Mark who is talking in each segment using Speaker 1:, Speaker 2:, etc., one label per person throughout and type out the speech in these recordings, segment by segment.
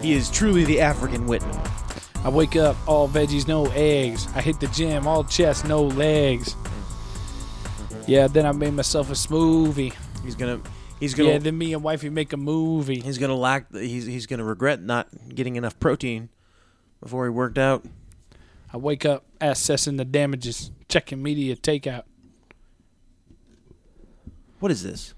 Speaker 1: he is truly the African Whitman.
Speaker 2: I wake up all veggies, no eggs. I hit the gym, all chest, no legs. Yeah, then I made myself a smoothie.
Speaker 1: He's gonna, he's gonna,
Speaker 2: Yeah, then me and wifey make a movie.
Speaker 1: he's gonna lack. He's he's gonna regret not getting enough protein before he worked out.
Speaker 2: I wake up assessing the damages, checking media takeout.
Speaker 1: What is this?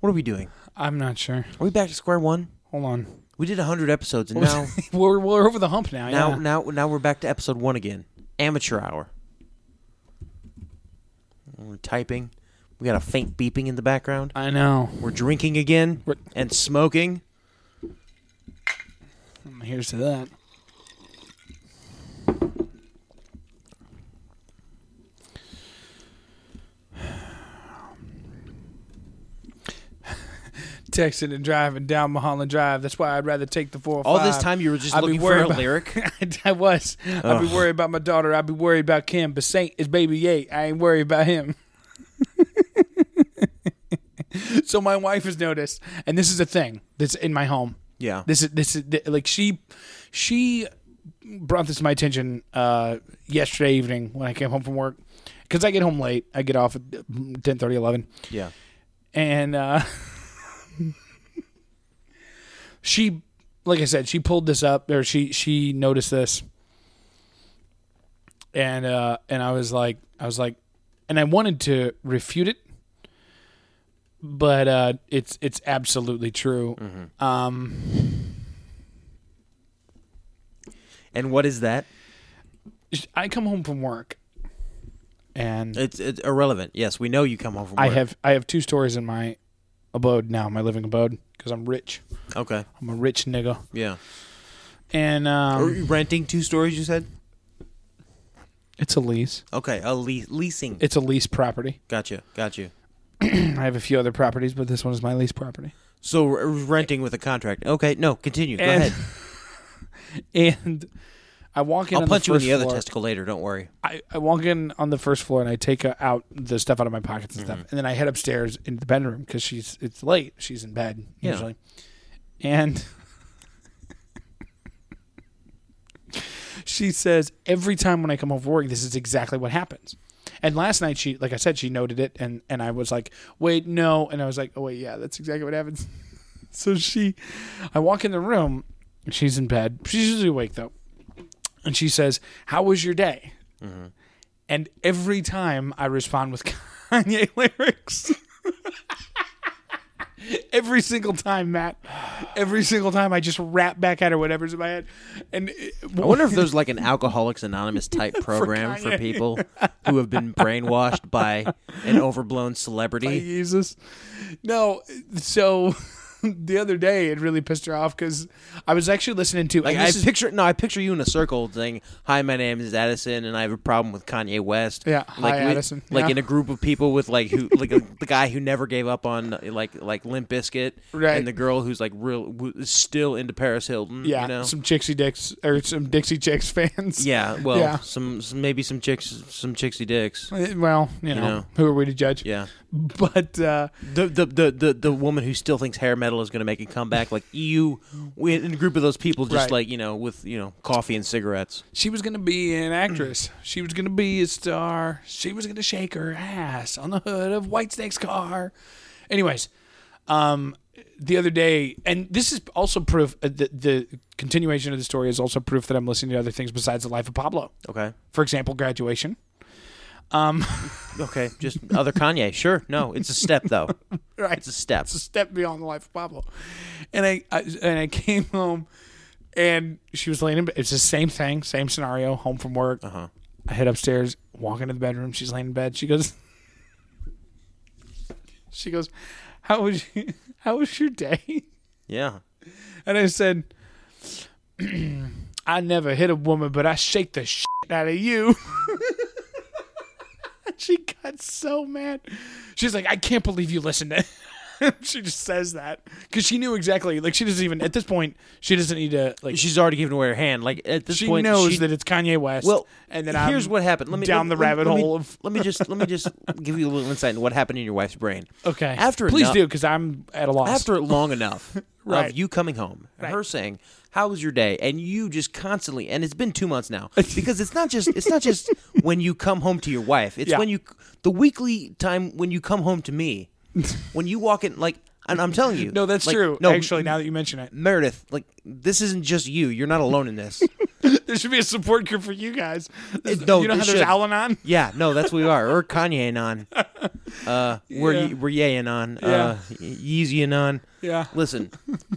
Speaker 1: What are we doing?
Speaker 2: I'm not sure.
Speaker 1: Are we back to square one?
Speaker 2: Hold on.
Speaker 1: We did hundred episodes, and now,
Speaker 2: we're, we're over the hump now.
Speaker 1: now,
Speaker 2: yeah.
Speaker 1: now, now we're back to episode one again. Amateur hour. We're typing. We got a faint beeping in the background.
Speaker 2: I know.
Speaker 1: We're drinking again
Speaker 2: We're-
Speaker 1: and smoking.
Speaker 2: Here's to that. Texting and driving down Mulholland Drive. That's why I'd rather take the four.
Speaker 1: All this time, you were just
Speaker 2: I'd be
Speaker 1: looking for
Speaker 2: worried
Speaker 1: a
Speaker 2: about-
Speaker 1: lyric.
Speaker 2: I was. I'd be
Speaker 1: Ugh.
Speaker 2: worried about my daughter. I'd be worried about Kim. But Saint is baby eight. I ain't worried about him. so my wife has noticed, and this is a thing that's in my home.
Speaker 1: Yeah.
Speaker 2: This is this is th- like she she brought this to my attention uh, yesterday evening when I came home from work because I get home late. I get off at mm, 10, 11.
Speaker 1: Yeah.
Speaker 2: and uh, she, like I said, she pulled this up or she she noticed this, and uh, and I was like I was like, and I wanted to refute it, but uh, it's it's absolutely true. Um,
Speaker 1: And what is that?
Speaker 2: I come home from work, and
Speaker 1: It's, it's irrelevant. Yes, we know you come home from
Speaker 2: I
Speaker 1: work.
Speaker 2: have I have two stories in my abode now, my living abode, because I'm rich.
Speaker 1: Okay.
Speaker 2: I'm a rich nigga,
Speaker 1: Yeah.
Speaker 2: and
Speaker 1: Are
Speaker 2: um,
Speaker 1: you renting two stories, you said?
Speaker 2: it's a lease.
Speaker 1: Okay. A le- leasing.
Speaker 2: It's a lease property.
Speaker 1: Gotcha. Gotcha.
Speaker 2: I have a few other properties, but this one is my lease property.
Speaker 1: So r- renting with a contract. Okay. No, continue. Go
Speaker 2: And-
Speaker 1: ahead.
Speaker 2: And I walk in.
Speaker 1: I'll
Speaker 2: on
Speaker 1: punch
Speaker 2: the
Speaker 1: you in
Speaker 2: first
Speaker 1: the other
Speaker 2: floor.
Speaker 1: testicle later. Don't worry.
Speaker 2: I, I walk in on the first floor and I take uh, out the stuff out of my pockets and stuff, and then I head upstairs into the bedroom because she's it's late. She's in bed
Speaker 1: Yeah.
Speaker 2: usually, and she says every time when I come home from work, this is exactly what happens. And last night she, like I said, she noted it, and and I was like, wait, no, and I was like, oh wait, yeah, that's exactly what happens. so she, I walk in the room, she's in bed, she's usually awake though, and she says, how was your day?
Speaker 1: Mm-hmm.
Speaker 2: And every time I respond with Kanye lyrics. every single time, Matt. Every single time I just rap back at her whatever's in my head. And uh, it-
Speaker 1: I wonder if there's like an Alcoholics Anonymous type program for,
Speaker 2: Kanye.
Speaker 1: people who have been brainwashed by an overblown celebrity.
Speaker 2: Jesus. No, so the other day it really pissed her off because I was actually listening to.
Speaker 1: Like
Speaker 2: and
Speaker 1: I
Speaker 2: this is-
Speaker 1: picture no, I picture you in a circle saying, "Hi, my name is Addison, and I have a problem with Kanye West."
Speaker 2: Yeah,
Speaker 1: like
Speaker 2: hi,
Speaker 1: with-
Speaker 2: Addison.
Speaker 1: Like
Speaker 2: Yeah.
Speaker 1: in a group of people with like who, like the guy who never gave up on like like Limp Bizkit,
Speaker 2: Right.
Speaker 1: And the girl who's like real who is still into Paris Hilton.
Speaker 2: yeah,
Speaker 1: you know?
Speaker 2: some Chixie Dicks or some Dixie Chicks fans.
Speaker 1: yeah. Well,
Speaker 2: Yeah.
Speaker 1: Some, some maybe some chicks, some chicksy dicks.
Speaker 2: Eh, Well, you know,
Speaker 1: know.
Speaker 2: who are we to judge?
Speaker 1: Yeah.
Speaker 2: But uh,
Speaker 1: The, the the the the woman who still thinks hair metal is going to make a comeback, like you, we in a group of those people, just
Speaker 2: Right.
Speaker 1: like you know, with you know, coffee and cigarettes.
Speaker 2: she was going to be an actress. she was going to be a star. She was going to shake her ass on the hood of Whitesnake's car. Anyways, um, the other day, and this is also proof. Uh, the, the continuation of the story is also proof that I'm listening to other things besides the life of Pablo.
Speaker 1: Okay.
Speaker 2: For example, graduation.
Speaker 1: Okay, just other Kanye. Sure. No, it's a step though.
Speaker 2: Right.
Speaker 1: It's a step.
Speaker 2: It's a step beyond the life of Pablo. And I, I and I came home, and she was laying in bed. It's the same thing, same scenario. Home from work. Uh-huh. I head upstairs, walk into the bedroom. She's laying in bed. She goes. She goes, how was you, How was your day?
Speaker 1: Yeah.
Speaker 2: And I said, I never hit a woman, but I shake the shit out of you. she got so mad. She's like, I can't believe you listened to She just says that because she knew exactly. Like, she doesn't even, at this point, she doesn't need to, like,
Speaker 1: She's already given away her hand. Like at this
Speaker 2: she
Speaker 1: point,
Speaker 2: knows
Speaker 1: she-
Speaker 2: that it's Kanye West.
Speaker 1: Well,
Speaker 2: and then
Speaker 1: here's
Speaker 2: I'm
Speaker 1: what happened. Let me
Speaker 2: down
Speaker 1: let-
Speaker 2: the rabbit
Speaker 1: let me-
Speaker 2: hole of.
Speaker 1: Let me just let me just give you a little insight into what happened in your wife's brain.
Speaker 2: Okay.
Speaker 1: After
Speaker 2: please
Speaker 1: no-
Speaker 2: do because I'm at a loss.
Speaker 1: After long enough
Speaker 2: Right.
Speaker 1: of you coming home and her saying, "How was your day?" and you just constantly and it's been 2 months now because it's not just it's not just when you come home to your wife. It's
Speaker 2: Yeah.
Speaker 1: when you the weekly time when you come home to me. when you walk in like and I'm telling you.
Speaker 2: no, that's
Speaker 1: like,
Speaker 2: true.
Speaker 1: No,
Speaker 2: actually, now that you mention it,
Speaker 1: Meredith, like this isn't just you. You're not alone in this.
Speaker 2: there should be a support group for you guys.
Speaker 1: It- no,
Speaker 2: you know
Speaker 1: it
Speaker 2: how there's
Speaker 1: should.
Speaker 2: Al-Anon.
Speaker 1: Yeah, no, that's what we are. Or Kanye non. Uh, we're
Speaker 2: Yeah.
Speaker 1: we're yaying on. Uh,
Speaker 2: Yeah.
Speaker 1: Yeezy on.
Speaker 2: Yeah.
Speaker 1: Listen,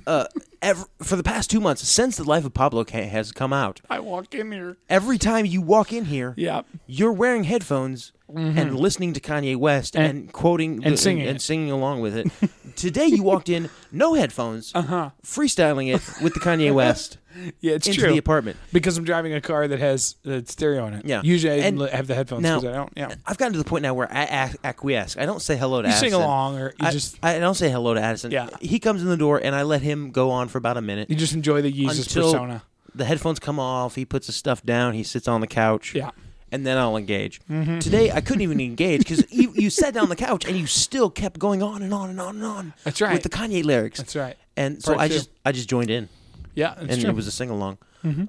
Speaker 1: uh, ev for the past two months since the life of Pablo ca- has come out,
Speaker 2: I walk in here.
Speaker 1: every time you walk in here,
Speaker 2: Yeah. Mm-hmm.
Speaker 1: you're wearing headphones and listening to Kanye West and, quoting the-
Speaker 2: singing
Speaker 1: and,
Speaker 2: it.
Speaker 1: singing along with it. Today you walked in no headphones, uh-huh. freestyling it with the Kanye West
Speaker 2: Yeah, it's
Speaker 1: into
Speaker 2: true.
Speaker 1: the apartment.
Speaker 2: because I'm driving a car that has the stereo in it.
Speaker 1: Yeah.
Speaker 2: Usually I
Speaker 1: And
Speaker 2: li- have the headphones
Speaker 1: now- uh,
Speaker 2: because I don't. Yeah.
Speaker 1: I've gotten to the point now where I ac- acquiesce. I don't say hello to
Speaker 2: You
Speaker 1: Addison.
Speaker 2: sing along or you
Speaker 1: I,
Speaker 2: just
Speaker 1: I don't say hello to Addison.
Speaker 2: Yeah.
Speaker 1: He comes in the door and I let him go on for about a minute.
Speaker 2: you just enjoy the Jesus
Speaker 1: until
Speaker 2: persona.
Speaker 1: The headphones come off. He puts his stuff down. He sits on the couch.
Speaker 2: Yeah. Mm-hmm.
Speaker 1: And then I'll engage. Today I couldn't even engage because you, you sat down on the couch and you still kept going on and on and on and on.
Speaker 2: That's right.
Speaker 1: With the Kanye lyrics.
Speaker 2: That's right.
Speaker 1: And so
Speaker 2: Part
Speaker 1: I
Speaker 2: two.
Speaker 1: just I just joined in
Speaker 2: Yeah, it's
Speaker 1: and
Speaker 2: true.
Speaker 1: it was a sing along.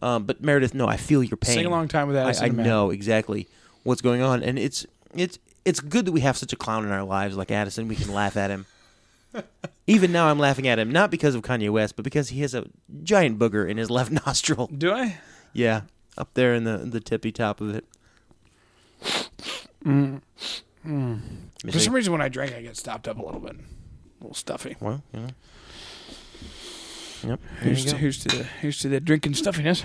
Speaker 1: Um, but Meredith, no, I feel your pain.
Speaker 2: Sing-along time with Addison
Speaker 1: I, I
Speaker 2: and Matt.
Speaker 1: know exactly what's going on, and it's it's it's good that we have such a clown in our lives like Addison. We can laugh at him. Even now, I'm laughing at him not because of Kanye West, but because he has a giant booger in his left nostril.
Speaker 2: Do I?
Speaker 1: Yeah, up there in the the tippy top of it. Let me
Speaker 2: Mm. For
Speaker 1: see.
Speaker 2: some reason, when I drink, I get stopped up a little bit, a little stuffy.
Speaker 1: Well, you know. Yep. there
Speaker 2: Here's
Speaker 1: you
Speaker 2: to,
Speaker 1: go.
Speaker 2: here's to the here's to the drinking stuffiness.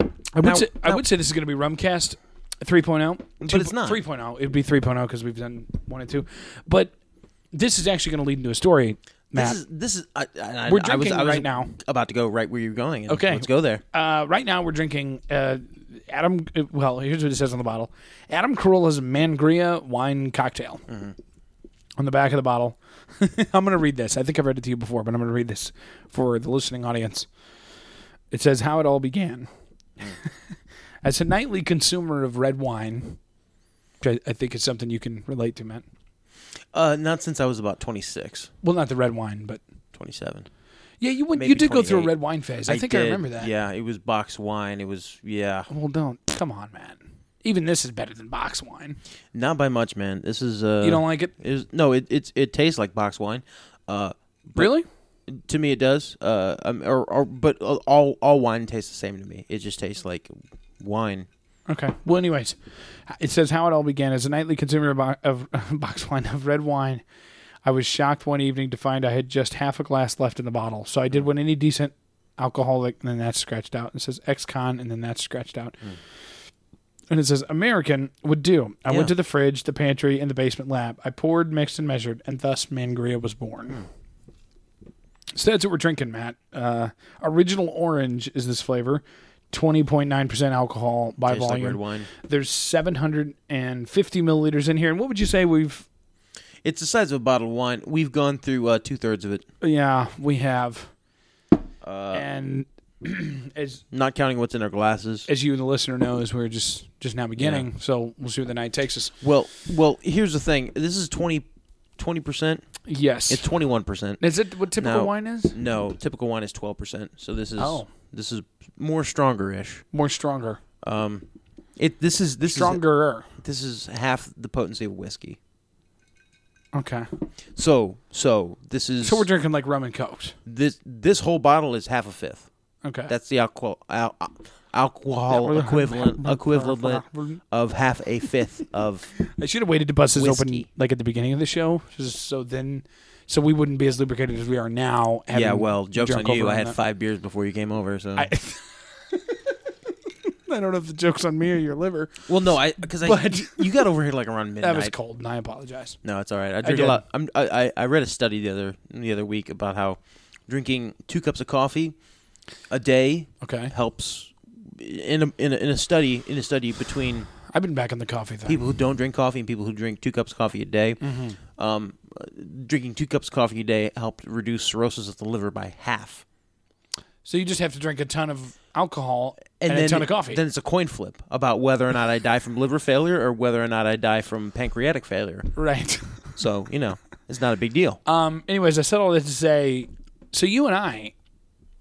Speaker 2: I would
Speaker 1: Now-
Speaker 2: say I
Speaker 1: now-
Speaker 2: would say this is going to be Rumcast oh. 3.0,
Speaker 1: But it's not.
Speaker 2: 3.0. oh. It'd be 3.0 because we've done one and two, but this is actually going to lead into a story, Matt.
Speaker 1: This is this is. I, I,
Speaker 2: We're
Speaker 1: I was,
Speaker 2: drinking
Speaker 1: I was
Speaker 2: right now.
Speaker 1: About to go right where you're going. and
Speaker 2: Okay.
Speaker 1: let's go there.
Speaker 2: Uh, right now, we're drinking uh, Adam. uh, Well, here's what it says on the bottle: Adam Carolla's Mangria wine cocktail.
Speaker 1: Mm-hmm.
Speaker 2: On the back of the bottle, I'm going to read this. I think I've read it to you before, but I'm going to read this for the listening audience. It says how it all began.
Speaker 1: Mm.
Speaker 2: As a nightly consumer of red wine, which I, I think is something you can relate to, Matt.
Speaker 1: Uh, not since I was about 26,
Speaker 2: Well, not the red wine, but
Speaker 1: 27.
Speaker 2: yeah, you went,
Speaker 1: Maybe
Speaker 2: you did go through a
Speaker 1: 28.
Speaker 2: red wine phase. I, think I
Speaker 1: did-
Speaker 2: remember that.
Speaker 1: Yeah, it was box wine. It was yeah,
Speaker 2: Well, don't come on, man. Even this is better than box wine.
Speaker 1: not by much, man. This is uh,
Speaker 2: You don't like it?
Speaker 1: It was, no, it it's it tastes like box wine. Uh,
Speaker 2: Really?
Speaker 1: to me it does. Uh, um, or, or but all all wine tastes the same to me. It just tastes like wine.
Speaker 2: Okay. Well, anyways, it says how it all began. As a nightly consumer of, bo- of box wine of red wine, I was shocked one evening to find I had just half a glass left in the bottle. So I did what any decent alcoholic, and then that's scratched out. It says ex-con, and then that's scratched out.
Speaker 1: Hmm.
Speaker 2: And it says American would do. I
Speaker 1: Yeah.
Speaker 2: went to the fridge, the pantry, and the basement lab. I poured, mixed, and measured, and thus Mangria was born. So that's what we're drinking, Matt. Uh, original orange is this flavor, twenty point nine percent alcohol by
Speaker 1: Tastes like
Speaker 2: volume.
Speaker 1: red wine.
Speaker 2: There's seven hundred and fifty milliliters in here, and what would you say we've?
Speaker 1: It's the size of a bottle of wine. We've gone through uh, two thirds of it,
Speaker 2: Yeah, we have.
Speaker 1: Uh,
Speaker 2: and as
Speaker 1: not counting what's in our glasses.
Speaker 2: as you, the listener, knows, we're just just now beginning. So we'll see where the night takes us.
Speaker 1: Well, well, here's the thing. This is 20 percent.
Speaker 2: Yes,
Speaker 1: It's twenty one percent.
Speaker 2: is it what typical
Speaker 1: No.
Speaker 2: wine is?
Speaker 1: No, typical wine is twelve percent. So this is
Speaker 2: Oh.
Speaker 1: this is more stronger ish.
Speaker 2: More stronger,
Speaker 1: Um, it this is this
Speaker 2: stronger.
Speaker 1: is this is half the potency of whiskey.
Speaker 2: Okay,
Speaker 1: So so this is
Speaker 2: so we're drinking like rum and cokes.
Speaker 1: this this whole bottle is half a fifth.
Speaker 2: Okay,
Speaker 1: That's the alcohol al- al- alcohol equivalent equivalent of half a fifth of
Speaker 2: I should have waited to bust this open
Speaker 1: Whiskey.
Speaker 2: like at the beginning of the show, just so then, so we wouldn't be as lubricated as we are now. having
Speaker 1: yeah. Well, jokes on
Speaker 2: drunk
Speaker 1: you.
Speaker 2: over
Speaker 1: I had
Speaker 2: that.
Speaker 1: five beers before you came over. So
Speaker 2: I- I don't know if the joke's on me or your liver.
Speaker 1: Well, no, I because I
Speaker 2: But-
Speaker 1: you got over here like around midnight.
Speaker 2: That was cold, and I apologize.
Speaker 1: No, it's all right. I drink a
Speaker 2: did.
Speaker 1: lot. I'm, I I I read a study the other the other week about how drinking two cups of coffee a day
Speaker 2: Okay.
Speaker 1: helps in a, in a, in a study in a study between
Speaker 2: I've been back on the coffee thing. Mm-hmm.
Speaker 1: people who don't drink coffee and people who drink two cups of coffee a day. Um, uh, drinking two cups of coffee a day helped reduce cirrhosis of the liver by half.
Speaker 2: So you just have to drink a ton of alcohol and,
Speaker 1: then
Speaker 2: a ton of coffee.
Speaker 1: Then it's a coin flip about whether or not I die from liver failure or whether or not I die from pancreatic failure.
Speaker 2: right.
Speaker 1: So you know, it's not a big deal.
Speaker 2: Um. Anyways, I said all this to say, so you and I,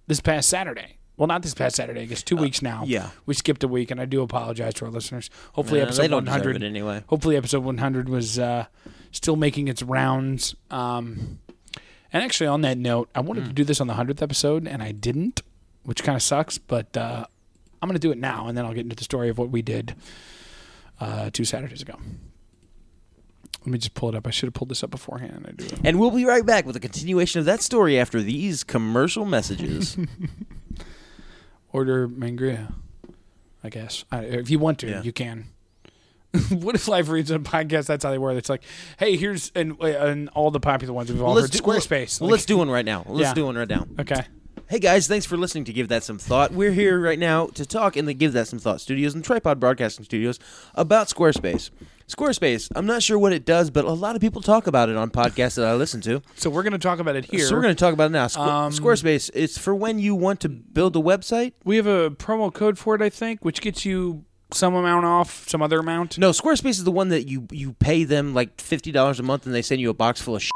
Speaker 2: this past Saturday. Well, not this past Saturday. I guess two weeks now.
Speaker 1: Uh, yeah.
Speaker 2: we skipped a week, and I do apologize to our listeners. Hopefully,
Speaker 1: Nah,
Speaker 2: episode
Speaker 1: Uh, they don't
Speaker 2: one
Speaker 1: deserve
Speaker 2: hundred
Speaker 1: it anyway.
Speaker 2: Hopefully, episode one hundred was uh, still making its rounds. Um, and actually, on that note, I wanted
Speaker 1: Hmm.
Speaker 2: to do this on the hundredth episode, and I didn't, which kind of sucks. But uh, I'm going to do it now, and then I'll get into the story of what we did uh, two Saturdays ago. Let me just pull it up. I should have pulled this up beforehand. and I do.
Speaker 1: And we'll be right back with a continuation of that story after these commercial messages.
Speaker 2: order mangria. I guess I, if you want to,
Speaker 1: Yeah.
Speaker 2: you can. what if life reads a podcast? That's how they were. It's like, hey, here's and and all the popular ones we've all heard. Squarespace.
Speaker 1: Well,
Speaker 2: Like-
Speaker 1: let's do one right now. Let's
Speaker 2: Yeah.
Speaker 1: do one right now.
Speaker 2: Okay.
Speaker 1: Hey guys, thanks for listening to Give That Some Thought. We're here right now to talk in the Give That Some Thought studios and Tripod Broadcasting Studios about Squarespace. Squarespace, I'm not sure what it does, but a lot of people talk about it on podcasts that I listen to.
Speaker 2: So we're gonna talk about it here.
Speaker 1: So we're going to talk about it now. Squ- Squarespace, it's for when you want to build a website.
Speaker 2: we have a promo code for it, I think, which gets you some amount off, some other amount.
Speaker 1: No, Squarespace is the one that you you pay them like $50 a month and they send you a box full of shit.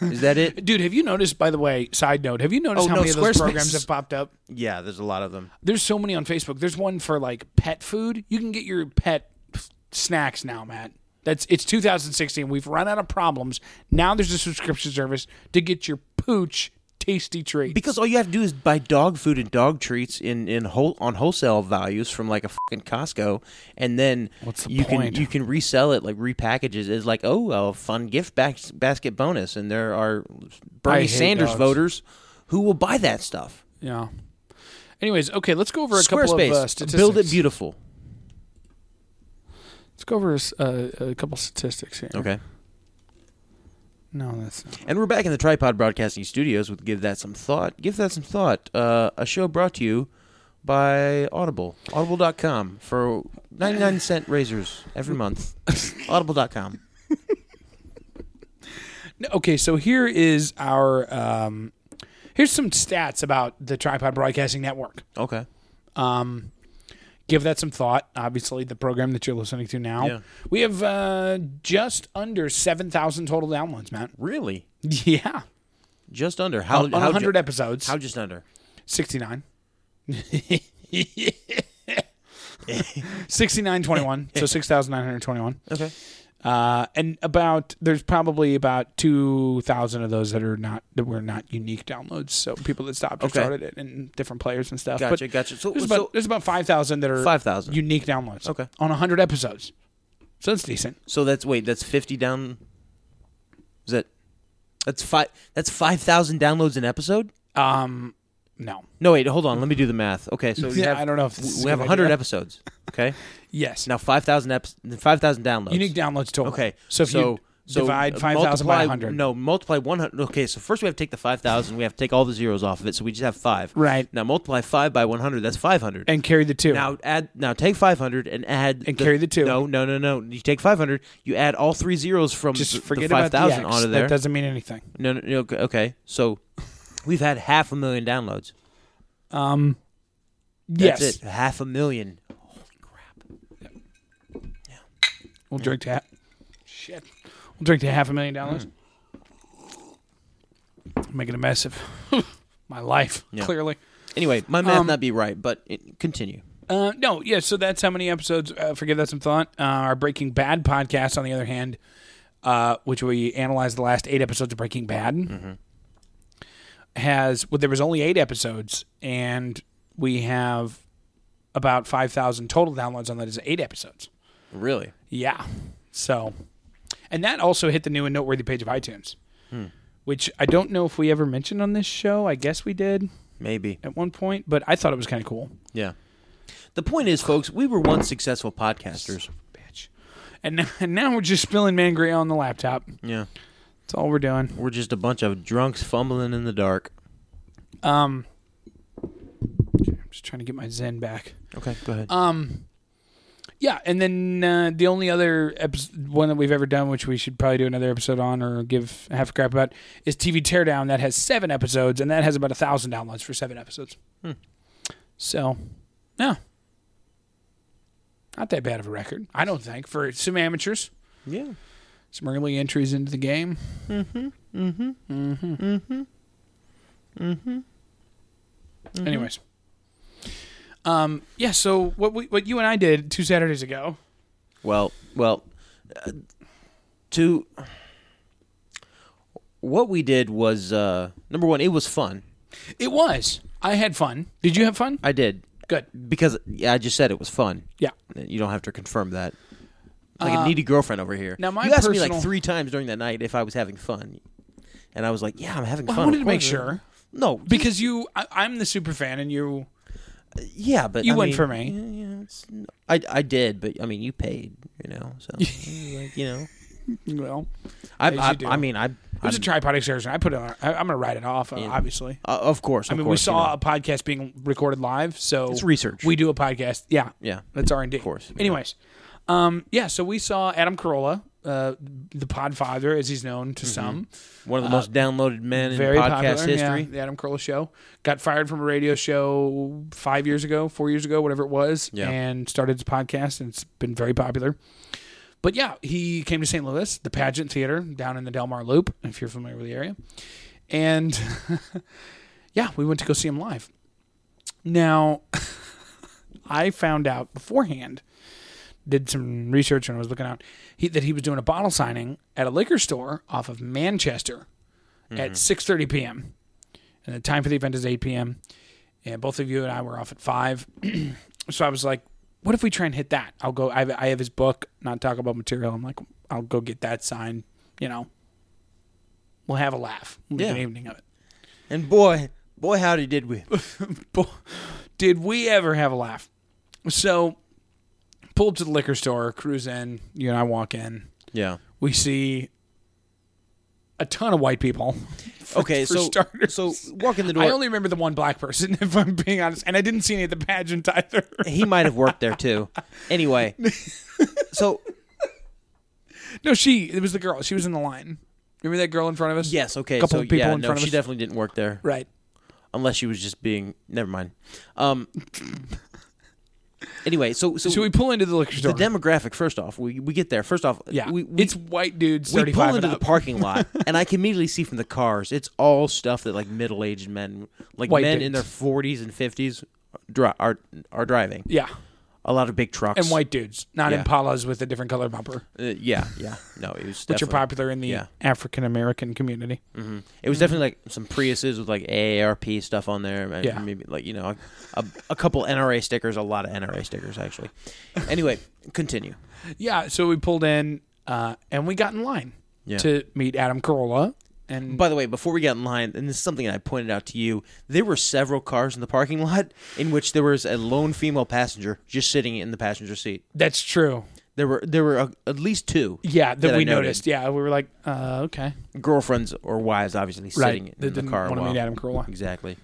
Speaker 1: Is that it?
Speaker 2: Dude, have you noticed? By the way, side note: Have you noticed
Speaker 1: Oh,
Speaker 2: how
Speaker 1: no,
Speaker 2: many of those
Speaker 1: Squarespace.
Speaker 2: programs have popped up?
Speaker 1: Yeah, there's a lot of them.
Speaker 2: There's so many on Facebook. There's one for like pet food. You can get your pet f- snacks now, Matt. That's it's 2016. We've run out of problems. Now there's a subscription service to get your pooch tasty treat.
Speaker 1: Because all you have to do is buy dog food and dog treats in, in whole, on wholesale values from like a fucking Costco, and then
Speaker 2: What's the
Speaker 1: you
Speaker 2: point?
Speaker 1: can you can resell it like repackages as like oh a fun gift bas- basket bonus, and there are Bernie
Speaker 2: hate
Speaker 1: Sanders
Speaker 2: dogs.
Speaker 1: voters who will buy that stuff.
Speaker 2: yeah. Anyways, okay, let's go over a couple of
Speaker 1: Squarespace,
Speaker 2: uh, statistics.
Speaker 1: build it beautiful.
Speaker 2: Let's go over uh, a couple statistics here.
Speaker 1: Okay,
Speaker 2: No, that's not.
Speaker 1: and we're back in the Tripod Broadcasting Studios with give that some thought. Give that some thought. Uh, a show brought to you by Audible, Audible.com for ninety nine cent razors every month. Audible.com.
Speaker 2: No, Okay, so here is our um, here's some stats about the Tripod Broadcasting Network.
Speaker 1: Okay.
Speaker 2: Um, give that some thought. Obviously, the program that you're listening to now,
Speaker 1: Yeah.
Speaker 2: we have uh, just under seven thousand total downloads, Matt.
Speaker 1: Really?
Speaker 2: Yeah,
Speaker 1: Just under. How?
Speaker 2: on
Speaker 1: how
Speaker 2: hundred
Speaker 1: ju-
Speaker 2: episodes,
Speaker 1: How just under?
Speaker 2: sixty nine. 6921 so 6921
Speaker 1: Okay.
Speaker 2: uh, and about there's probably about 2000 of those that are not that were not unique downloads so people that stopped or
Speaker 1: Okay.
Speaker 2: started it and different players and stuff
Speaker 1: Gotcha.
Speaker 2: but
Speaker 1: gotcha. So,
Speaker 2: There's
Speaker 1: so-
Speaker 2: about there's about five thousand that are
Speaker 1: 5,000.
Speaker 2: unique downloads.
Speaker 1: Okay.
Speaker 2: on hundred episodes, so that's decent.
Speaker 1: so that's wait. That's fifty down. Is that? That's five. That's five thousand downloads an episode.
Speaker 2: Um, no,
Speaker 1: No, wait. Hold on. Let me do the math. Okay. So we
Speaker 2: Yeah,
Speaker 1: have,
Speaker 2: I don't know if this
Speaker 1: we-
Speaker 2: is a
Speaker 1: we have
Speaker 2: good
Speaker 1: hundred
Speaker 2: idea.
Speaker 1: episodes. Okay.
Speaker 2: yes,
Speaker 1: Now five thousand eps. Five thousand downloads.
Speaker 2: unique downloads total.
Speaker 1: Okay.
Speaker 2: so if
Speaker 1: so,
Speaker 2: you
Speaker 1: so
Speaker 2: divide
Speaker 1: uh,
Speaker 2: five thousand
Speaker 1: multiply-
Speaker 2: by hundred,
Speaker 1: No, multiply one hundred. Okay. So first we have to take the five thousand. We have to take all the zeros off of it. So we just have five.
Speaker 2: Right.
Speaker 1: Now multiply five by one hundred. That's five hundred.
Speaker 2: and carry the two.
Speaker 1: Now add now take 500 and add
Speaker 2: And carry the two.
Speaker 1: No, no, no, no. You take 500, you add all three zeros from
Speaker 2: just
Speaker 1: the,
Speaker 2: forget
Speaker 1: the
Speaker 2: about the
Speaker 1: 5000
Speaker 2: X.
Speaker 1: onto there.
Speaker 2: That doesn't mean anything.
Speaker 1: no, no, no, okay, okay. So we've had half a million downloads.
Speaker 2: Um,
Speaker 1: That's
Speaker 2: yes,
Speaker 1: it. Half a million.
Speaker 2: we'll drink to ha- shit. We'll drink to half a million dollars. Making a mess of my life.
Speaker 1: Yeah.
Speaker 2: Clearly,
Speaker 1: Anyway, my math
Speaker 2: Um,
Speaker 1: not be right, but it, continue.
Speaker 2: Uh, no, yeah. So that's how many episodes. Uh, forgive that some thought. Uh, our Breaking Bad podcast, on the other hand, uh, which we analyzed the last eight episodes of Breaking Bad, has well, there was only eight episodes, and we have about five thousand total downloads on those eight episodes.
Speaker 1: Really?
Speaker 2: Yeah. So, and that also hit the new and noteworthy page of iTunes, which I don't know if we ever mentioned on this show. I guess we did
Speaker 1: Maybe.
Speaker 2: at one point, but I thought it was kind of cool.
Speaker 1: Yeah. The point is, folks, we were once successful podcasters.
Speaker 2: bitch. And now, and now we're just spilling mangria on the laptop.
Speaker 1: Yeah.
Speaker 2: That's all we're doing.
Speaker 1: We're just a bunch of drunks fumbling in the dark.
Speaker 2: Um, okay, I'm just trying to get my zen back.
Speaker 1: Okay, go ahead.
Speaker 2: Um, yeah, and then uh, the only other episode, one that we've ever done, which we should probably do another episode on or give half a crap about, is TV Teardown. That has seven episodes, and that has about a thousand downloads for seven episodes. So, yeah, not that bad of a record, I don't think, for some amateurs.
Speaker 1: yeah.
Speaker 2: Some early entries into the game. Mm-hmm. Mm-hmm. Mm-hmm. Mm-hmm. Mm-hmm. Anyways. Um, yeah, so what we, what you and I did two Saturdays ago.
Speaker 1: Well, well, uh, to what we did was uh, number one, it was fun.
Speaker 2: It was. I had fun. Did you have fun?
Speaker 1: I did
Speaker 2: Good.
Speaker 1: because yeah, I just said it was fun.
Speaker 2: Yeah.
Speaker 1: You don't have to confirm that. Like a needy girlfriend over here.
Speaker 2: Uh, now my
Speaker 1: you asked me
Speaker 2: personal-
Speaker 1: like three times during that night if I was having fun, and I was like, "Yeah, I'm having
Speaker 2: Well, I
Speaker 1: fun."
Speaker 2: wanted
Speaker 1: of
Speaker 2: to make
Speaker 1: course.
Speaker 2: sure
Speaker 1: No,
Speaker 2: because you, I, I'm the super fan, and you.
Speaker 1: yeah, but
Speaker 2: You
Speaker 1: I
Speaker 2: went
Speaker 1: mean,
Speaker 2: for me.
Speaker 1: Yeah, yeah, it's- I I did, but I mean, you paid, you know. So like, you know,
Speaker 2: Well,
Speaker 1: I
Speaker 2: As you
Speaker 1: I,
Speaker 2: do.
Speaker 1: I mean, I
Speaker 2: it
Speaker 1: I'm-
Speaker 2: was a tripod excursion. I put it on. I, I'm going to write it off, uh, obviously.
Speaker 1: uh, of course.
Speaker 2: I
Speaker 1: of
Speaker 2: mean, we
Speaker 1: course, you
Speaker 2: saw
Speaker 1: know.
Speaker 2: a podcast being recorded live, so
Speaker 1: It's research.
Speaker 2: We do a podcast. Yeah,
Speaker 1: Yeah.
Speaker 2: that's R and D. Of
Speaker 1: course, yeah.
Speaker 2: Anyways, um, yeah. So we saw Adam Carolla, uh, the Podfather, as he's known to some,
Speaker 1: One of the most downloaded men Mm-hmm. in
Speaker 2: uh, very
Speaker 1: podcast
Speaker 2: popular. yeah,
Speaker 1: history.
Speaker 2: the Adam Carolla show got fired from a radio show five years ago, four years ago, whatever it was,
Speaker 1: Yeah.
Speaker 2: and started his podcast, and it's been very popular. But yeah, he came to St. Louis, the Pageant Theater down in the Del Mar Loop, if you're familiar with the area, and yeah, we went to go see him live. Now, I found out beforehand, did some research when I was looking out, he, that he was doing a bottle signing at a liquor store off of Manchester at 6.30 p.m. And the time for the event is 8 p.m. And both of you and I were off at 5. so I was like, what if we try and hit that? I'll go, I have, I have his book, Not Talk About Material. I'm like, I'll go get that signed, you know. We'll have a laugh. We'll make
Speaker 1: Yeah.
Speaker 2: an evening of it.
Speaker 1: And boy, boy, howdy did we.
Speaker 2: Bo- did we ever have a laugh? So, pull up to the liquor store, cruise in. You and I walk in.
Speaker 1: Yeah.
Speaker 2: We see a ton of white people. for-
Speaker 1: Okay,
Speaker 2: for
Speaker 1: so
Speaker 2: starters.
Speaker 1: so walk in the door.
Speaker 2: I only remember the one black person, if I'm being honest, and I didn't see any of the pageant either.
Speaker 1: he might have worked there too. Anyway, so
Speaker 2: no, she. It was the girl. She was in the line. Remember that girl in front of us?
Speaker 1: yes, okay,
Speaker 2: Couple
Speaker 1: so
Speaker 2: of people
Speaker 1: yeah,
Speaker 2: in
Speaker 1: no,
Speaker 2: front of
Speaker 1: she
Speaker 2: us.
Speaker 1: definitely didn't work there
Speaker 2: Right.
Speaker 1: unless she was just being. Never mind. Um. Anyway, so so,
Speaker 2: So we pull into the liquor
Speaker 1: the
Speaker 2: store.
Speaker 1: demographic. First off, we we get there. First off,
Speaker 2: yeah,
Speaker 1: we, we
Speaker 2: it's white dudes.
Speaker 1: we
Speaker 2: 35
Speaker 1: pull
Speaker 2: and
Speaker 1: into the
Speaker 2: up.
Speaker 1: parking lot, and I can immediately see from the cars, it's all stuff that like middle-aged men, like
Speaker 2: White
Speaker 1: men
Speaker 2: dudes.
Speaker 1: in their forties and fifties, dri- are are driving.
Speaker 2: Yeah,
Speaker 1: A lot of big trucks
Speaker 2: and white dudes, not
Speaker 1: Yeah.
Speaker 2: Impalas with a different color bumper,
Speaker 1: Uh, yeah, yeah. No, it was
Speaker 2: which
Speaker 1: definitely-
Speaker 2: are popular in the
Speaker 1: Yeah.
Speaker 2: African American community.
Speaker 1: It
Speaker 2: Mm-hmm.
Speaker 1: was definitely like some Priuses with like AARP stuff on there. and
Speaker 2: Yeah.
Speaker 1: maybe like you know a, a couple NRA stickers, a lot of NRA stickers actually. Anyway, continue.
Speaker 2: Yeah, so we pulled in uh, and we got in line
Speaker 1: Yeah.
Speaker 2: to meet Adam Carolla. And
Speaker 1: By the way, before we got in line, and this is something I pointed out to you, there were several cars in the parking lot in which there was a lone female passenger just sitting in the passenger seat.
Speaker 2: that's true.
Speaker 1: There were there were uh, at least two.
Speaker 2: Yeah, that,
Speaker 1: I
Speaker 2: we
Speaker 1: noted.
Speaker 2: noticed. Yeah, we were like, uh, okay.
Speaker 1: girlfriends or wives, obviously
Speaker 2: Right,
Speaker 1: sitting
Speaker 2: that
Speaker 1: in the
Speaker 2: didn't
Speaker 1: car.
Speaker 2: wanna meet
Speaker 1: while-
Speaker 2: Adam Carolla.
Speaker 1: Exactly.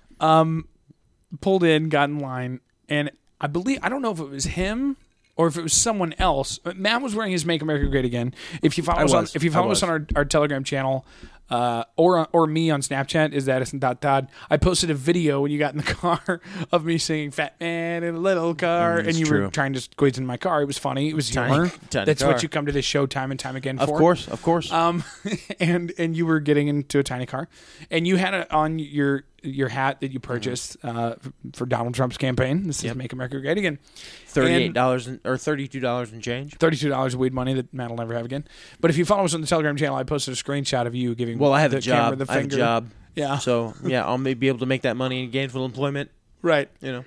Speaker 2: Pulled in, got in line, and I believe, I don't know if it was him or if it was someone else. but Matt was wearing his Make America Great Again. If you follow
Speaker 1: I
Speaker 2: us on,
Speaker 1: was.
Speaker 2: if you
Speaker 1: I
Speaker 2: follow us
Speaker 1: was.
Speaker 2: on our, our Telegram channel, uh, or or me on Snapchat is Addison dot Todd. I posted a video when you got in the car of me singing "Fat Man in a Little Car," and you were
Speaker 1: Mm, true.
Speaker 2: trying to squeeze in my car. It was funny. It was humor.
Speaker 1: tiny
Speaker 2: That's
Speaker 1: car.
Speaker 2: what you come to this show time and time again
Speaker 1: Of
Speaker 2: for.
Speaker 1: course, of course.
Speaker 2: Um, and and you were getting into a tiny car, and you had it on your your hat that you purchased
Speaker 1: Mm-hmm.
Speaker 2: uh, for Donald Trump's campaign. This is "Make America Great Again."
Speaker 1: Thirty-eight dollars or thirty-two dollars in change.
Speaker 2: thirty-two dollars weed money that Matt will never have again. But if you follow us on the Telegram channel, I posted a screenshot of you giving.
Speaker 1: Well, I have
Speaker 2: the
Speaker 1: a job.
Speaker 2: Camera, the
Speaker 1: I have a
Speaker 2: finger.
Speaker 1: job.
Speaker 2: Yeah.
Speaker 1: So yeah, I'll maybe be able to make that money in gainful employment.
Speaker 2: Right.
Speaker 1: You know.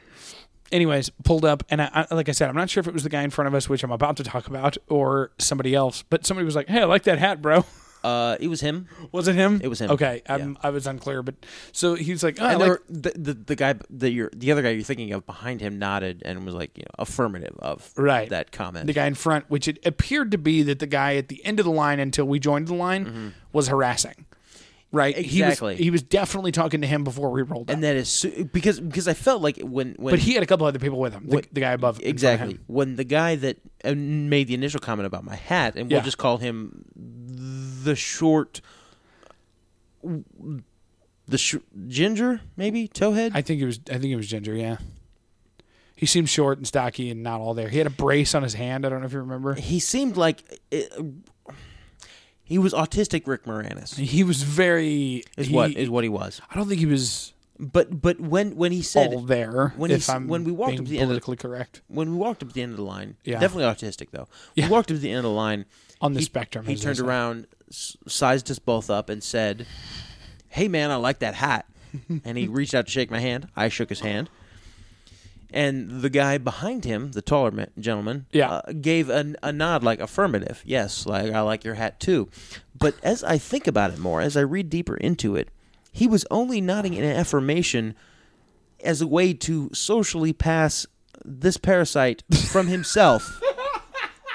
Speaker 2: Anyways, pulled up, and I, I, like I said, I'm not sure if it was the guy in front of us, which I'm about to talk about, or somebody else. But somebody was like, "Hey, I like that hat, bro."
Speaker 1: Uh, it was him.
Speaker 2: Was it him?
Speaker 1: It was him.
Speaker 2: Okay, I'm, I was unclear, but so he's like, oh, I
Speaker 1: And there
Speaker 2: like,
Speaker 1: were- the, the the guy that you're the other guy you're thinking of behind him nodded and was like you know, affirmative of
Speaker 2: Right.
Speaker 1: that comment.
Speaker 2: the guy in front, which it appeared to be that the guy at the end of the line until we joined the line was harassing. Right?
Speaker 1: Mm-hmm. Exactly.
Speaker 2: He was, he was definitely talking to him before we rolled up.
Speaker 1: and that is so, because because I felt like when when
Speaker 2: but he had a couple other people with him. The,
Speaker 1: What-
Speaker 2: the guy above. in front of
Speaker 1: exactly
Speaker 2: him.
Speaker 1: when the guy that uh, made the initial comment about my hat and
Speaker 2: Yeah.
Speaker 1: we'll just call him the short the sh- ginger maybe towhead
Speaker 2: I think it was. I think it was Ginger. Yeah. He seemed short and stocky and not all there. He had a brace on his hand. I don't know if you remember.
Speaker 1: he seemed like uh, he was autistic Rick Moranis
Speaker 2: He was very.
Speaker 1: is
Speaker 2: he-
Speaker 1: what is what he was
Speaker 2: I don't think he was
Speaker 1: but but when when he said
Speaker 2: all there.
Speaker 1: when he
Speaker 2: if
Speaker 1: s-
Speaker 2: I'm
Speaker 1: when we walked
Speaker 2: being
Speaker 1: up to the end of the-
Speaker 2: politically correct
Speaker 1: when we walked up to the end of the line,
Speaker 2: Yeah.
Speaker 1: definitely autistic though.
Speaker 2: Yeah.
Speaker 1: We walked up to the end of the line.
Speaker 2: on the
Speaker 1: he,
Speaker 2: spectrum,
Speaker 1: he
Speaker 2: as they
Speaker 1: turned
Speaker 2: say.
Speaker 1: around, s- sized us both up, and said, "Hey man, I like that hat." and he reached out to shake my hand. I shook his hand, and the guy behind him, the taller ma- gentleman,
Speaker 2: Yeah.
Speaker 1: uh, gave an, a nod like affirmative, yes, like I like your hat too. But as I think about it more, as I read deeper into it, he was only nodding in affirmation as a way to socially pass this parasite from himself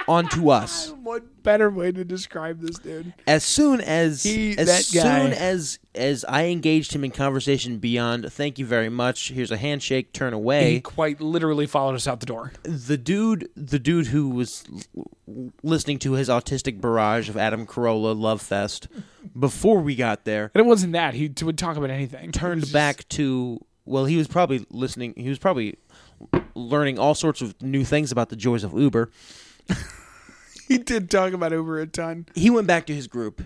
Speaker 1: onto us.
Speaker 2: What better way to describe this dude?
Speaker 1: As soon as
Speaker 2: He- that
Speaker 1: as
Speaker 2: guy.
Speaker 1: soon as as I engaged him in conversation beyond thank you very much, here's a handshake, turn
Speaker 2: He
Speaker 1: away.
Speaker 2: quite literally followed us out the door.
Speaker 1: The dude the dude who was l- listening to his autistic barrage of Adam Carolla Love Fest before we got there
Speaker 2: And it wasn't that. He t- would talk about anything.
Speaker 1: turned back to well he was probably listening he was probably learning all sorts of new things about the joys of uber
Speaker 2: He did talk about Uber a ton.
Speaker 1: he went back to his group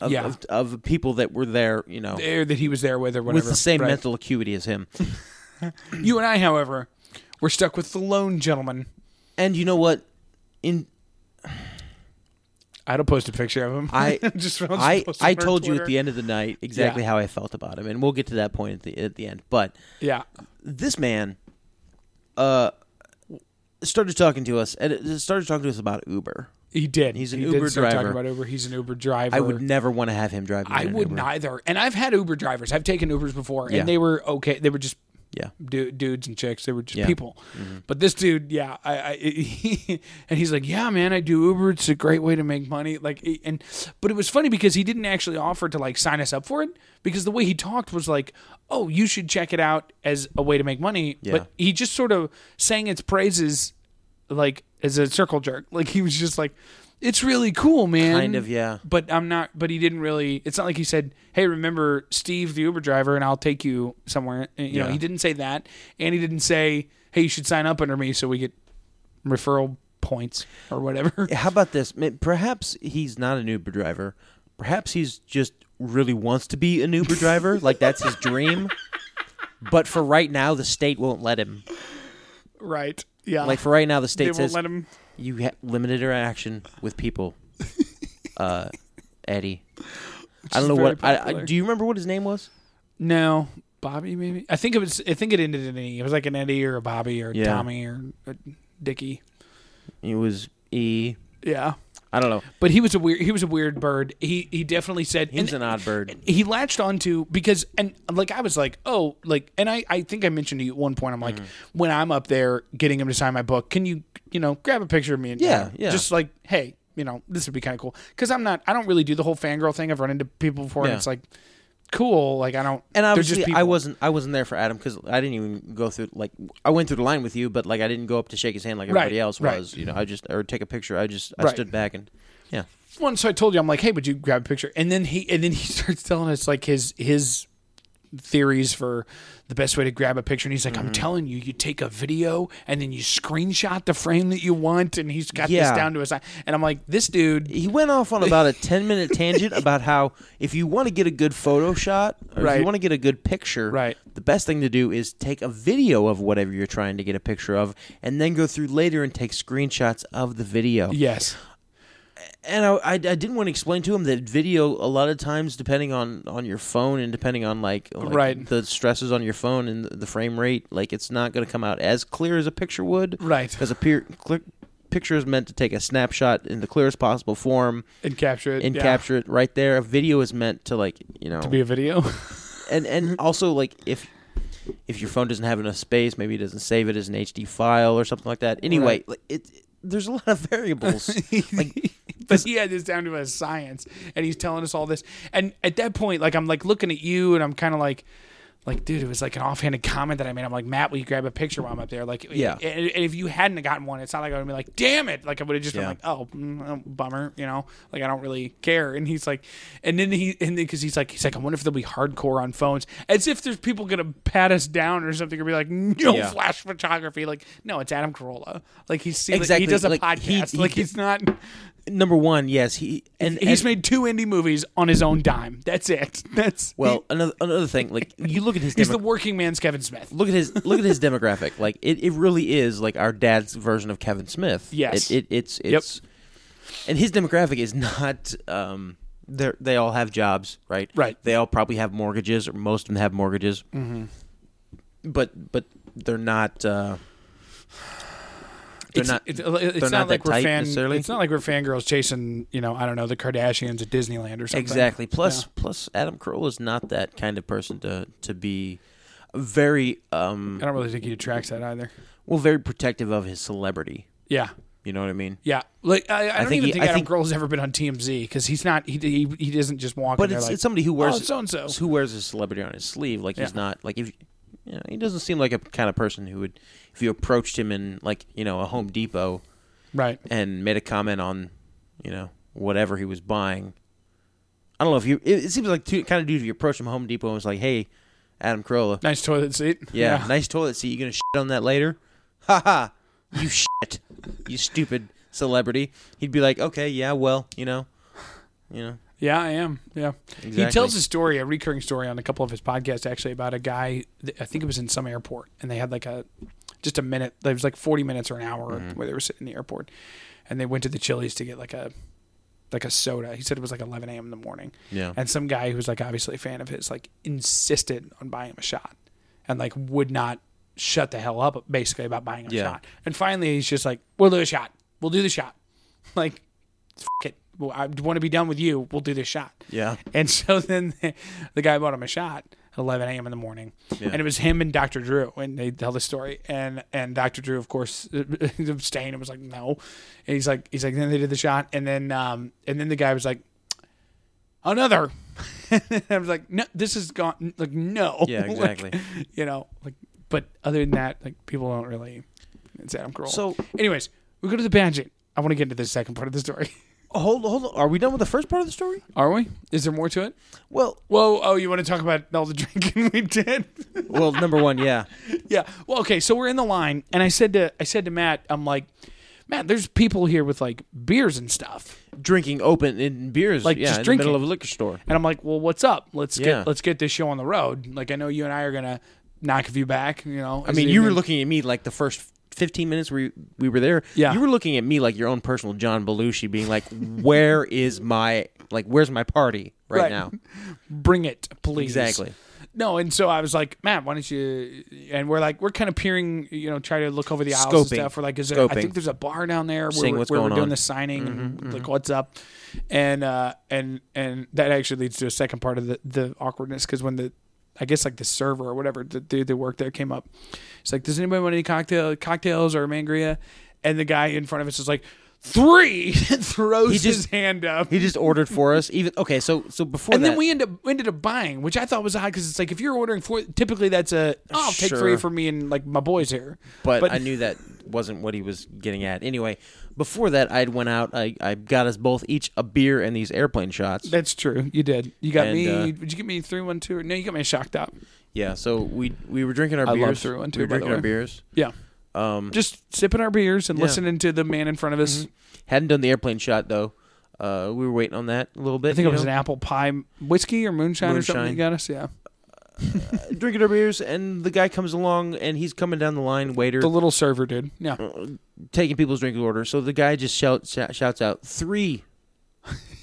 Speaker 1: of,
Speaker 2: Yeah.
Speaker 1: of, of people that were there you know
Speaker 2: There that he was there with or whatever.
Speaker 1: with the same
Speaker 2: right?
Speaker 1: mental acuity as him
Speaker 2: You and I, however, were stuck with the lone gentleman.
Speaker 1: and you know what in
Speaker 2: I'd have posted a picture of him.
Speaker 1: i
Speaker 2: Just- I'll just
Speaker 1: i
Speaker 2: post it
Speaker 1: i
Speaker 2: on
Speaker 1: told you
Speaker 2: Twitter.
Speaker 1: at the end of the night exactly how i felt about him and we'll get to that point at the at the end but
Speaker 2: Yeah.
Speaker 1: this man uh started talking to us and started talking to us about uber
Speaker 2: He did.
Speaker 1: He's an
Speaker 2: he
Speaker 1: Uber
Speaker 2: did start
Speaker 1: driver.
Speaker 2: Talking about Uber. He's an Uber driver.
Speaker 1: i would never want to have him drive me
Speaker 2: I
Speaker 1: in an
Speaker 2: would
Speaker 1: Uber.
Speaker 2: neither. And I've had Uber drivers. I've taken Ubers before, and
Speaker 1: Yeah.
Speaker 2: they were okay. They were just
Speaker 1: yeah
Speaker 2: du- dudes and chicks. They were just
Speaker 1: Yeah. Mm-hmm.
Speaker 2: people. But this dude, yeah, I, I and he's like, yeah, man, I do Uber. It's a great way to make money. Like, it- and but it was funny because he didn't actually offer to like sign us up for it because the way he talked was like, oh, you should check it out as a way to make money.
Speaker 1: Yeah.
Speaker 2: But he just sort of sang its praises, like as a circle jerk. Like he was just like. It's really cool, man.
Speaker 1: Kind of, yeah.
Speaker 2: But I'm not. But he didn't really. It's not like he said, "Hey, remember Steve, the Uber driver, and I'll take you somewhere." And, You know,
Speaker 1: Yeah.
Speaker 2: he didn't say that, and he didn't say, "Hey, you should sign up under me so we get referral points or whatever."
Speaker 1: How about this? Ma- Perhaps he's not an Uber driver. Perhaps he's just really wants to be an Uber driver. like that's his dream. But for right now, the state won't let him.
Speaker 2: right? Yeah.
Speaker 1: Like for right now, the
Speaker 2: they
Speaker 1: state
Speaker 2: won't
Speaker 1: says
Speaker 2: let him.
Speaker 1: you have limited interaction with people. Uh, Eddie, I don't know
Speaker 2: very
Speaker 1: what. I, I,
Speaker 2: popular.
Speaker 1: do you remember what his name was?
Speaker 2: No, Bobby. Maybe I think it was. I think it ended in an E. It was like an Eddie or a Bobby or a
Speaker 1: Yeah.
Speaker 2: Tommy or a Dickie.
Speaker 1: It was E.
Speaker 2: Yeah.
Speaker 1: I don't know.
Speaker 2: But he was a weird. He was a weird bird. He he definitely said
Speaker 1: He was an odd bird.
Speaker 2: he latched onto because and like I was like, oh, like and I I think I mentioned to you at one point. I'm like,
Speaker 1: Mm-hmm.
Speaker 2: when I'm up there getting him to sign my book, can you you know grab a picture of me and
Speaker 1: Yeah, yeah.
Speaker 2: just like hey, you know this would be kind of cool because I'm not I don't really do the whole fangirl thing. I've run into people before and
Speaker 1: Yeah.
Speaker 2: it's like cool. Like I don't
Speaker 1: And
Speaker 2: they're
Speaker 1: obviously, I
Speaker 2: people.
Speaker 1: wasn't. I wasn't there for Adam because I didn't even go through. Like, I went through the line with you, but like, I didn't go up to shake his hand like everybody
Speaker 2: Right,
Speaker 1: else
Speaker 2: right.
Speaker 1: was. You know, I just or take a picture. I just I
Speaker 2: Right.
Speaker 1: stood back and yeah,
Speaker 2: one. So I told you I'm like, hey, would you grab a picture? And then he and then he starts telling us like his his theories for the best way to grab a picture and he's like
Speaker 1: Mm-hmm.
Speaker 2: i'm telling you you take a video and then you screenshot the frame that you want and he's got
Speaker 1: Yeah.
Speaker 2: this down to a science and i'm like this dude
Speaker 1: he went off on about a ten minute tangent about how if you want to get a good photo shot or if
Speaker 2: Right.
Speaker 1: you want to get a good picture,
Speaker 2: Right.
Speaker 1: the best thing to do is take a video of whatever you're trying to get a picture of, and then go through later and take screenshots of the video.
Speaker 2: yes
Speaker 1: and I, I, I didn't want to explain to him that video a lot of times depending on on your phone and depending on like, like,
Speaker 2: Right.
Speaker 1: the stresses on your phone and the, the frame rate like it's not going to come out as clear as a picture would
Speaker 2: Right.
Speaker 1: because a peer, clear, picture is meant to take a snapshot in the clearest possible form
Speaker 2: and capture it
Speaker 1: and
Speaker 2: yeah.
Speaker 1: capture it right there. A video is meant to like you know,
Speaker 2: to be a video.
Speaker 1: and and also like if if your phone doesn't have enough space, maybe it doesn't save it as an HD file or something like that. Anyway,
Speaker 2: Right.
Speaker 1: like it, there's a lot of variables. like
Speaker 2: but he had this down to a science, and he's telling us all this. And at that point, like I'm like looking at you, and I'm kind of like, like dude, it was like an offhanded comment that I made. I'm like, Matt, will you grab a picture while I'm up there? Like,
Speaker 1: Yeah.
Speaker 2: And, and if you hadn't have gotten one, it's not like I would be like, damn it. Like I would have just
Speaker 1: Yeah.
Speaker 2: been like, oh, mm, oh, bummer, you know. Like I don't really care. And he's like, and then he and then because he's like, he's like, I wonder if they'll be hardcore on phones, as if there's people gonna pat us down or something, or be like, no
Speaker 1: Yeah.
Speaker 2: flash photography. Like no, it's Adam Carolla. Like he's seen,
Speaker 1: Exactly.
Speaker 2: He does a
Speaker 1: Like, he-
Speaker 2: podcast.
Speaker 1: he
Speaker 2: like
Speaker 1: d-
Speaker 2: he's not.
Speaker 1: number one, yes, he and
Speaker 2: He's
Speaker 1: and-
Speaker 2: made two indie movies on his own dime. That's it. That's
Speaker 1: well another another thing. Like you look at his
Speaker 2: he's
Speaker 1: demo-
Speaker 2: the working man's Kevin Smith.
Speaker 1: look at his look at his demographic. Like it, it really is like our dad's version of Kevin Smith.
Speaker 2: Yes.
Speaker 1: It, it it's it's and his demographic is not um they they all have jobs, right?
Speaker 2: Right.
Speaker 1: They all probably have mortgages or most of them have mortgages. Mm-hmm. But but they're not uh they're
Speaker 2: It's,
Speaker 1: not
Speaker 2: it's,
Speaker 1: they're
Speaker 2: it's
Speaker 1: not, that
Speaker 2: not, like we're
Speaker 1: type
Speaker 2: fan.
Speaker 1: necessarily.
Speaker 2: It's not like we're fangirls chasing, you know, I don't know, the Kardashians at Disneyland or something.
Speaker 1: Exactly. Plus, plus Adam Carolla is not that kind of person to to be very um
Speaker 2: I don't really think he attracts that either.
Speaker 1: well very protective of his celebrity.
Speaker 2: Yeah,
Speaker 1: You know what I mean?
Speaker 2: yeah. Like I, I don't
Speaker 1: think
Speaker 2: even
Speaker 1: he-
Speaker 2: think
Speaker 1: I
Speaker 2: Adam
Speaker 1: think-
Speaker 2: Carolla's ever been on TMZ because he's not. He, he he doesn't just walk.
Speaker 1: But
Speaker 2: in there
Speaker 1: it's,
Speaker 2: like,
Speaker 1: it's somebody who
Speaker 2: "Oh,
Speaker 1: wears
Speaker 2: it's so-and-so."
Speaker 1: who wears a celebrity on his sleeve. Like he's
Speaker 2: Yeah.
Speaker 1: not like if you know, he doesn't seem like a kind of person who would if you approached him in like you know a Home Depot
Speaker 2: right.
Speaker 1: and made a comment on you know whatever he was buying. I don't know if you. It, it seems like two kind of dude if you approached him at Home Depot and was like, "Hey, Adam Carolla,
Speaker 2: Nice toilet seat.
Speaker 1: yeah, nice toilet seat. You gonna shit on that later? Ha ha! You shit, you stupid celebrity." He'd be like, "Okay, yeah, well, you know, you know."
Speaker 2: Yeah, I am. Yeah. He
Speaker 1: Exactly.
Speaker 2: tells a story, a recurring story on a couple of his podcasts, actually, about a guy. that- I think it was in some airport, and they had like a just a minute. It was like forty minutes or an hour
Speaker 1: Mm-hmm.
Speaker 2: where they were sitting in the airport, and they went to the Chili's to get like a like a soda. He said it was like eleven a.m. in the morning.
Speaker 1: Yeah.
Speaker 2: And some guy who was like obviously a fan of his like insisted on buying him a shot, and like would not shut the hell up basically about buying him
Speaker 1: Yeah.
Speaker 2: a shot. And finally, he's just like, "We'll do a shot. We'll do the shot." Like it. Well, I want to be done with you. We'll do this shot.
Speaker 1: Yeah.
Speaker 2: And so then the, the guy bought him a shot at 11 a.m. in the morning, and it was him and Dr. Drew, and they tell the story. And and Dr. Drew, of course, abstained and was like, no. And he's like, he's like, then they did the shot, and then um, and then the guy was like, another. and I was like, no, this is gone. Like, no.
Speaker 1: Yeah,
Speaker 2: Like,
Speaker 1: exactly.
Speaker 2: you know, like, but other than that, like, people don't really. It's Adam Carolla.
Speaker 1: So-
Speaker 2: anyways, we go to the pageant. I want to get into the second part of the story.
Speaker 1: Hold, hold on. Are we done with the first part of the story?
Speaker 2: Are we? Is there more to it?
Speaker 1: Well,
Speaker 2: Whoa, oh, you want to talk about all the drinking we did?
Speaker 1: well, number one, yeah,
Speaker 2: yeah. Well, okay, so we're in the line and I said to I said to Matt, I'm like, Matt, there's people here with like beers and stuff.
Speaker 1: drinking open in beers,
Speaker 2: Like,
Speaker 1: yeah,
Speaker 2: just
Speaker 1: in
Speaker 2: drinking.
Speaker 1: the middle of a liquor store.
Speaker 2: And I'm like, Well, what's up? Let's
Speaker 1: Yeah.
Speaker 2: get let's get this show on the road. Like I know you and I are gonna knock a few back, you know.
Speaker 1: I mean, you were looking at me like the first fifteen minutes we we were there.
Speaker 2: Yeah.
Speaker 1: you were looking at me like your own personal John Belushi, being like, "Where is my like? Where's my party right,
Speaker 2: Right.
Speaker 1: now?"
Speaker 2: bring it, please.
Speaker 1: Exactly.
Speaker 2: No, and so I was like, Matt, why don't you? And we're like, we're kind of peering, you know, try to look over the aisles and
Speaker 1: Scoping.
Speaker 2: stuff. We're like, is there? I
Speaker 1: Scoping.
Speaker 2: think there's a bar down there where,
Speaker 1: Seeing
Speaker 2: we're-
Speaker 1: what's
Speaker 2: where
Speaker 1: going
Speaker 2: we're doing
Speaker 1: on. Mm-hmm,
Speaker 2: the signing and like what's up, and uh, and and that actually leads to a second part of the the awkwardness because when the I guess like the server or whatever the dude that worked there came up, it's like, does anybody want any cocktail cocktails or mangria? And the guy in front of us is like, three, and throws
Speaker 1: He
Speaker 2: his
Speaker 1: just-
Speaker 2: hand up.
Speaker 1: He just ordered for us. Even okay, so so before
Speaker 2: And
Speaker 1: that,
Speaker 2: then we end up ended up buying, which I thought was odd because it's like if you're ordering four, typically that's a oh, I'll take
Speaker 1: Sure.
Speaker 2: three for me and like my boys here.
Speaker 1: but, I knew that wasn't what he was getting at. Anyway, before that, I'd went out. I I got us both each a beer and these airplane shots.
Speaker 2: that's true. You did. You got
Speaker 1: And,
Speaker 2: me.
Speaker 1: uh,
Speaker 2: would you give me three one two? Or, no, you got me a shock top.
Speaker 1: Yeah, so we we were drinking our
Speaker 2: I love
Speaker 1: beers.
Speaker 2: Through One, too,
Speaker 1: we were
Speaker 2: by the
Speaker 1: drinking our
Speaker 2: way.
Speaker 1: beers.
Speaker 2: Yeah,
Speaker 1: Um,
Speaker 2: just sipping our beers and
Speaker 1: Yeah. Mm-hmm.
Speaker 2: listening to the man in front of us.
Speaker 1: hadn't done the airplane shot though. Uh, we were waiting on that a little bit.
Speaker 2: I think
Speaker 1: you
Speaker 2: it was
Speaker 1: know?
Speaker 2: an apple pie whiskey or moonshine, or something.
Speaker 1: Moonshine.
Speaker 2: You got us. Yeah,
Speaker 1: drinking our beers, and the guy comes along, and he's coming down the line, waiter,
Speaker 2: the little server dude. Yeah,
Speaker 1: Oh. taking people's drinking order. So the guy just shout, sh- shouts out three,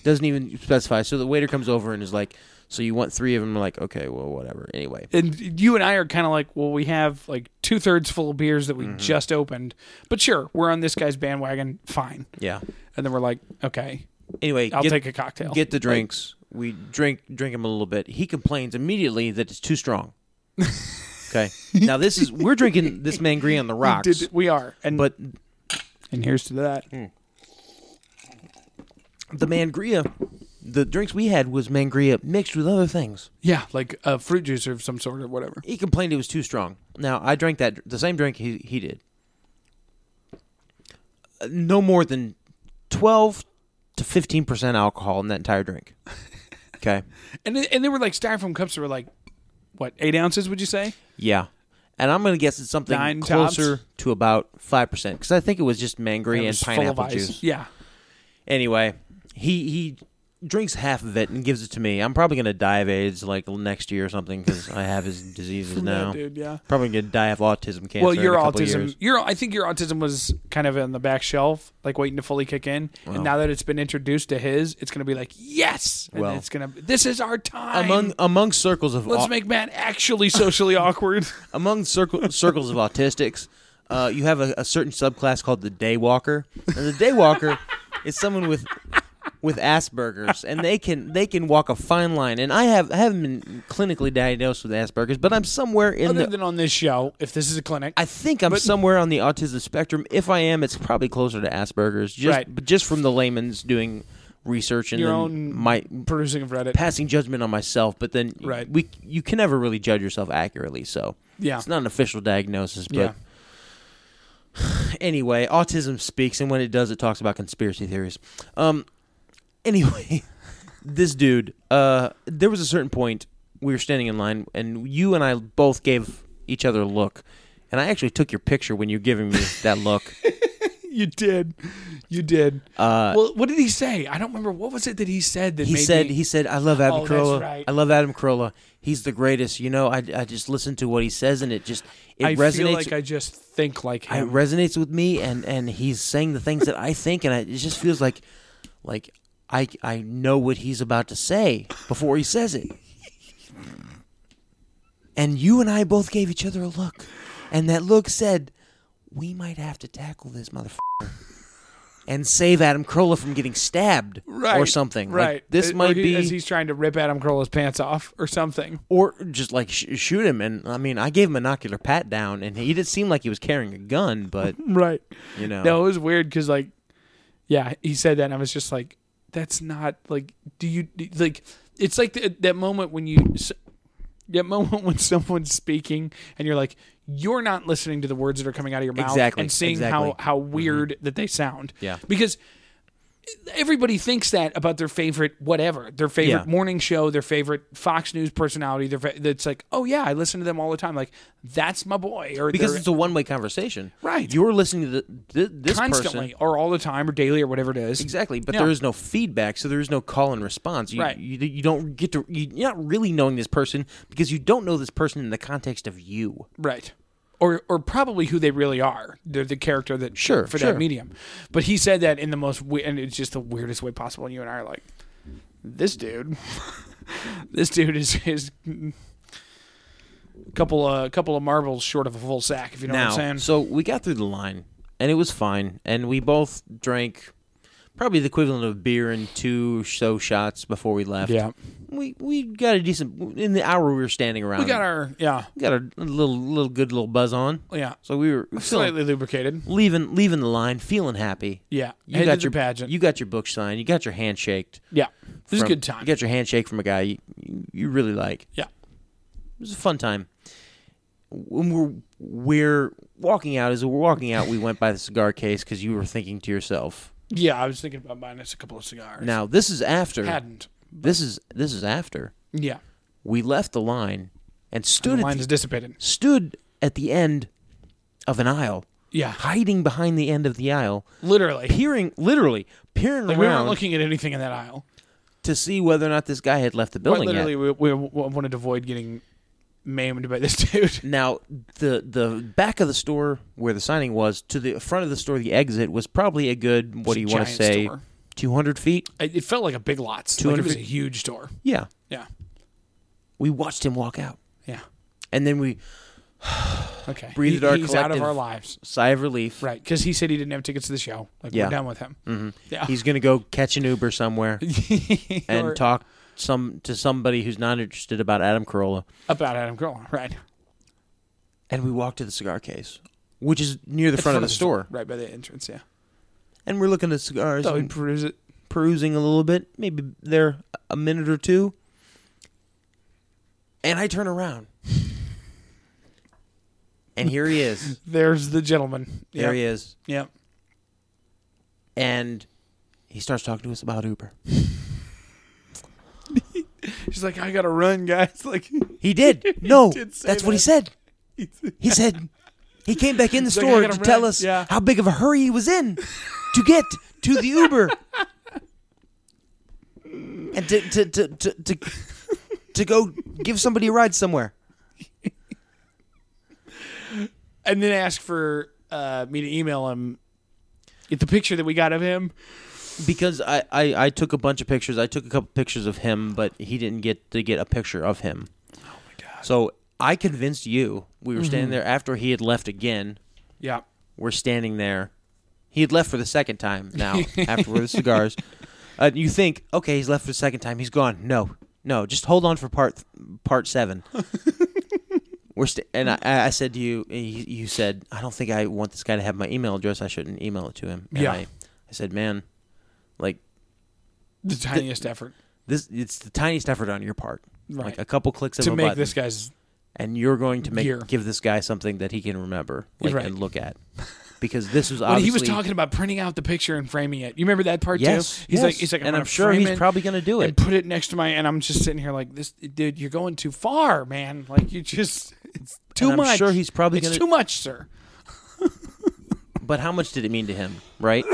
Speaker 1: doesn't even specify. So the waiter comes over and is like, So you want three of them? Like, okay, well, whatever. Anyway,
Speaker 2: and you and I are kind of like, well, we have like two thirds full of beers that we
Speaker 1: Mm-hmm.
Speaker 2: just opened, but sure, we're on this guy's bandwagon, fine.
Speaker 1: yeah.
Speaker 2: And then we're like, okay,
Speaker 1: Anyway,
Speaker 2: I'll
Speaker 1: get,
Speaker 2: take a cocktail.
Speaker 1: get the drinks. we drink drink them a little bit. He complains immediately that it's too strong. okay, now this is we're drinking this mangry on the rocks,
Speaker 2: Did- we are, and
Speaker 1: but
Speaker 2: and here's to that.
Speaker 1: Hmm. the mangria, the drinks we had was mangria mixed with other things.
Speaker 2: Yeah, like a fruit juice of some sort or whatever.
Speaker 1: He complained it was too strong. Now I drank that the same drink he he did. Uh, No more than twelve to fifteen percent alcohol in that entire drink. Okay.
Speaker 2: And they- and they were like styrofoam cups that were like, what eight ounces? Would you say?
Speaker 1: Yeah. And I'm going to guess it's something
Speaker 2: Nine
Speaker 1: closer
Speaker 2: tops?
Speaker 1: to about 5% because I think it was just mangry
Speaker 2: It
Speaker 1: and
Speaker 2: was full of
Speaker 1: pineapple
Speaker 2: ice.
Speaker 1: juice.
Speaker 2: Yeah,
Speaker 1: Anyway, he he drinks half of it and gives it to me. I'm probably going to die of AIDS like next year or something because I have his diseases now.
Speaker 2: dude. Yeah.
Speaker 1: Probably going to die of autism cancer.
Speaker 2: Well, your
Speaker 1: in a couple
Speaker 2: autism,
Speaker 1: Years.
Speaker 2: your I think your autism was kind of on the back shelf, like waiting to fully kick in. And now that it's been introduced to his, it's going to be like, yes, and
Speaker 1: Well.
Speaker 2: it's going to. This is our time.
Speaker 1: Among among circles of
Speaker 2: let's
Speaker 1: au-
Speaker 2: make Matt actually socially awkward.
Speaker 1: among circle, circles of autistics, uh, you have a, a certain subclass called the daywalker, and the daywalker is someone with with Asperger's, and they can they can walk a fine line. And I have I haven't been clinically diagnosed with Asperger's, but I'm somewhere in
Speaker 2: Other
Speaker 1: the
Speaker 2: than on this show, if this is a clinic,
Speaker 1: I think I'm somewhere on the autism spectrum. If I am, it's probably closer to Asperger's, just
Speaker 2: Right.
Speaker 1: but just from the layman's doing research and
Speaker 2: Your
Speaker 1: then
Speaker 2: own
Speaker 1: my
Speaker 2: perusing of Reddit.
Speaker 1: passing judgment on myself, but then
Speaker 2: Right.
Speaker 1: we you can never really judge yourself accurately. So
Speaker 2: Yeah.
Speaker 1: it's not an official diagnosis, but
Speaker 2: Yeah.
Speaker 1: anyway, autism speaks, and when it does, it talks about conspiracy theories. Um, anyway, this dude, uh, there was a certain point we were standing in line, and you and I both gave each other a look. And I actually took your picture when you were giving me that look.
Speaker 2: you did, you did.
Speaker 1: Uh,
Speaker 2: well, what did he say? I don't remember. What was it that he said that
Speaker 1: he
Speaker 2: made
Speaker 1: said
Speaker 2: me-
Speaker 1: he said I love Adam
Speaker 2: Oh, that's
Speaker 1: Carolla.
Speaker 2: right.
Speaker 1: I love Adam Carolla. He's the greatest. You know, I, I just listen to what he says and it just it
Speaker 2: I
Speaker 1: resonates.
Speaker 2: feel like I just think like
Speaker 1: it
Speaker 2: him.
Speaker 1: resonates with me and and he's saying the things that I think and I, it just feels like like I I know what he's about to say before he says it. And you and I both gave each other a look. And that look said, "We might have to tackle this motherfucker." And save Adam Carolla from getting stabbed or something. Like,
Speaker 2: Right. Uh,
Speaker 1: this
Speaker 2: Or
Speaker 1: might
Speaker 2: he-
Speaker 1: be
Speaker 2: as he's trying to rip Adam Carolla's pants off or something.
Speaker 1: or just like sh- shoot him. And I mean, I gave him an ocular pat down, and he didn't seem like he was carrying a gun, but
Speaker 2: Right.
Speaker 1: you know,
Speaker 2: No, it was weird because like, yeah, he said that, and I was just like, that's not like, do you do- like? It's like th- that moment when you, s- that moment when someone's speaking and you're like, you're not listening to the words that are coming out of your mouth
Speaker 1: Exactly,
Speaker 2: and seeing
Speaker 1: exactly. Mm-hmm.
Speaker 2: how how weird that they sound.
Speaker 1: Yeah.
Speaker 2: because. Everybody thinks that about their favorite whatever, their favorite
Speaker 1: Yeah.
Speaker 2: morning show, their favorite Fox News personality. Their fa- that's like, oh yeah, I listen to them all the time. Like that's my boy. Or
Speaker 1: because
Speaker 2: they're-
Speaker 1: it's a one-way conversation,
Speaker 2: Right.
Speaker 1: You're listening to the, th- this
Speaker 2: constantly
Speaker 1: person
Speaker 2: or all the time or daily or whatever it is.
Speaker 1: exactly, but
Speaker 2: Yeah.
Speaker 1: there is no feedback, so there is no call and response. You,
Speaker 2: Right.
Speaker 1: You, you don't get to. You, you're not really knowing this person because you don't know this person in the context of you.
Speaker 2: Right. Or or probably who they really are. They're the character that
Speaker 1: Sure,
Speaker 2: for
Speaker 1: sure.
Speaker 2: that medium. But he said that in the most we- and it's just the weirdest way possible. And you and I are like, this dude, this dude is is a couple a couple of marbles short of a full sack. If you know
Speaker 1: now,
Speaker 2: what I'm saying.
Speaker 1: so we got through the line, and it was fine, and we both drank. Probably the equivalent of beer and two so shots before we left.
Speaker 2: yeah,
Speaker 1: we we got a decent in the hour we were standing around.
Speaker 2: we got our yeah
Speaker 1: we got a little little good little buzz on.
Speaker 2: yeah
Speaker 1: So we were
Speaker 2: slightly
Speaker 1: feeling,
Speaker 2: lubricated.
Speaker 1: leaving leaving the line, feeling happy.
Speaker 2: Yeah,
Speaker 1: you
Speaker 2: Head to
Speaker 1: got
Speaker 2: the
Speaker 1: your
Speaker 2: pageant.
Speaker 1: You got your book signed. You got your handshake.
Speaker 2: yeah, it was
Speaker 1: from-
Speaker 2: a good time.
Speaker 1: You got your handshake from a guy you, you, you really like.
Speaker 2: Yeah.
Speaker 1: it was a fun time. When we're we're walking out, as we're walking out, we went by the cigar case because you were thinking to yourself.
Speaker 2: yeah, I was thinking about buying us a couple of cigars.
Speaker 1: Now this is after.
Speaker 2: hadn't.
Speaker 1: This is this is after
Speaker 2: Yeah,
Speaker 1: we left the line and stood
Speaker 2: the
Speaker 1: at
Speaker 2: line
Speaker 1: the-
Speaker 2: is dissipated.
Speaker 1: stood at the end of an aisle,
Speaker 2: Yeah,
Speaker 1: hiding behind the end of the aisle,
Speaker 2: literally.
Speaker 1: peering, literally peering
Speaker 2: Like we
Speaker 1: around
Speaker 2: weren't looking at anything in that aisle.
Speaker 1: to see whether or not this guy had left the
Speaker 2: Quite
Speaker 1: building
Speaker 2: literally,
Speaker 1: yet.
Speaker 2: we, we w- wanted to avoid getting maimed by this dude.
Speaker 1: Now, the the back of the store where the signing was to the front of the store, the exit was probably a good what
Speaker 2: It's
Speaker 1: do
Speaker 2: a
Speaker 1: you want to
Speaker 2: giant
Speaker 1: say,
Speaker 2: store.
Speaker 1: two hundred feet?
Speaker 2: It, it felt like a big lots. Like it
Speaker 1: 200
Speaker 2: was a huge store.
Speaker 1: Yeah.
Speaker 2: Yeah,
Speaker 1: We watched him walk out,
Speaker 2: Yeah.
Speaker 1: and then we
Speaker 2: Okay.
Speaker 1: Breathed
Speaker 2: He-
Speaker 1: our
Speaker 2: he's out of
Speaker 1: collective-
Speaker 2: our lives.
Speaker 1: sigh of relief.
Speaker 2: Right. Because he said he didn't have tickets to the show. Like,
Speaker 1: Yeah.
Speaker 2: we're done with him. Yeah.
Speaker 1: He's gonna go catch an Uber somewhere Mm. and
Speaker 2: Or-
Speaker 1: talk some to somebody who's not interested about Adam Carolla.
Speaker 2: About Adam Carolla. Right.
Speaker 1: And we walk to the cigar case, which is near the front, of the store,
Speaker 2: Right by the entrance, yeah.
Speaker 1: and we're looking at cigars
Speaker 2: So he'd
Speaker 1: and
Speaker 2: peruse it.
Speaker 1: perusing a little bit, maybe there a minute or two. And I turn around. and here he is.
Speaker 2: There's the gentleman.
Speaker 1: There he
Speaker 2: Yep.
Speaker 1: is.
Speaker 2: Yep.
Speaker 1: And he starts talking to us about Uber.
Speaker 2: She's like, I gotta run, guys. Like,
Speaker 1: He did. No,
Speaker 2: did say
Speaker 1: that's what he
Speaker 2: that.
Speaker 1: said. He said he came back in the
Speaker 2: like, I
Speaker 1: store to
Speaker 2: gotta
Speaker 1: tell
Speaker 2: run.
Speaker 1: us
Speaker 2: Yeah.
Speaker 1: how big of a hurry he was in to get to the Uber and to to to to, to, to go give somebody a ride somewhere.
Speaker 2: and then ask for uh, me to email him get the picture that we got of him.
Speaker 1: Because I, I, I took a bunch of pictures. I took a couple pictures of him, but he didn't get to get a picture of him. Oh my god! So I convinced you. We were standing there after he had left again.
Speaker 2: Yeah.
Speaker 1: we're standing there. He had left for the second time now after with the cigars. Uh, you think, okay, he's left for the second time. He's gone. No, no, just hold on for part part seven. we're st- and I, I said to you, and you, you said, I don't think I want this guy to have my email address. I shouldn't email it to him. And
Speaker 2: Yeah.
Speaker 1: I, I said, man, like
Speaker 2: The tiniest effort
Speaker 1: this, it's the tiniest effort on your part. Like
Speaker 2: Right.
Speaker 1: a couple clicks of
Speaker 2: to
Speaker 1: a
Speaker 2: make
Speaker 1: button,
Speaker 2: this guy's
Speaker 1: and you're going to make
Speaker 2: Gear.
Speaker 1: give this guy something that he can remember like,
Speaker 2: Right.
Speaker 1: and look at, because this was
Speaker 2: But
Speaker 1: obviously
Speaker 2: he was talking about printing out the picture and framing it. You remember that part
Speaker 1: Yes,
Speaker 2: too? He's like,
Speaker 1: yes.
Speaker 2: he's like,
Speaker 1: And
Speaker 2: gonna
Speaker 1: I'm sure
Speaker 2: frame
Speaker 1: he's
Speaker 2: it
Speaker 1: probably gonna do it.
Speaker 2: and put it next to my. And I'm just sitting here like, this dude, you're going too far, man. Like you just, it's too
Speaker 1: And I'm
Speaker 2: much.
Speaker 1: sure he's probably
Speaker 2: it's
Speaker 1: gonna-
Speaker 2: too much, sir.
Speaker 1: But how much did it mean to him, right?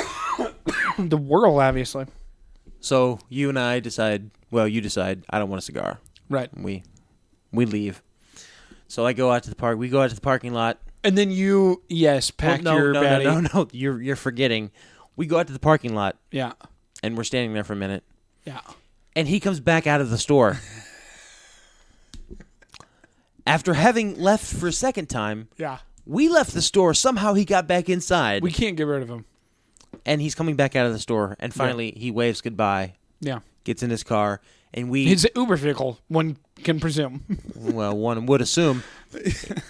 Speaker 2: The world, obviously.
Speaker 1: So you and I decide. Well, you decide. I don't want a cigar.
Speaker 2: Right.
Speaker 1: And we we leave. So I go out to the park. We go out to the parking lot.
Speaker 2: And then you, yes,
Speaker 1: Well,
Speaker 2: pack
Speaker 1: no,
Speaker 2: your
Speaker 1: no, no,
Speaker 2: batty.
Speaker 1: no, no, You're you're forgetting. We go out to the parking lot,
Speaker 2: Yeah,
Speaker 1: and we're standing there for a minute.
Speaker 2: yeah.
Speaker 1: And he comes back out of the store after having left for a second time.
Speaker 2: Yeah.
Speaker 1: We left the store. Somehow he got back inside,
Speaker 2: We can't get rid of him.
Speaker 1: and he's coming back out of the store. And finally, he waves goodbye,
Speaker 2: Yeah.
Speaker 1: gets in his car, and we
Speaker 2: It's an Uber vehicle, one can presume.
Speaker 1: well, one would assume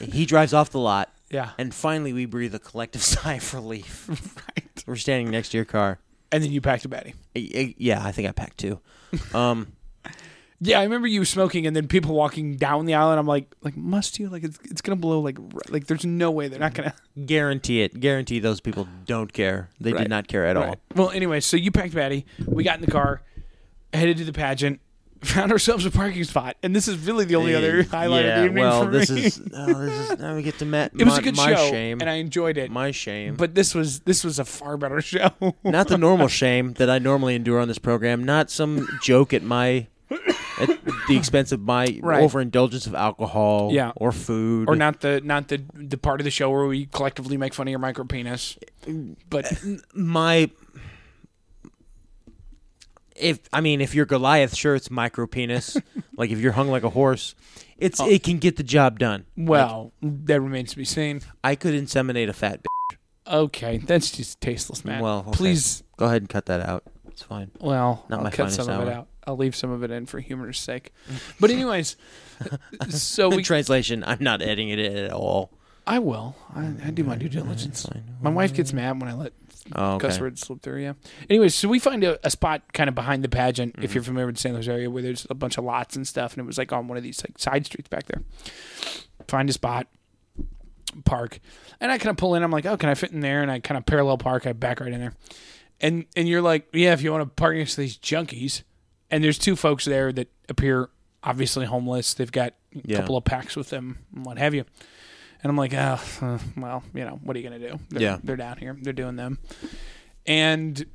Speaker 1: he drives off the lot.
Speaker 2: Yeah.
Speaker 1: And finally, we breathe a collective sigh of relief. right. We're standing next to your car.
Speaker 2: and then you packed a batty.
Speaker 1: I- I- Yeah, I think I packed two. Um,
Speaker 2: Yeah, I remember you smoking, and then people walking down the aisle, and I'm like, like, must you? Like, it's, it's gonna blow. Like, r- like, there's no way they're not gonna.
Speaker 1: guarantee it. Guarantee those people don't care. They did
Speaker 2: Right.
Speaker 1: not care at all.
Speaker 2: Right. Well, anyway, so you packed batty. We got in the car, headed to the pageant, found ourselves a parking spot, and this is really the only other
Speaker 1: Eh,
Speaker 2: highlight
Speaker 1: yeah,
Speaker 2: of the evening
Speaker 1: well,
Speaker 2: for
Speaker 1: this
Speaker 2: me.
Speaker 1: is oh, this is now we get to ma-
Speaker 2: it was
Speaker 1: my,
Speaker 2: a good
Speaker 1: my
Speaker 2: show,
Speaker 1: shame.
Speaker 2: and I enjoyed it.
Speaker 1: my shame,
Speaker 2: but this was this was a far better show.
Speaker 1: not the normal shame that I normally endure on this program. Not some joke at my at the expense of my
Speaker 2: Right.
Speaker 1: overindulgence of alcohol,
Speaker 2: Yeah.
Speaker 1: or food,
Speaker 2: or not the not the the part of the show where we collectively make fun of your micro penis,
Speaker 1: Uh,
Speaker 2: but
Speaker 1: my. If I mean, if you're Goliath, sure, it's micro penis. like if you're hung like a horse, it's
Speaker 2: Oh.
Speaker 1: it can get the job done.
Speaker 2: well, that remains to be seen.
Speaker 1: I could inseminate a fat. bitch.
Speaker 2: Okay, that's just tasteless, man.
Speaker 1: Well, okay.
Speaker 2: please.
Speaker 1: Go ahead and cut that out. It's fine.
Speaker 2: Well,
Speaker 1: Not
Speaker 2: I'll
Speaker 1: my
Speaker 2: cut
Speaker 1: finest
Speaker 2: some of it
Speaker 1: hour.
Speaker 2: out. I'll leave some of it in for humor's sake. But anyways, uh, so
Speaker 1: In
Speaker 2: we.
Speaker 1: translation, I'm not editing it at all.
Speaker 2: I will. I, I do my due diligence. My wife gets mad when I let
Speaker 1: Oh, okay.
Speaker 2: cuss words slip through. Yeah. Anyways, so we find a, a spot kind of behind the pageant,
Speaker 1: Mm-hmm.
Speaker 2: if you're familiar with the San Luis area, where there's a bunch of lots and stuff, and it was like on one of these like side streets back there. Find a spot, park, and I kind of pull in. I'm like, oh, can I fit in there? And I kind of parallel park. I back right in there, and and you're like, yeah, if you want to park next to these junkies, and there's two folks there that appear obviously homeless. They've got a
Speaker 1: Yeah.
Speaker 2: couple of packs with them and what have you. And I'm like, oh, uh, well, you know, what are you gonna do? They're,
Speaker 1: Yeah.
Speaker 2: they're down here. They're doing them, and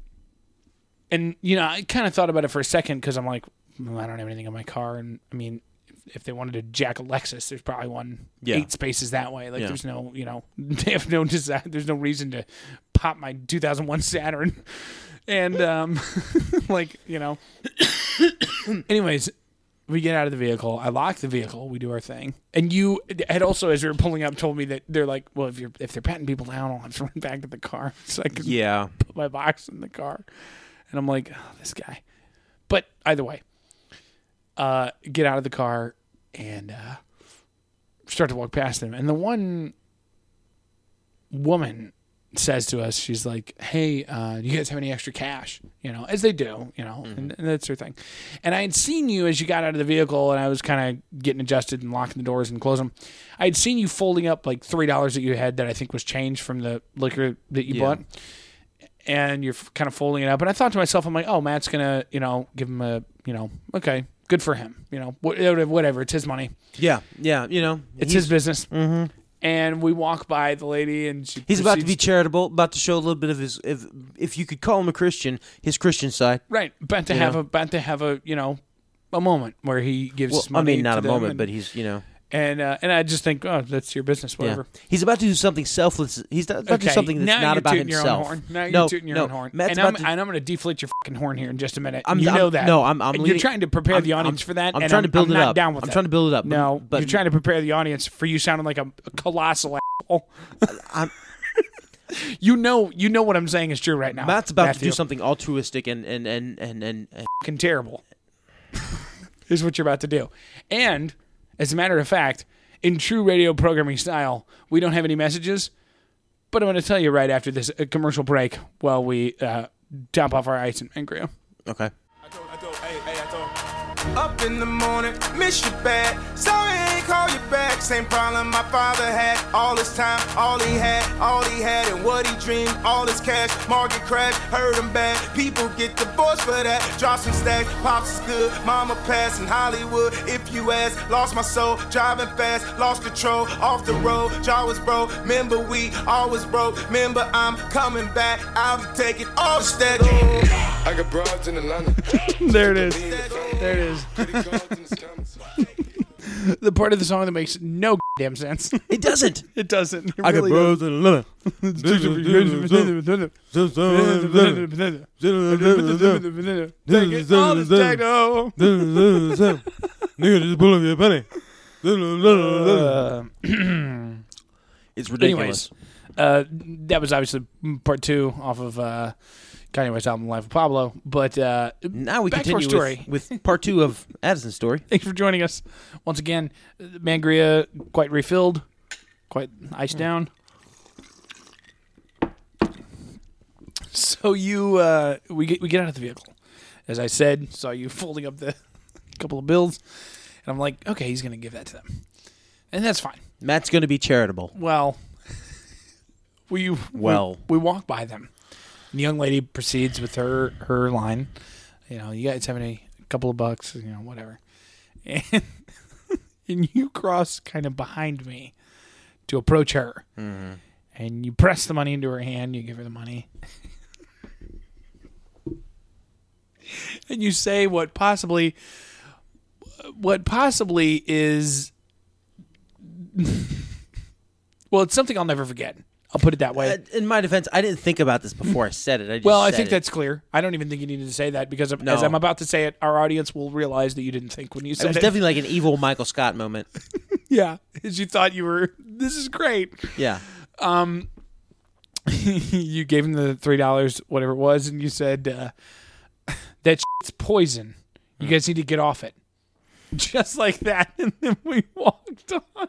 Speaker 2: and you know, I kind of thought about it for a second because I'm like, well, I don't have anything in my car, and I mean, if, if they wanted to jack a Lexus, there's probably one
Speaker 1: Yeah.
Speaker 2: eight spaces that way. Like,
Speaker 1: Yeah.
Speaker 2: there's no, you know, they have no desire. There's no reason to pop my 2001 Saturn, and um, like you know. Anyways, We get out of the vehicle. I lock the vehicle. We do our thing. And you had also, as we were pulling up, told me that they're like, well, if you're if they're patting people down, I'll have to run back to the car so I can
Speaker 1: Yeah.
Speaker 2: put my box in the car. And I'm like, oh, this guy. But either way, uh, get out of the car and uh, start to walk past him. And the one woman says to us, she's like, "Hey, uh, you guys have any extra cash?" You know, as they do, you know, and, and that's her thing. And I had seen you as you got out of the vehicle, and I was kind of getting adjusted and locking the doors and closing them. I had seen you folding up like three dollars that you had that I think was change from the liquor that you
Speaker 1: Yeah.
Speaker 2: bought. And you're kind of folding it up, and I thought to myself, I'm like, "Oh, Matt's gonna, you know, give him a, you know, okay, good for him, you know, wha- whatever, it's his money,
Speaker 1: Yeah. Yeah. You know,
Speaker 2: it's his business." And we walk by the lady, and she
Speaker 1: Mm-hmm. He's about to
Speaker 2: proceeds
Speaker 1: be charitable, about to show a little bit of his, if if you could call him a Christian, his Christian side.
Speaker 2: Right, about to
Speaker 1: You
Speaker 2: have
Speaker 1: know?
Speaker 2: a about to have a you know a moment where he gives.
Speaker 1: Well, I
Speaker 2: money
Speaker 1: mean, not
Speaker 2: to
Speaker 1: a
Speaker 2: them
Speaker 1: moment,
Speaker 2: and,
Speaker 1: but he's you know,
Speaker 2: and uh, and I just think, oh, that's your business, whatever.
Speaker 1: yeah. He's about to do something selfless. He's about to do
Speaker 2: Okay,
Speaker 1: something
Speaker 2: now
Speaker 1: that's not
Speaker 2: you're
Speaker 1: about
Speaker 2: tooting Your own
Speaker 1: himself.
Speaker 2: horn. Now you're
Speaker 1: no,
Speaker 2: tooting your
Speaker 1: no.
Speaker 2: own horn.
Speaker 1: Matt's
Speaker 2: and
Speaker 1: about
Speaker 2: I'm,
Speaker 1: to-
Speaker 2: and I'm going to deflate your fucking horn here in just a minute.
Speaker 1: I'm-
Speaker 2: you
Speaker 1: I'm-
Speaker 2: know that.
Speaker 1: no, I'm- I'm
Speaker 2: And You're
Speaker 1: leading-
Speaker 2: trying to prepare
Speaker 1: I'm-
Speaker 2: the audience
Speaker 1: I'm-
Speaker 2: for that.
Speaker 1: I'm
Speaker 2: and
Speaker 1: trying to build
Speaker 2: I'm
Speaker 1: it
Speaker 2: not
Speaker 1: up.
Speaker 2: Down with
Speaker 1: I'm
Speaker 2: that.
Speaker 1: trying to build it up, but-
Speaker 2: No,
Speaker 1: but-
Speaker 2: you're trying to prepare the audience for you sounding like a, a colossal asshole.
Speaker 1: I'm-
Speaker 2: you know, you know what I'm saying is true right now.
Speaker 1: Matt's about to
Speaker 2: Matthew.
Speaker 1: do something altruistic and and and and and, and
Speaker 2: fucking terrible. is what you're about to do. And as a matter of fact, in true radio programming style, we don't have any messages, but I'm going to tell you right after this uh, commercial break while we uh, top off our ice and, and grill.
Speaker 1: okay.
Speaker 3: Up in the morning, miss you bad. Sorry, ain't call you back. Same problem my father had all his time, all he had, all he had, and what he dreamed, all his cash. Market crash, hurt him bad. People get divorced for that. Drop some stacks, pops is good. Mama passed in Hollywood. If you ask, lost my soul, driving fast, lost control, off the road. Jaw was broke. Remember we always broke. Remember I'm coming back. I'll be taking all steady.
Speaker 4: I got broads in Atlanta.
Speaker 2: There it is. There it is. The part of the song that makes no damn sense.
Speaker 1: It doesn't.
Speaker 2: It doesn't. It
Speaker 1: I got
Speaker 2: really
Speaker 1: bros and lemon.
Speaker 2: Uh, doesn't. Take it all the tag- oh.
Speaker 1: Nigga, just pull up your penny. Uh, it's ridiculous.
Speaker 2: uh, that was obviously part two off of uh, Kanye West's album Life of Pablo. But uh,
Speaker 1: now we
Speaker 2: back to our
Speaker 1: continue
Speaker 2: story.
Speaker 1: With, with part two of Addison's story.
Speaker 2: thanks for joining us once again. Mangria quite refilled, quite iced down. So you, uh, we get we get out of the vehicle. As I said, saw you folding up the couple of bills, and I'm like, okay, he's gonna give that to them, and that's fine.
Speaker 1: Matt's going to be charitable.
Speaker 2: Well, we
Speaker 1: Well.
Speaker 2: we, we walk by them. And the young lady proceeds with her her line. You know, you guys have any a couple of bucks, you know, whatever. And and you cross kind of behind me to approach her, and you press the money into her hand. You give her the money. And you say what possibly, what possibly is Well, it's something I'll never forget. I'll put it that way.
Speaker 1: Uh, In my defense, I didn't think about this before I said it. I just
Speaker 2: well, I
Speaker 1: said
Speaker 2: think
Speaker 1: it.
Speaker 2: that's clear. I don't even think you needed to say that because
Speaker 1: No.
Speaker 2: as I'm about to say it, our audience will realize that you didn't think when you
Speaker 1: It
Speaker 2: said
Speaker 1: was
Speaker 2: it.
Speaker 1: definitely like an evil Michael Scott moment.
Speaker 2: yeah, as you thought you were. This is great.
Speaker 1: Yeah.
Speaker 2: you gave him the three dollars, whatever it was, and you said uh, that shit's poison. You guys need to get off it. Just like that, and then we walked on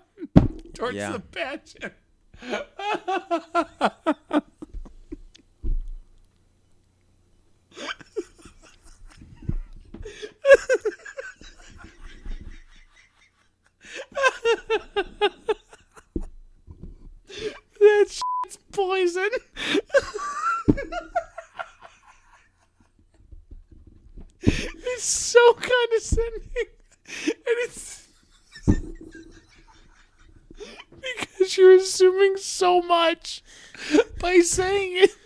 Speaker 2: towards
Speaker 1: Yeah.
Speaker 2: the pageant. that shit's poison. it's so condescending. And it's because you're assuming so much by saying it.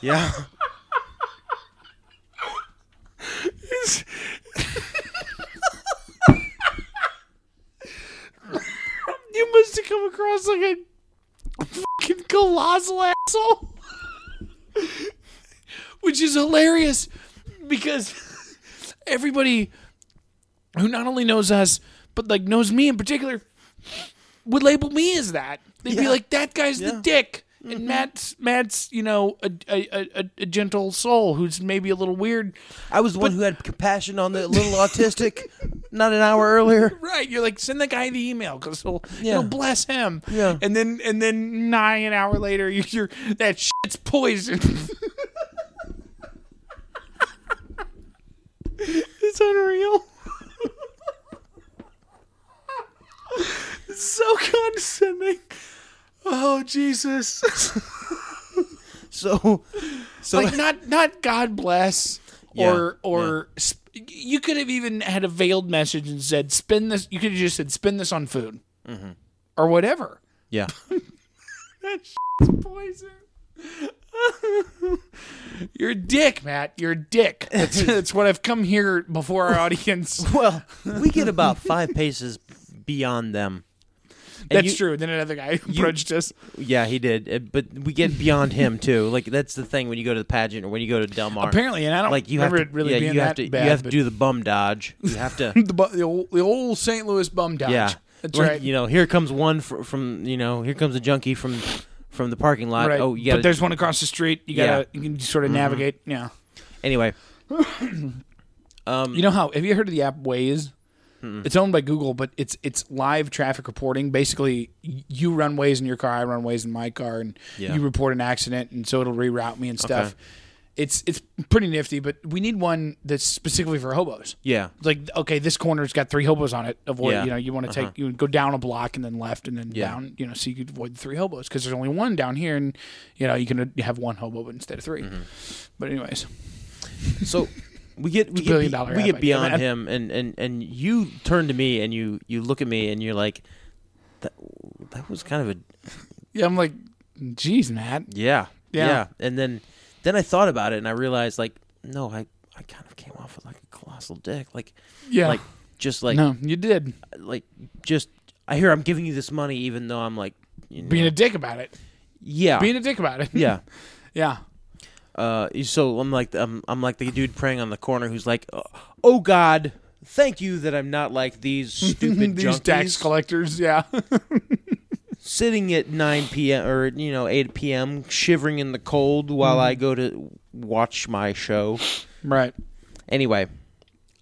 Speaker 1: Yeah.
Speaker 2: It's- you must have come across like a fucking colossal asshole. Which is hilarious because everybody who not only knows us, but like knows me in particular, would label me as that. They'd be
Speaker 1: Yeah. Mm-hmm.
Speaker 2: like, "That guy's the dick," and Matt's Matt's you know a, a, a- a, a gentle soul who's maybe a little weird.
Speaker 1: I was the one who had compassion on the little autistic, not an hour earlier.
Speaker 2: Right? You're like, send the guy the email because he'll
Speaker 1: Yeah.
Speaker 2: he'll bless him.
Speaker 1: Yeah.
Speaker 2: And then and then nigh an hour later, you- you're that shit's poison. it's unreal. so condescending. Oh Jesus!
Speaker 1: So, so
Speaker 2: like not not God bless or or sp- you could have even had a veiled message and said spend this. You could have just said spend this on food
Speaker 1: Mm-hmm.
Speaker 2: or whatever.
Speaker 1: yeah,
Speaker 2: Poison. You're a dick, Matt. You're a dick. That's, that's what I've come here before our audience.
Speaker 1: well, we get about five paces beyond them. And
Speaker 2: That's
Speaker 1: you-
Speaker 2: true. And then another guy approached us.
Speaker 1: Yeah, he did, Uh, but we get beyond him too. Like that's the thing when you go to the pageant or when you go to Del Mar.
Speaker 2: Apparently, and I don't
Speaker 1: like you have
Speaker 2: remember
Speaker 1: to
Speaker 2: it really
Speaker 1: yeah,
Speaker 2: being
Speaker 1: you
Speaker 2: that
Speaker 1: have to
Speaker 2: bad.
Speaker 1: you have to
Speaker 2: but
Speaker 1: do the bum dodge. You have to
Speaker 2: the, bu- the, old, the old St. Louis bum dodge.
Speaker 1: yeah.
Speaker 2: That's
Speaker 1: Like,
Speaker 2: right.
Speaker 1: You know, here comes one fr- from you know here comes a junkie from from the parking lot.
Speaker 2: right.
Speaker 1: Oh, you gotta,
Speaker 2: but there's one across the street. You
Speaker 1: Yeah. Mm-hmm.
Speaker 2: gotta you can sort of navigate. Yeah.
Speaker 1: anyway. Um,
Speaker 2: You know how? Have you heard of the app Waze? It's owned by Google, but it's it's live traffic reporting. Basically, y- you run Waze in your car, I run Waze in my car, and
Speaker 1: Yeah.
Speaker 2: you report an accident, and so it'll reroute me and stuff. It's it's pretty nifty, but we need one that's specifically for hobos.
Speaker 1: Yeah.
Speaker 2: It's like okay, this corner's got three hobos on it. Avoid
Speaker 1: Yeah. Uh-huh.
Speaker 2: you know you want to take you go down a block and then left and then
Speaker 1: Yeah.
Speaker 2: down you know so you could avoid the three hobos because there's only one down here, and you know you can uh, have one hobo instead of 3
Speaker 1: Mm-hmm.
Speaker 2: But anyways,
Speaker 1: So we get we get, be-
Speaker 2: billion dollar
Speaker 1: we
Speaker 2: app
Speaker 1: get
Speaker 2: idea,
Speaker 1: beyond
Speaker 2: man.
Speaker 1: him, and and and you turn to me and you you look at me and you're like, that that was kind of a
Speaker 2: yeah, I'm like, geez, Matt.
Speaker 1: yeah
Speaker 2: Yeah.
Speaker 1: and then then I thought about it and I realized like no I I kind of came off with like a colossal dick like
Speaker 2: Yeah.
Speaker 1: like just like
Speaker 2: no, you did.
Speaker 1: like just I hear I'm giving you this money even though I'm like you know,
Speaker 2: Being a dick about it.
Speaker 1: yeah
Speaker 2: Being a dick about it.
Speaker 1: yeah.
Speaker 2: yeah.
Speaker 1: Uh, so I'm like I'm, I'm like the dude praying on the corner who's like, oh God, thank you that I'm not like these stupid
Speaker 2: These
Speaker 1: junkies
Speaker 2: tax collectors, yeah.
Speaker 1: sitting at 9 p.m. or you know 8 p.m. shivering in the cold
Speaker 2: Mm.
Speaker 1: while I go to watch my show.
Speaker 2: right.
Speaker 1: Anyway,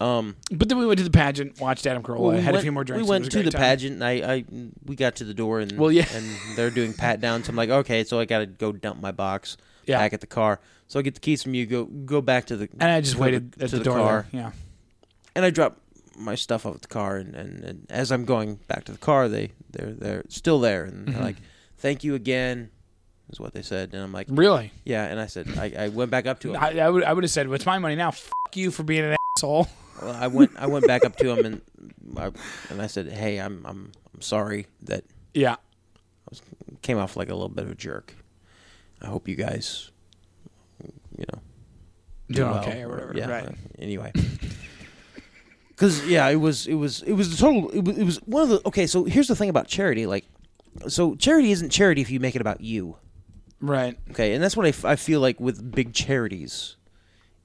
Speaker 1: um,
Speaker 2: But then we went to the pageant, watched Adam Carolla,
Speaker 1: we
Speaker 2: Oh, had
Speaker 1: went,
Speaker 2: a few more drinks.
Speaker 1: We
Speaker 2: it was
Speaker 1: went
Speaker 2: a
Speaker 1: to
Speaker 2: great
Speaker 1: the
Speaker 2: time.
Speaker 1: pageant. And I, I we got to the door and
Speaker 2: Well, yeah.
Speaker 1: and they're doing pat downs. I'm like, okay, so I got to go dump my box
Speaker 2: Yeah.
Speaker 1: back at the car. So I get the keys from you. Go go back to the
Speaker 2: And I just
Speaker 1: to the-
Speaker 2: waited at
Speaker 1: to
Speaker 2: the, door.
Speaker 1: car.
Speaker 2: there, Yeah.
Speaker 1: and I drop my stuff off at the car, and, and, and as I'm going back to the car, they they're they're still there, and
Speaker 2: Mm-hmm.
Speaker 1: they're like, "Thank you again," is what they said, and I'm like,
Speaker 2: Really?
Speaker 1: "Yeah," and I said, I, I went back up to him.
Speaker 2: I, I would I would have said, well, it's my money now. Fuck you for being an asshole.
Speaker 1: Well, I went I went back up to him, and I, and I said, "Hey, I'm I'm I'm sorry that
Speaker 2: Yeah.
Speaker 1: came off like a little bit of a jerk. I hope you guys, you know, do
Speaker 2: Doing
Speaker 1: well,
Speaker 2: okay or whatever.
Speaker 1: yeah,
Speaker 2: right.
Speaker 1: uh, Anyway. Because yeah, it was it was it was the total. It was, it was one of the okay. So here's the thing about charity. Like, so charity isn't charity if you make it about you.
Speaker 2: Right.
Speaker 1: Okay, and that's what I, f- I feel like with big charities,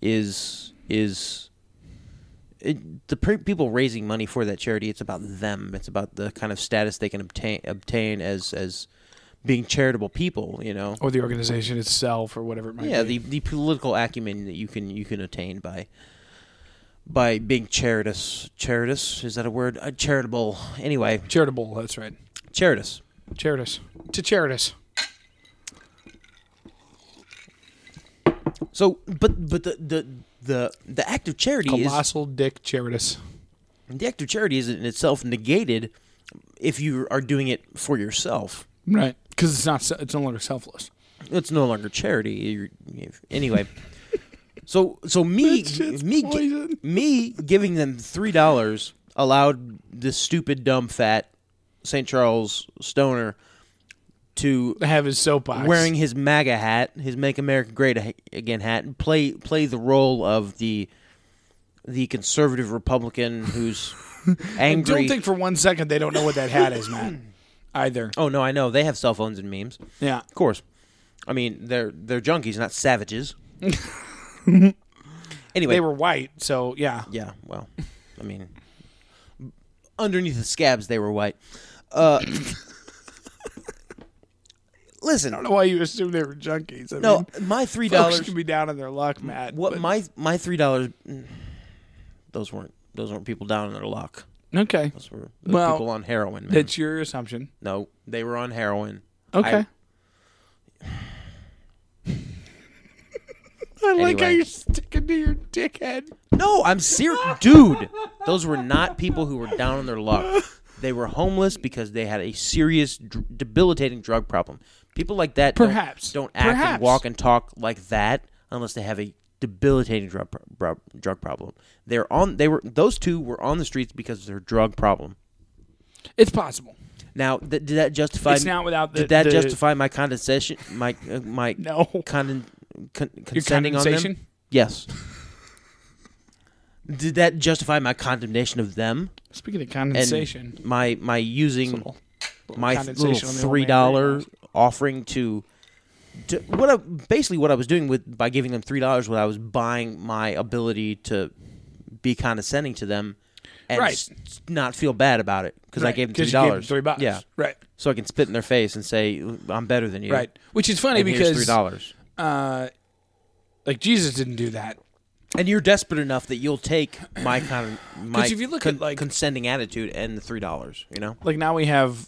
Speaker 1: is is. It, the pre- people raising money for that charity, it's about them. It's about the kind of status they can obtain obtain as as being charitable people. You know,
Speaker 2: Or the organization itself or whatever it might
Speaker 1: yeah,
Speaker 2: be.
Speaker 1: the, the political acumen that you can you can attain by by being charitous. Charitous is that a word? Uh, charitable. Anyway,
Speaker 2: charitable, that's right.
Speaker 1: charitous.
Speaker 2: Charitas. To charitas.
Speaker 1: So, but but the the the, the act of charity is
Speaker 2: Colossal dick charitas.
Speaker 1: the act of charity is in itself negated if you are doing it for yourself.
Speaker 2: Right. Because it's not se- it's no longer selfless.
Speaker 1: It's no longer charity. You're, if- anyway. So so me me gi-
Speaker 2: poison.
Speaker 1: me giving them three dollars allowed this stupid dumb fat St. Charles stoner to
Speaker 2: Have his soapbox.
Speaker 1: wearing his MAGA hat, his Make America Great A- Again hat, and play play the role of the the conservative Republican who's angry.
Speaker 2: Don't think for one second they don't know what that hat is, Matt. Either.
Speaker 1: oh no, I know they have cell phones and memes.
Speaker 2: Yeah.
Speaker 1: Of course. I mean, they're they're junkies, not savages. anyway,
Speaker 2: They were white, so yeah.
Speaker 1: Yeah, well, I mean, underneath the scabs they were white. Uh, listen,
Speaker 2: I don't know why you assume they were junkies. I
Speaker 1: no,
Speaker 2: mean,
Speaker 1: my three
Speaker 2: folks
Speaker 1: dollars.
Speaker 2: can be down on their luck, Matt.
Speaker 1: What
Speaker 2: but-
Speaker 1: my my three dollars? mm, Those weren't those weren't people down in their luck.
Speaker 2: Okay,
Speaker 1: Those were those
Speaker 2: Well,
Speaker 1: people on heroin. Man.
Speaker 2: that's your assumption.
Speaker 1: no, they were on heroin.
Speaker 2: Okay.
Speaker 1: I-
Speaker 2: I like how
Speaker 1: Anyway.
Speaker 2: you're sticking to your dickhead.
Speaker 1: No, I'm serious, dude. Those were not people who were down on their luck. They were homeless because they had a serious, dr- debilitating drug problem. People like that don't-
Speaker 2: Perhaps.
Speaker 1: don't, act
Speaker 2: Perhaps.
Speaker 1: and walk and talk like that unless they have a debilitating drug pro- bro- drug problem. They're on. They were those two were on the streets because of their drug problem.
Speaker 2: It's possible.
Speaker 1: Now, th- did that justify?
Speaker 2: It's not without the-
Speaker 1: Did that
Speaker 2: the-
Speaker 1: justify my condescension? My uh, my
Speaker 2: No.
Speaker 1: conden, con, condescending on them?
Speaker 2: condensation?
Speaker 1: Yes. did that justify my condemnation of them
Speaker 2: Speaking of
Speaker 1: and
Speaker 2: condensation,
Speaker 1: my my using
Speaker 2: little-
Speaker 1: my th-
Speaker 2: condensation
Speaker 1: little
Speaker 2: on the old man
Speaker 1: three dollar
Speaker 2: greenhouse.
Speaker 1: offering to? To, what I, basically what I was doing with by giving them three dollars was I was buying my ability to be condescending to them and
Speaker 2: Right.
Speaker 1: s- s- not feel bad about it because I
Speaker 2: Right,
Speaker 1: gave them
Speaker 2: 'cause
Speaker 1: three
Speaker 2: you gave them
Speaker 1: dollars
Speaker 2: three bucks.
Speaker 1: yeah
Speaker 2: Right.
Speaker 1: so I can spit in their face and say I'm better than you
Speaker 2: Right. Which is funny
Speaker 1: and here's
Speaker 2: because
Speaker 1: three dollars
Speaker 2: uh, like Jesus didn't do that.
Speaker 1: and you're desperate enough that you'll take my kind of my
Speaker 2: 'Cause if you look at, like-
Speaker 1: condescending attitude and the three dollars you know
Speaker 2: Like now we have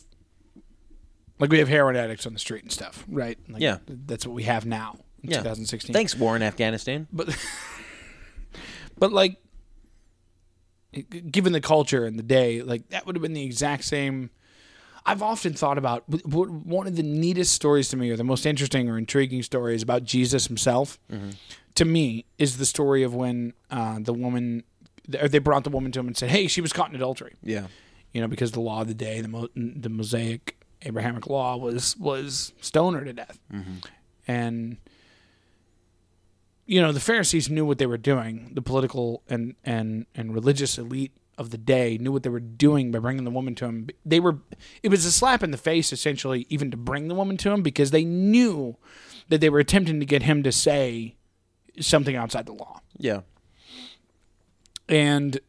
Speaker 2: like we have heroin addicts on the street and stuff, right? Like,
Speaker 1: Yeah.
Speaker 2: That's what we have now in
Speaker 1: yeah
Speaker 2: 2016.
Speaker 1: thanks war in Afghanistan
Speaker 2: But but like g- given the culture and the day, like that would have been the exact same I've often thought about w- w- one of the neatest stories to me, or the most interesting or intriguing stories about Jesus himself,
Speaker 1: Mm-hmm.
Speaker 2: to me, is the story of when uh, the woman, or they brought the woman to him and said, "Hey, she was caught in adultery."
Speaker 1: yeah
Speaker 2: you know, because the law of the day, the mo- the Mosaic Abrahamic law was was stone her to death, and you know the Pharisees knew what they were doing. The political and and and religious elite of the day knew what they were doing by bringing the woman to him. They were it was a slap in the face essentially, even to bring the woman to him because they knew that they were attempting to get him to say something outside the law
Speaker 1: yeah
Speaker 2: and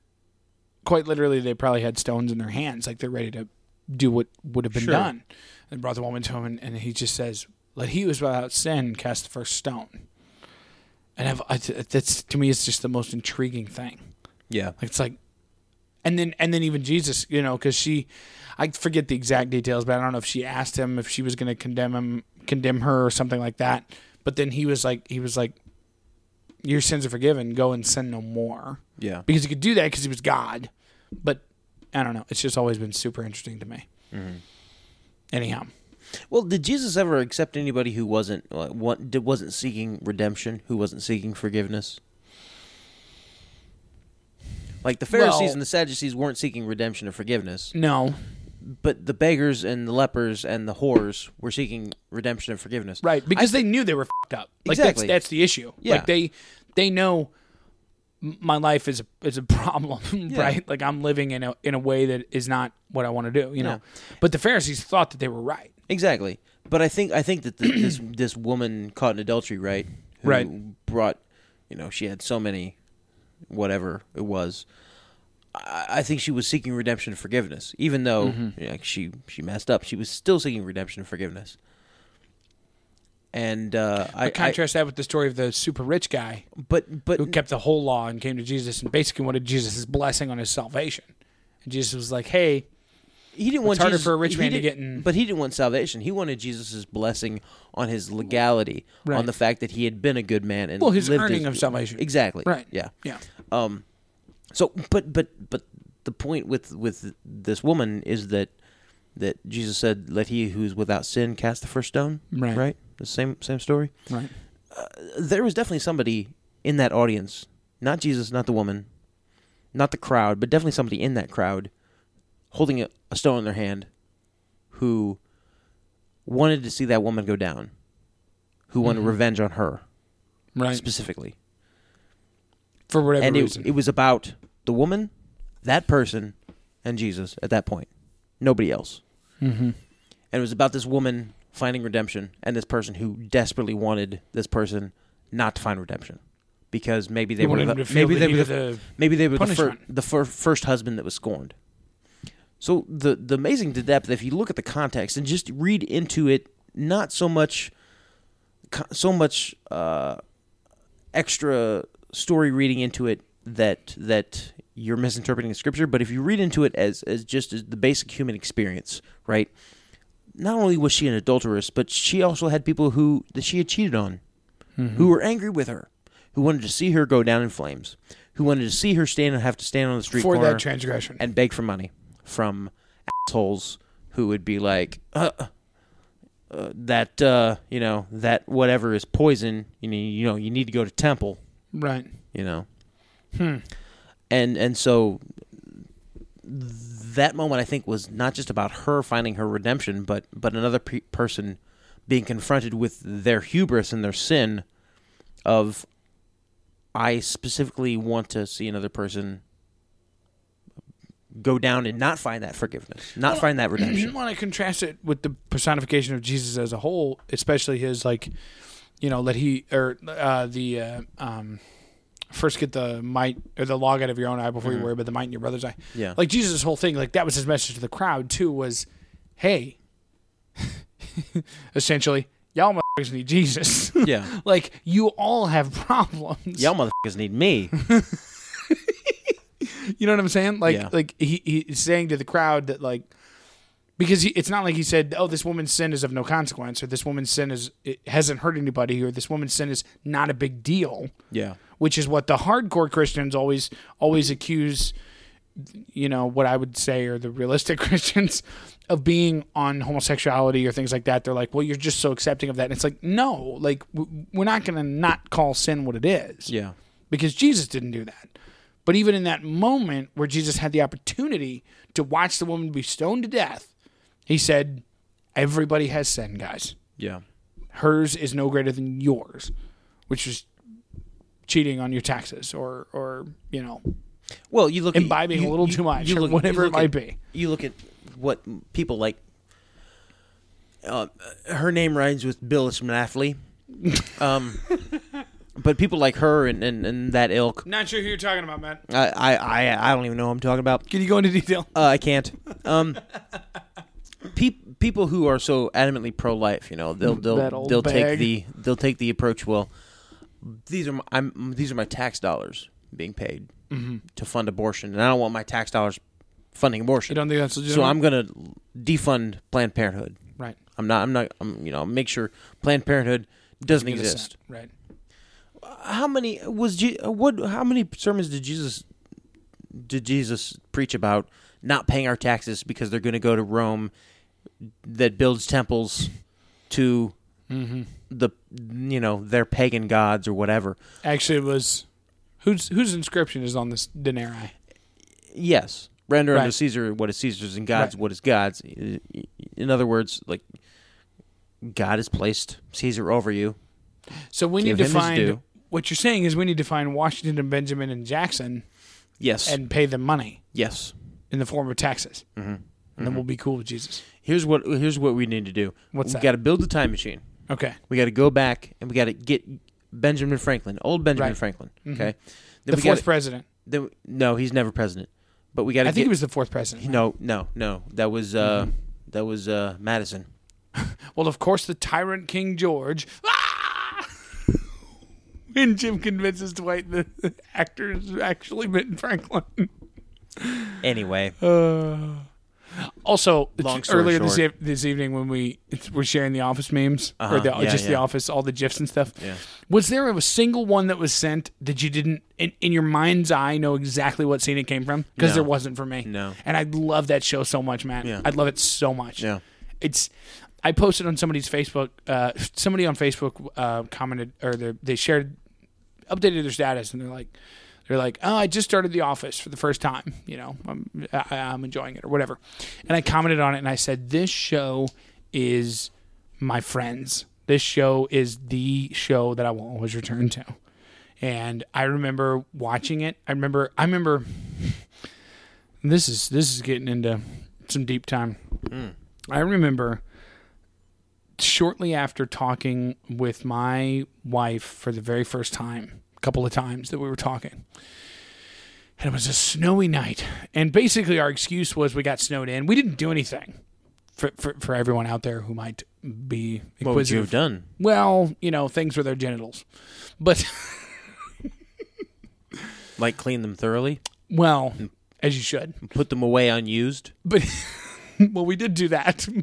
Speaker 2: quite literally they probably had stones in their hands like they're ready to do what would have been done and brought the woman to him and, and he just says let he who is without sin cast the first stone and I've, I, that's to me it's just the most intriguing thing
Speaker 1: yeah
Speaker 2: like it's like, and then and then even Jesus, you know, because she, I forget the exact details, but I don't know if she asked him if she was going to condemn him, condemn her, or something like that. But then he was like, he was like, your sins are forgiven. Go and sin no more.
Speaker 1: Yeah.
Speaker 2: because he could do that because he was God. But I don't know. It's just always been super interesting to me.
Speaker 1: Mm-hmm.
Speaker 2: Anyhow,
Speaker 1: well did Jesus ever accept anybody who wasn't uh, what did, wasn't seeking redemption who wasn't seeking forgiveness like the Pharisees
Speaker 2: Well-
Speaker 1: and the Sadducees weren't seeking redemption or forgiveness
Speaker 2: no,
Speaker 1: but the beggars and the lepers and the whores were seeking redemption and forgiveness
Speaker 2: right?
Speaker 1: I
Speaker 2: Because they knew they were fucked up. Like
Speaker 1: Exactly.
Speaker 2: that's that's the issue.
Speaker 1: Yeah.
Speaker 2: Like they they know m- my life is a is a problem, right? Like I'm living in a in a way that is not what I want to do, you know. But the Pharisees thought that they were right.
Speaker 1: Exactly. But I think I think that the, this this woman caught in adultery, right? Who
Speaker 2: Right.
Speaker 1: Brought, you know, she had so many, whatever it was. I, I think she was seeking redemption and forgiveness, even though
Speaker 2: Mm-hmm.
Speaker 1: you know, like she she messed up. She was still seeking redemption and forgiveness. And uh, I, I
Speaker 2: Contrast that with the story of the super rich guy
Speaker 1: but but
Speaker 2: who kept the whole law and came to Jesus and basically wanted Jesus' blessing on his salvation. And Jesus was like, "Hey,
Speaker 1: he didn't want
Speaker 2: harder
Speaker 1: Jesus,
Speaker 2: for a rich
Speaker 1: he
Speaker 2: man to
Speaker 1: didn't-
Speaker 2: get in-
Speaker 1: But he didn't want salvation. He wanted Jesus' blessing on his legality,
Speaker 2: Right.
Speaker 1: on the fact that he had been a good man and
Speaker 2: Well, his
Speaker 1: lived
Speaker 2: earning of salvation.
Speaker 1: Exactly.
Speaker 2: Right.
Speaker 1: Yeah.
Speaker 2: yeah,
Speaker 1: Um, so, but but but the point with with this woman is that that Jesus said, "Let he who is without sin cast the first stone."
Speaker 2: Right.
Speaker 1: Right. The same same story.
Speaker 2: right,
Speaker 1: There was definitely somebody in that audience, not Jesus, not the woman, not the crowd, but definitely somebody in that crowd, holding a, a stone in their hand, who wanted to see that woman go down, who wanted revenge on her
Speaker 2: Mm-hmm. right."
Speaker 1: specifically
Speaker 2: For whatever
Speaker 1: and it,
Speaker 2: reason,
Speaker 1: it was about the woman, that person, and Jesus at that point. Nobody else. Mm-hmm. And it was about this woman finding redemption and this person who desperately wanted this person not to find redemption because maybe they
Speaker 2: He
Speaker 1: were
Speaker 2: wanted
Speaker 1: the,
Speaker 2: him to feel
Speaker 1: maybe
Speaker 2: the
Speaker 1: they
Speaker 2: heat
Speaker 1: were
Speaker 2: of
Speaker 1: the,
Speaker 2: the
Speaker 1: maybe they were the, fir-
Speaker 2: punishment.
Speaker 1: the fir- first husband that was scorned. So the the amazing to depth, if you look at the context and just read into it, not so much, co- so much uh, extra story reading into it that that you're misinterpreting scripture. But if you read into it as as just as the basic human experience, right? Not only was she an adulteress, but she also had people who that she had cheated on,
Speaker 2: Mm-hmm.
Speaker 1: who were angry with her, who wanted to see her go down in flames, who wanted to see her stand and have to stand on the street
Speaker 2: for
Speaker 1: corner
Speaker 2: that transgression.
Speaker 1: and beg for money from assholes who would be like, uh, uh, that uh, you know that whatever is poison. You need, you know you need to go to temple.
Speaker 2: right.
Speaker 1: You know, and and so that moment I think was not just about her finding her redemption, but but another pe- person being confronted with their hubris and their sin of I specifically want to see another person go down and not find that forgiveness, not find that redemption.
Speaker 2: want to contrast it with the personification of Jesus as a whole, especially his like, you know, let he or uh, the uh, um, first get the might or the log out of your own eye before you worry about the might in your brother's eye.
Speaker 1: Yeah.
Speaker 2: like Jesus' whole thing, like that was his message to the crowd too. Was hey, essentially, y'all motherfuckers need Jesus.
Speaker 1: yeah.
Speaker 2: like you all have problems.
Speaker 1: Y'all motherfuckers need me.
Speaker 2: You know what I'm saying? Like,
Speaker 1: Yeah.
Speaker 2: like he he's saying to the crowd that like, because he, it's not like he said, "Oh, this woman's sin is of no consequence," or "This woman's sin is it hasn't hurt anybody," or "This woman's sin is not a big deal,"
Speaker 1: Yeah.
Speaker 2: which is what the hardcore Christians always always accuse. You know what I would say are the realistic Christians of being on homosexuality or things like that. They're like, "Well, you're just so accepting of that." And it's like, no, like w- we're not going to not call sin what it is
Speaker 1: Yeah.
Speaker 2: because Jesus didn't do that. But even in that moment where Jesus had the opportunity to watch the woman be stoned to death, he said, Everybody has sin, guys.
Speaker 1: Yeah.
Speaker 2: Hers is no greater than yours, which is cheating on your taxes or, or you know,
Speaker 1: Well, you look at-
Speaker 2: imbibing
Speaker 1: you-
Speaker 2: a little
Speaker 1: you-
Speaker 2: too much
Speaker 1: you
Speaker 2: or
Speaker 1: look- you
Speaker 2: whatever it
Speaker 1: look
Speaker 2: might
Speaker 1: at-
Speaker 2: be.
Speaker 1: You look at what people like. Uh, her name rhymes with Billis Manafley. Um, but people like her and, and, and that ilk,
Speaker 2: Not sure who you're talking about, man.
Speaker 1: I, I, I, I don't even know who I'm talking about.
Speaker 2: Can you go into detail?
Speaker 1: Uh, I can't. Um, peop people who are so adamantly pro-life, you know, they'll
Speaker 2: That
Speaker 1: they'll
Speaker 2: old
Speaker 1: they'll take
Speaker 2: bag.
Speaker 1: the they'll take the approach. Well, these are my, I'm these are my tax dollars being paid
Speaker 2: Mm-hmm.
Speaker 1: to fund abortion, and I don't want my tax dollars funding abortion.
Speaker 2: You don't think that's legitimate?
Speaker 1: so I'm going to defund Planned Parenthood.
Speaker 2: right.
Speaker 1: I'm not. I'm not. I'm, you know, make sure Planned Parenthood doesn't
Speaker 2: Get a
Speaker 1: exist.
Speaker 2: cent. Right.
Speaker 1: How many was Je- what? How many sermons did Jesus did Jesus preach about not paying our taxes because they're going to go to Rome that builds temples to
Speaker 2: Mm-hmm.
Speaker 1: the you know their pagan gods or whatever?
Speaker 2: Actually, it was whose whose inscription is on this denarii?
Speaker 1: Yes, render unto
Speaker 2: Right.
Speaker 1: Caesar what is Caesar's and God's
Speaker 2: Right.
Speaker 1: what is God's. In other words, like God has placed Caesar over you.
Speaker 2: So we
Speaker 1: Give
Speaker 2: need to
Speaker 1: him his
Speaker 2: find
Speaker 1: due.
Speaker 2: what you're saying is we need to find Washington and Benjamin and Jackson
Speaker 1: Yes,
Speaker 2: and pay them money
Speaker 1: yes.
Speaker 2: in the form of taxes, mm-hmm. and then we'll be cool with Jesus.
Speaker 1: Here's what here's what we need to do.
Speaker 2: What's
Speaker 1: we
Speaker 2: that?
Speaker 1: got to build the time machine.
Speaker 2: Okay,
Speaker 1: We got to go back and we got to get Benjamin Franklin, old Benjamin
Speaker 2: Right. Mm-hmm.
Speaker 1: Franklin. Okay,
Speaker 2: the
Speaker 1: then we
Speaker 2: 4th
Speaker 1: gotta-
Speaker 2: president.
Speaker 1: then- no, he's never president. But we got to.
Speaker 2: I think he was Mm-hmm. the fourth president.
Speaker 1: No, no, no. That was uh, that was uh, Madison.
Speaker 2: Well, of course, the tyrant King George. Ah! when Jim convinces Dwight the actor is actually Ben Franklin.
Speaker 1: Anyway,
Speaker 2: Also,
Speaker 1: Uh, Long
Speaker 2: it's-
Speaker 1: story
Speaker 2: earlier this,
Speaker 1: short.
Speaker 2: eve- this evening when we it's- were sharing the office memes or
Speaker 1: Uh-huh.
Speaker 2: the,
Speaker 1: Yeah,
Speaker 2: just the
Speaker 1: yeah.
Speaker 2: office, all the gifs and stuff. Was there a single one that was sent that you didn't, in, in your mind's eye, know exactly what scene it came from? Because
Speaker 1: No.
Speaker 2: there wasn't for me.
Speaker 1: No.
Speaker 2: And I love that show so much, man.
Speaker 1: Yeah.
Speaker 2: I love it so much.
Speaker 1: Yeah.
Speaker 2: It's. I posted on somebody's Facebook. Uh, somebody on Facebook uh, commented or they- they shared updated their status and they're like they're like oh i just started the office for the first time you know i'm I, i'm enjoying it or whatever and i commented on it and i said this show is my friends this show is the show that i will always return to and i remember watching it i remember i remember this is this is getting into some deep time
Speaker 1: Hmm.
Speaker 2: i remember shortly after talking with my wife for the very first time, a couple of times that we were talking, and it was a snowy night. And basically, our excuse was we got snowed in. We didn't do anything. For, for, for everyone out there who might be inquisitive.
Speaker 1: What would you have done?
Speaker 2: Well, you know, things with their genitals. But,
Speaker 1: Like clean them thoroughly,
Speaker 2: well, as you should.
Speaker 1: put them away unused.
Speaker 2: But, well, we did do that.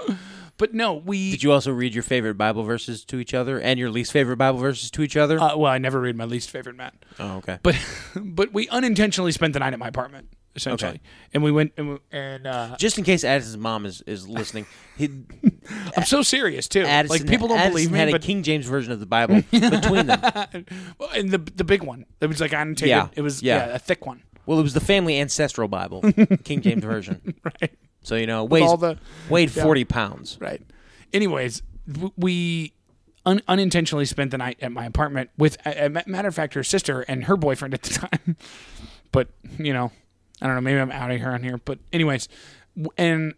Speaker 2: But, but no, we.
Speaker 1: Did you also read your favorite Bible verses to each other and your least favorite Bible verses to each other?
Speaker 2: uh, well, I never read my least favorite Matt.
Speaker 1: oh, okay.
Speaker 2: But, but we unintentionally spent the night at my apartment, essentially.
Speaker 1: Okay.
Speaker 2: And we went, and, we, and uh,
Speaker 1: just in case Addison's mom is, is listening, he,
Speaker 2: I'm so serious, too.
Speaker 1: Addison,
Speaker 2: like, people don't
Speaker 1: Addison
Speaker 2: believe me.
Speaker 1: had a
Speaker 2: but,
Speaker 1: King James version of the Bible between them.
Speaker 2: Well, and the the big one. It was like annotated.
Speaker 1: Yeah,
Speaker 2: It was
Speaker 1: yeah.
Speaker 2: yeah. a thick one.
Speaker 1: Well, it was the family ancestral Bible, King James version.
Speaker 2: Right.
Speaker 1: So you know, weighs,
Speaker 2: all the-
Speaker 1: weighed
Speaker 2: yeah.
Speaker 1: forty pounds.
Speaker 2: Right. Anyways, w- we un- unintentionally spent the night at my apartment with a, a ma- matter of fact her sister and her boyfriend at the time. but you know, I don't know. Maybe I'm outing her on here. But anyways, w- and.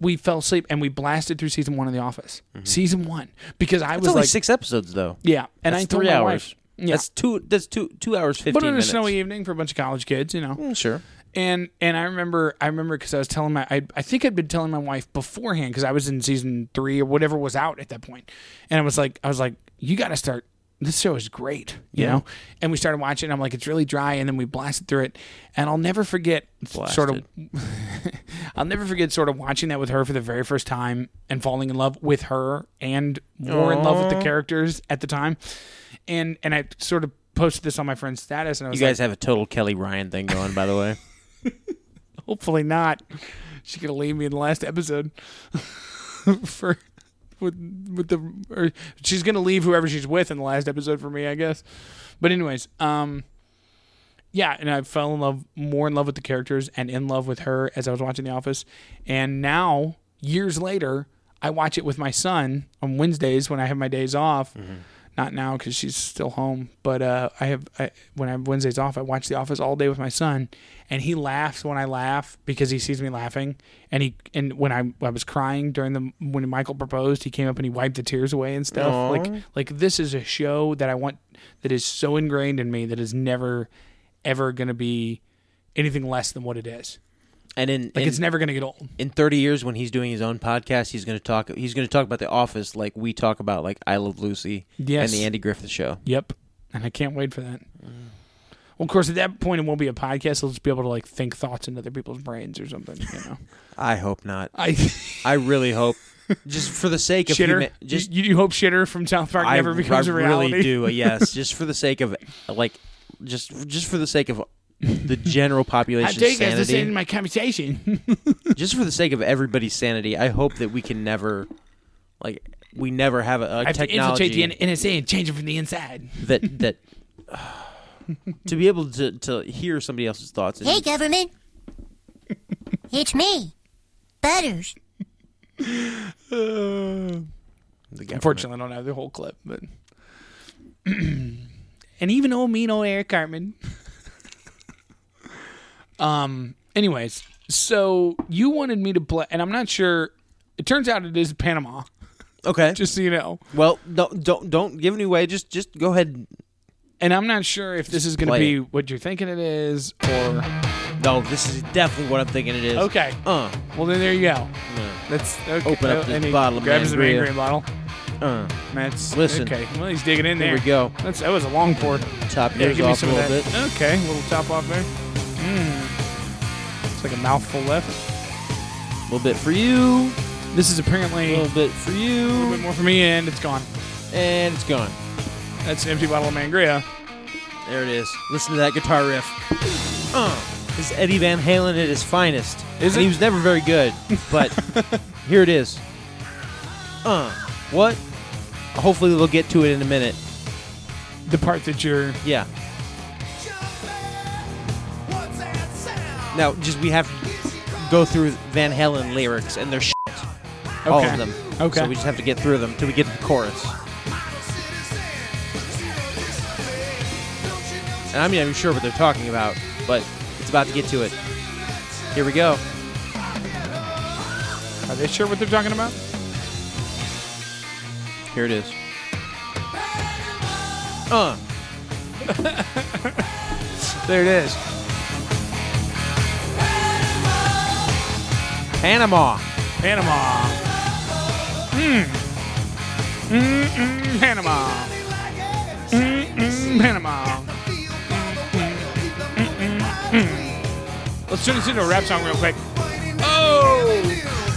Speaker 2: We fell asleep and we blasted through season one of The Office. Season one, because I
Speaker 1: It's
Speaker 2: was
Speaker 1: Mm-hmm. only
Speaker 2: like,
Speaker 1: six episodes though.
Speaker 2: yeah, and
Speaker 1: that's
Speaker 2: I told
Speaker 1: three
Speaker 2: my
Speaker 1: hours.
Speaker 2: wife, yeah,
Speaker 1: That's two. That's two. Two hours fifteen
Speaker 2: but on
Speaker 1: minutes.
Speaker 2: a snowy evening for a bunch of college kids, you know,
Speaker 1: Mm, sure.
Speaker 2: and and I remember I remember because I was telling my I, I think I'd been telling my wife beforehand because I was in season three or whatever was out at that point, and I was like I was like you got to start this show is great you know and we started watching and I'm like it's really dry and then we blasted through it and I'll never forget sort of I'll never forget sort of watching that with her for the very first time and falling in love with her and more in love with the characters at the time and and I sort of posted this on my friend's status and I was
Speaker 1: You
Speaker 2: like,
Speaker 1: guys have a total Kelly Ryan thing going, by the way.
Speaker 2: Hopefully not. She could have leave me in the last episode for with with the or she's gonna leave whoever she's with in the last episode for me, I guess. But anyways, um yeah, and I fell in love more in love with the characters and in love with her as I was watching The Office. And now, years later, I watch it with my son on Wednesdays when I have my days off. Not now because she's still home, but uh, I have I, when I have Wednesdays off, I watch The Office all day with my son, and he laughs when I laugh because he sees me laughing, and he and when I, I was crying during the when Michael proposed, he came up and he wiped the tears away and stuff. Like like this is a show that I want that is so ingrained in me that is never ever going to be anything less than what it is.
Speaker 1: And in
Speaker 2: Like
Speaker 1: in,
Speaker 2: it's never going to get old.
Speaker 1: in thirty years, when he's doing his own podcast, he's going to talk. He's going to talk about The Office, like we talk about, like I Love Lucy
Speaker 2: Yes.
Speaker 1: and the Andy Griffith Show.
Speaker 2: Yep. And I can't wait for that. Well, of course, at that point, it won't be a podcast. I'll just be able to like think thoughts in other people's brains or something. You know,
Speaker 1: I hope not.
Speaker 2: I
Speaker 1: I really hope, just for the sake of
Speaker 2: shitter.
Speaker 1: huma- just
Speaker 2: you, you hope shitter from South Park
Speaker 1: I-
Speaker 2: never becomes
Speaker 1: I
Speaker 2: a reality.
Speaker 1: really do. uh, Yes, just for the sake of like, just just for the sake of the general
Speaker 2: I
Speaker 1: population's
Speaker 2: take as this
Speaker 1: sanity,
Speaker 2: in my conversation.
Speaker 1: just for the sake of everybody's sanity. I hope that we can never, like, we never have a, a
Speaker 2: I have to infiltrate
Speaker 1: technology
Speaker 2: the NSA and change it from the inside.
Speaker 1: that that to be able to to hear somebody else's thoughts. and-
Speaker 5: Hey, government. it's me, Butters.
Speaker 1: the government.
Speaker 2: Unfortunately, I don't have the whole clip, but and even old mean old Eric Cartman. um. Anyways, so you wanted me to play, and I'm not sure. It turns out it is Panama.
Speaker 1: okay.
Speaker 2: Just so you know,
Speaker 1: well, don't don't don't give any away. Just just go ahead.
Speaker 2: and I'm not sure if this is going to
Speaker 1: Play
Speaker 2: be what you're thinking it is, or
Speaker 1: No, this is definitely what I'm thinking it is.
Speaker 2: okay.
Speaker 1: Uh.
Speaker 2: Well, then there you go. That's okay.
Speaker 1: Open up
Speaker 2: Oh,
Speaker 1: this
Speaker 2: and he
Speaker 1: bottle of
Speaker 2: grabs the main
Speaker 1: Mangria.
Speaker 2: green bottle.
Speaker 1: Uh.
Speaker 2: Matt's
Speaker 1: Listen.
Speaker 2: Okay, well he's digging in there.
Speaker 1: Here we go.
Speaker 2: That's that was a long pour.
Speaker 1: Top
Speaker 2: Yeah,
Speaker 1: yours
Speaker 2: give me
Speaker 1: off a
Speaker 2: some of
Speaker 1: little
Speaker 2: that.
Speaker 1: bit.
Speaker 2: Okay, a little top off there. Mm.
Speaker 1: Hmm.
Speaker 2: It's like a mouthful left.
Speaker 1: A little bit for you.
Speaker 2: This is apparently
Speaker 1: A
Speaker 2: a
Speaker 1: little bit for you.
Speaker 2: little bit more for me, and it's gone.
Speaker 1: And it's gone.
Speaker 2: That's an empty bottle of Mangria.
Speaker 1: There it is. Listen to that guitar riff. Uh, this is Eddie Van Halen at his finest.
Speaker 2: Is
Speaker 1: And
Speaker 2: it?
Speaker 1: He was never very good, but here it is. Uh, what? Hopefully we'll get to it in a minute.
Speaker 2: The part that you're
Speaker 1: Yeah. Now, just we have to go through Van Halen lyrics and their shit. All
Speaker 2: Okay.
Speaker 1: of them.
Speaker 2: Okay.
Speaker 1: So we just have to get through them till we get to the chorus. And I'm not even sure what they're talking about, but it's about to get to it. Here we go.
Speaker 2: are they sure what they're talking about?
Speaker 1: Here it is. Uh,
Speaker 2: There it is.
Speaker 1: Panama.
Speaker 2: Panama. Mm. Mm-mm, Hmm, Panama. Mm-mm, Panama. Mm-mm, mm-mm. hmm. Let's turn this into a rap song real quick. Oh!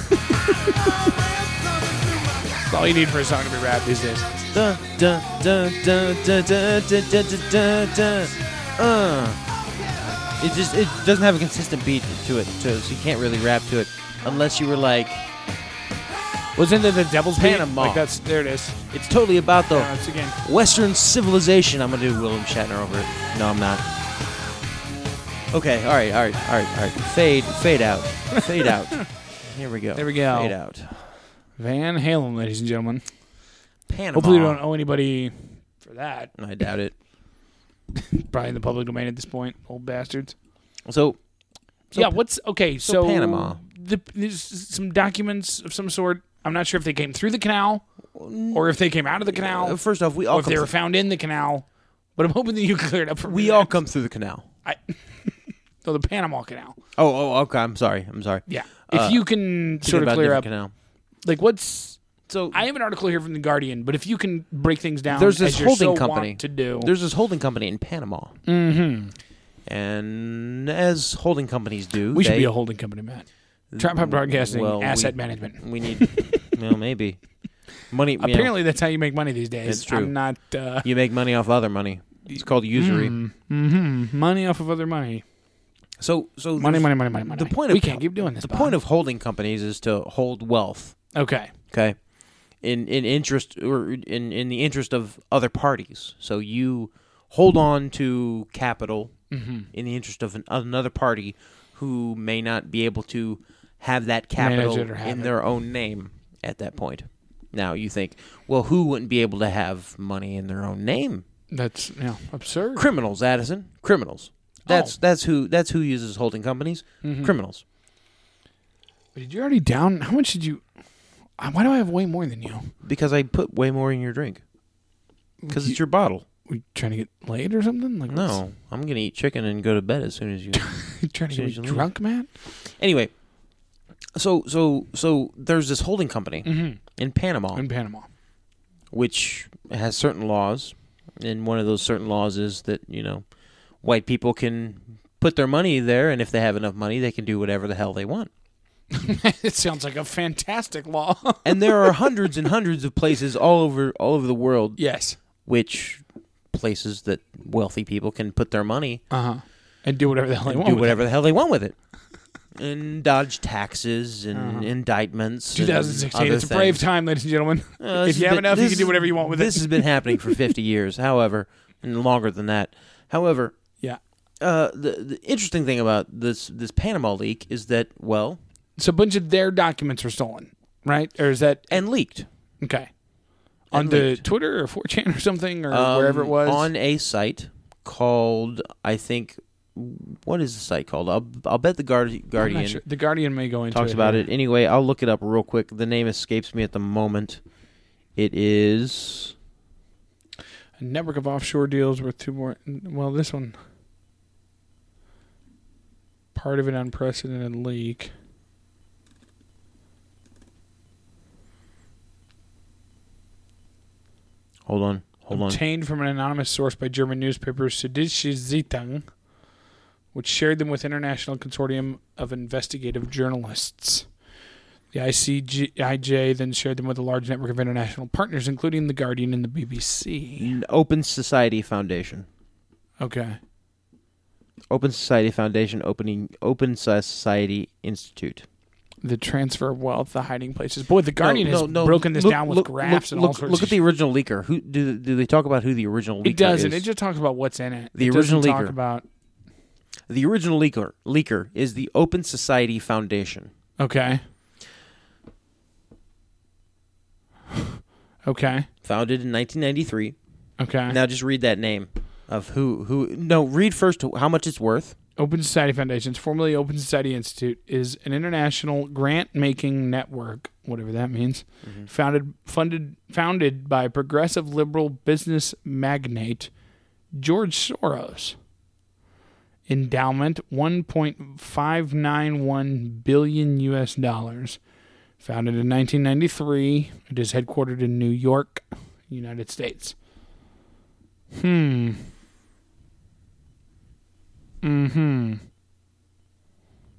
Speaker 2: That's all you need for a song to be rap these days.
Speaker 1: Dun, dun, dun, dun, dun, dun, dun, dun, dun, dun, dun. Uh. It just it doesn't have a consistent beat to it, to it, so you can't really rap to it unless you were like
Speaker 2: Wasn't it the Devil's Oh.
Speaker 1: Beat?
Speaker 2: Like that's there it is.
Speaker 1: it's totally about the
Speaker 2: No, it's again.
Speaker 1: Western civilization. I'm gonna do William Shatner over it. No, I'm not. Okay, all right, all right, all right, all right. Fade, fade out, fade out. Here we go.
Speaker 2: There we go.
Speaker 1: Fade out.
Speaker 2: Van Halen, ladies and gentlemen.
Speaker 1: Panama.
Speaker 2: Hopefully, you don't owe anybody for that.
Speaker 1: I doubt it.
Speaker 2: Probably in the public domain at this point, old bastards.
Speaker 1: So, so
Speaker 2: yeah, what's okay? So,
Speaker 1: so Panama.
Speaker 2: The, there's some documents of some sort. I'm not sure if they came through the canal or if they came out of the canal
Speaker 1: uh, first off, we
Speaker 2: or
Speaker 1: all
Speaker 2: if
Speaker 1: come
Speaker 2: they were
Speaker 1: through,
Speaker 2: found in the canal. But I'm hoping that you cleared up for me
Speaker 1: we
Speaker 2: that.
Speaker 1: all come through the canal.
Speaker 2: I, so the Panama Canal.
Speaker 1: Oh, oh, okay. I'm sorry. I'm sorry.
Speaker 2: Yeah, if
Speaker 1: Uh,
Speaker 2: you can
Speaker 1: Thinking
Speaker 2: sort of
Speaker 1: about a
Speaker 2: clear
Speaker 1: different canal.
Speaker 2: up, like what's
Speaker 1: So
Speaker 2: I have an article here from the Guardian, but if you can break things down,
Speaker 1: there's this
Speaker 2: as you're
Speaker 1: holding
Speaker 2: so
Speaker 1: company
Speaker 2: want to do.
Speaker 1: There's this holding company in Panama. Mm-hmm. And as holding companies do,
Speaker 2: we should
Speaker 1: they-
Speaker 2: be a holding company, Matt. Tripod Broadcasting
Speaker 1: Well, we-
Speaker 2: Asset Management.
Speaker 1: We need, well, maybe money. you know,
Speaker 2: Apparently, that's how you make money these days.
Speaker 1: It's true.
Speaker 2: I'm not uh, Mm-hmm.
Speaker 1: you make money off other money. It's called usury.
Speaker 2: Mm. money off of other money.
Speaker 1: So, so
Speaker 2: Money,
Speaker 1: there's-
Speaker 2: money, money, money, money.
Speaker 1: The point
Speaker 2: we
Speaker 1: of
Speaker 2: can't keep doing this.
Speaker 1: The point of holding companies is to hold wealth.
Speaker 2: okay,
Speaker 1: Okay, in in interest or in in the interest of other parties. So you hold on to capital
Speaker 2: Mm-hmm.
Speaker 1: in the interest of an, another party who may not be able to have that capital
Speaker 2: it or have
Speaker 1: in
Speaker 2: it.
Speaker 1: their own name at that point. Now you think, well, who wouldn't be able to have money in their own name?
Speaker 2: that's you know, absurd.
Speaker 1: criminals, Addison. Criminals. That's
Speaker 2: Oh. Mm-hmm.
Speaker 1: that's who that's who uses holding companies. Criminals.
Speaker 2: Did you already down? How much did you? uh, Why do I have way more than you?
Speaker 1: Because I put way more in your drink. Because it's your bottle.
Speaker 2: We trying to get laid or something? Like
Speaker 1: No, I'm gonna eat chicken and go to bed as soon as you.
Speaker 2: what's- trying to
Speaker 1: Change
Speaker 2: get
Speaker 1: the
Speaker 2: me
Speaker 1: leash.
Speaker 2: drunk, Matt.
Speaker 1: anyway, so so so there's this holding company in Panama,
Speaker 2: Mm-hmm. In Panama,
Speaker 1: which has certain laws, and one of those certain laws is that you know, white people can put their money there, and if they have enough money, they can do whatever the hell they want.
Speaker 2: it sounds like a fantastic law.
Speaker 1: And there are hundreds and hundreds of places all over all over the world
Speaker 2: yes.
Speaker 1: which places that wealthy people can put their money
Speaker 2: Uh huh. And do whatever the hell they
Speaker 1: and
Speaker 2: want.
Speaker 1: do
Speaker 2: with
Speaker 1: whatever the hell they want with it. And dodge taxes and
Speaker 2: Uh-huh.
Speaker 1: indictments.
Speaker 2: it. 2016. It's a brave time, ladies and gentlemen.
Speaker 1: Uh,
Speaker 2: if you have enough, you can do whatever you want with
Speaker 1: this
Speaker 2: it.
Speaker 1: has been happening for 50 years, however, and longer than that. However,
Speaker 2: yeah.
Speaker 1: uh, the, the interesting thing about this this Panama leak is that, well,
Speaker 2: So a bunch of their documents were stolen, right? Or is that
Speaker 1: and leaked.
Speaker 2: okay? On
Speaker 1: And
Speaker 2: the
Speaker 1: leaked.
Speaker 2: Twitter or 4chan or something or
Speaker 1: um,
Speaker 2: wherever it was.
Speaker 1: on a site called I think what is the site called? I'll, I'll bet the Guardi-
Speaker 2: I'm not
Speaker 1: Guardian
Speaker 2: sure. The Guardian may go into
Speaker 1: talks
Speaker 2: it
Speaker 1: about
Speaker 2: here.
Speaker 1: it. Anyway, I'll look it up real quick. The name escapes me at the moment. It is
Speaker 2: A network of offshore deals worth two more. Well, this one. Part of an unprecedented leak.
Speaker 1: hold on, hold on.
Speaker 2: obtained from an anonymous source by German newspaper Süddeutsche Zeitung, which shared them with International Consortium of Investigative Journalists. The ICIJ then shared them with a large network of international partners, including The Guardian and the BBC.
Speaker 1: N- Open Society Foundation.
Speaker 2: Okay.
Speaker 1: Open Society Foundation opening Open Society Institute.
Speaker 2: The transfer of wealth, the hiding places. Boy, The
Speaker 1: No,
Speaker 2: Guardian
Speaker 1: no,
Speaker 2: has
Speaker 1: no,
Speaker 2: broken this
Speaker 1: look-
Speaker 2: down with
Speaker 1: look- look,
Speaker 2: graphs and all
Speaker 1: look,
Speaker 2: sorts
Speaker 1: Look
Speaker 2: of
Speaker 1: at the original leaker. Who do, do they talk about who the original leaker
Speaker 2: It doesn't.
Speaker 1: is?
Speaker 2: It just talks about what's in it.
Speaker 1: The
Speaker 2: It
Speaker 1: original
Speaker 2: doesn't talk
Speaker 1: leaker.
Speaker 2: about.
Speaker 1: The original leaker leaker is the Open Society Foundation.
Speaker 2: Okay. okay.
Speaker 1: founded in 1993.
Speaker 2: Okay.
Speaker 1: Now just read that name of who who no read first how much it's worth.
Speaker 2: Open Society Foundations, formerly Open Society Institute, is an international grant-making network, whatever that means, founded funded founded by progressive liberal business magnate George Soros. endowment 1.591 billion US dollars. Founded in 1993, it is headquartered in New York, United States. Hmm. Mm-hmm.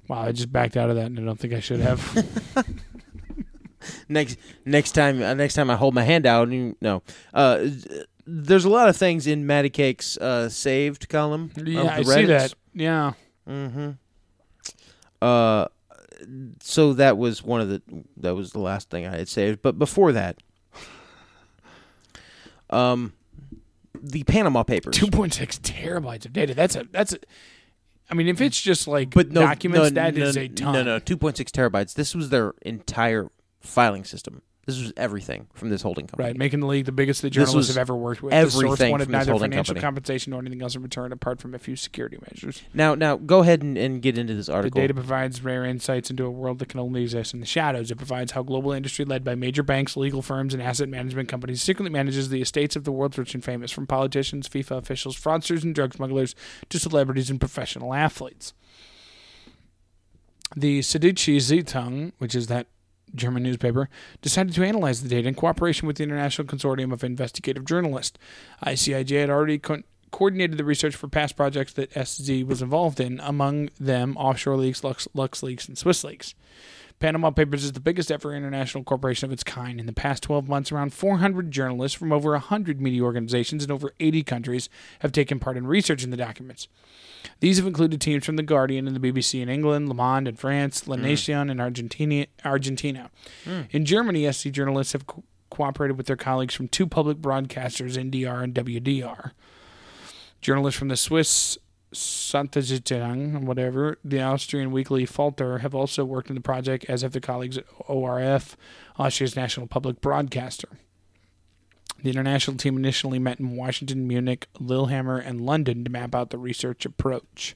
Speaker 2: Wow, I just backed out of that, and I don't think I should have.
Speaker 1: next next time uh, next time I hold my hand out you, no uh th- there's a lot of things in Matty Cake's uh saved column of
Speaker 2: yeah, I
Speaker 1: the
Speaker 2: see
Speaker 1: Reddits.
Speaker 2: that. Yeah.
Speaker 1: uh so that was one of the that was the last thing I had saved but before that um the Panama Papers
Speaker 2: 2.6 terabytes of data. That's a that's a. I mean, if it's just like
Speaker 1: but no,
Speaker 2: documents,
Speaker 1: no,
Speaker 2: that
Speaker 1: no,
Speaker 2: is a ton.
Speaker 1: No, no, 2.6 terabytes. This was their entire filing system. This was everything from this holding company.
Speaker 2: Right, making the league the biggest the
Speaker 1: This
Speaker 2: journalists
Speaker 1: was
Speaker 2: have ever worked with. the source
Speaker 1: everything
Speaker 2: wanted
Speaker 1: from this
Speaker 2: neither
Speaker 1: holding
Speaker 2: financial
Speaker 1: company.
Speaker 2: compensation nor anything else in return, apart from a few security measures.
Speaker 1: Now, now go ahead and, and get into this
Speaker 2: The
Speaker 1: article.
Speaker 2: data provides rare insights into a world that can only exist in the shadows. It provides how global industry led by major banks, legal firms, and asset management companies secretly manages the estates of the world's rich and famous, from politicians, FIFA officials, fraudsters, and drug smugglers to celebrities and professional athletes. The Süddeutsche Zeitung, which is that German newspaper, decided to analyze the data in cooperation with the International Consortium of Investigative Journalists. ICIJ had already co- coordinated the research for past projects that SZ was involved in, among them offshore leaks, Lux, Lux leaks, and Swiss leaks. Panama Papers is the biggest ever international corporation of its kind. In the past 12 months, around 400 journalists from over 100 media organizations in over 80 countries have taken part in researching the documents. These have included teams from The Guardian and the BBC in England, Le Monde in France, La Nation in Argentina. Argentina. In Germany, SC journalists have co- cooperated with their colleagues from two public broadcasters, NDR and WDR. Journalists from the Swiss Sonntagszeitung, whatever, the Austrian weekly Falter, have also worked in the project, as have their colleagues at ORF, Austria's national public broadcaster. The international team initially met in Washington, Munich, Lillehammer, and London to map out the research approach.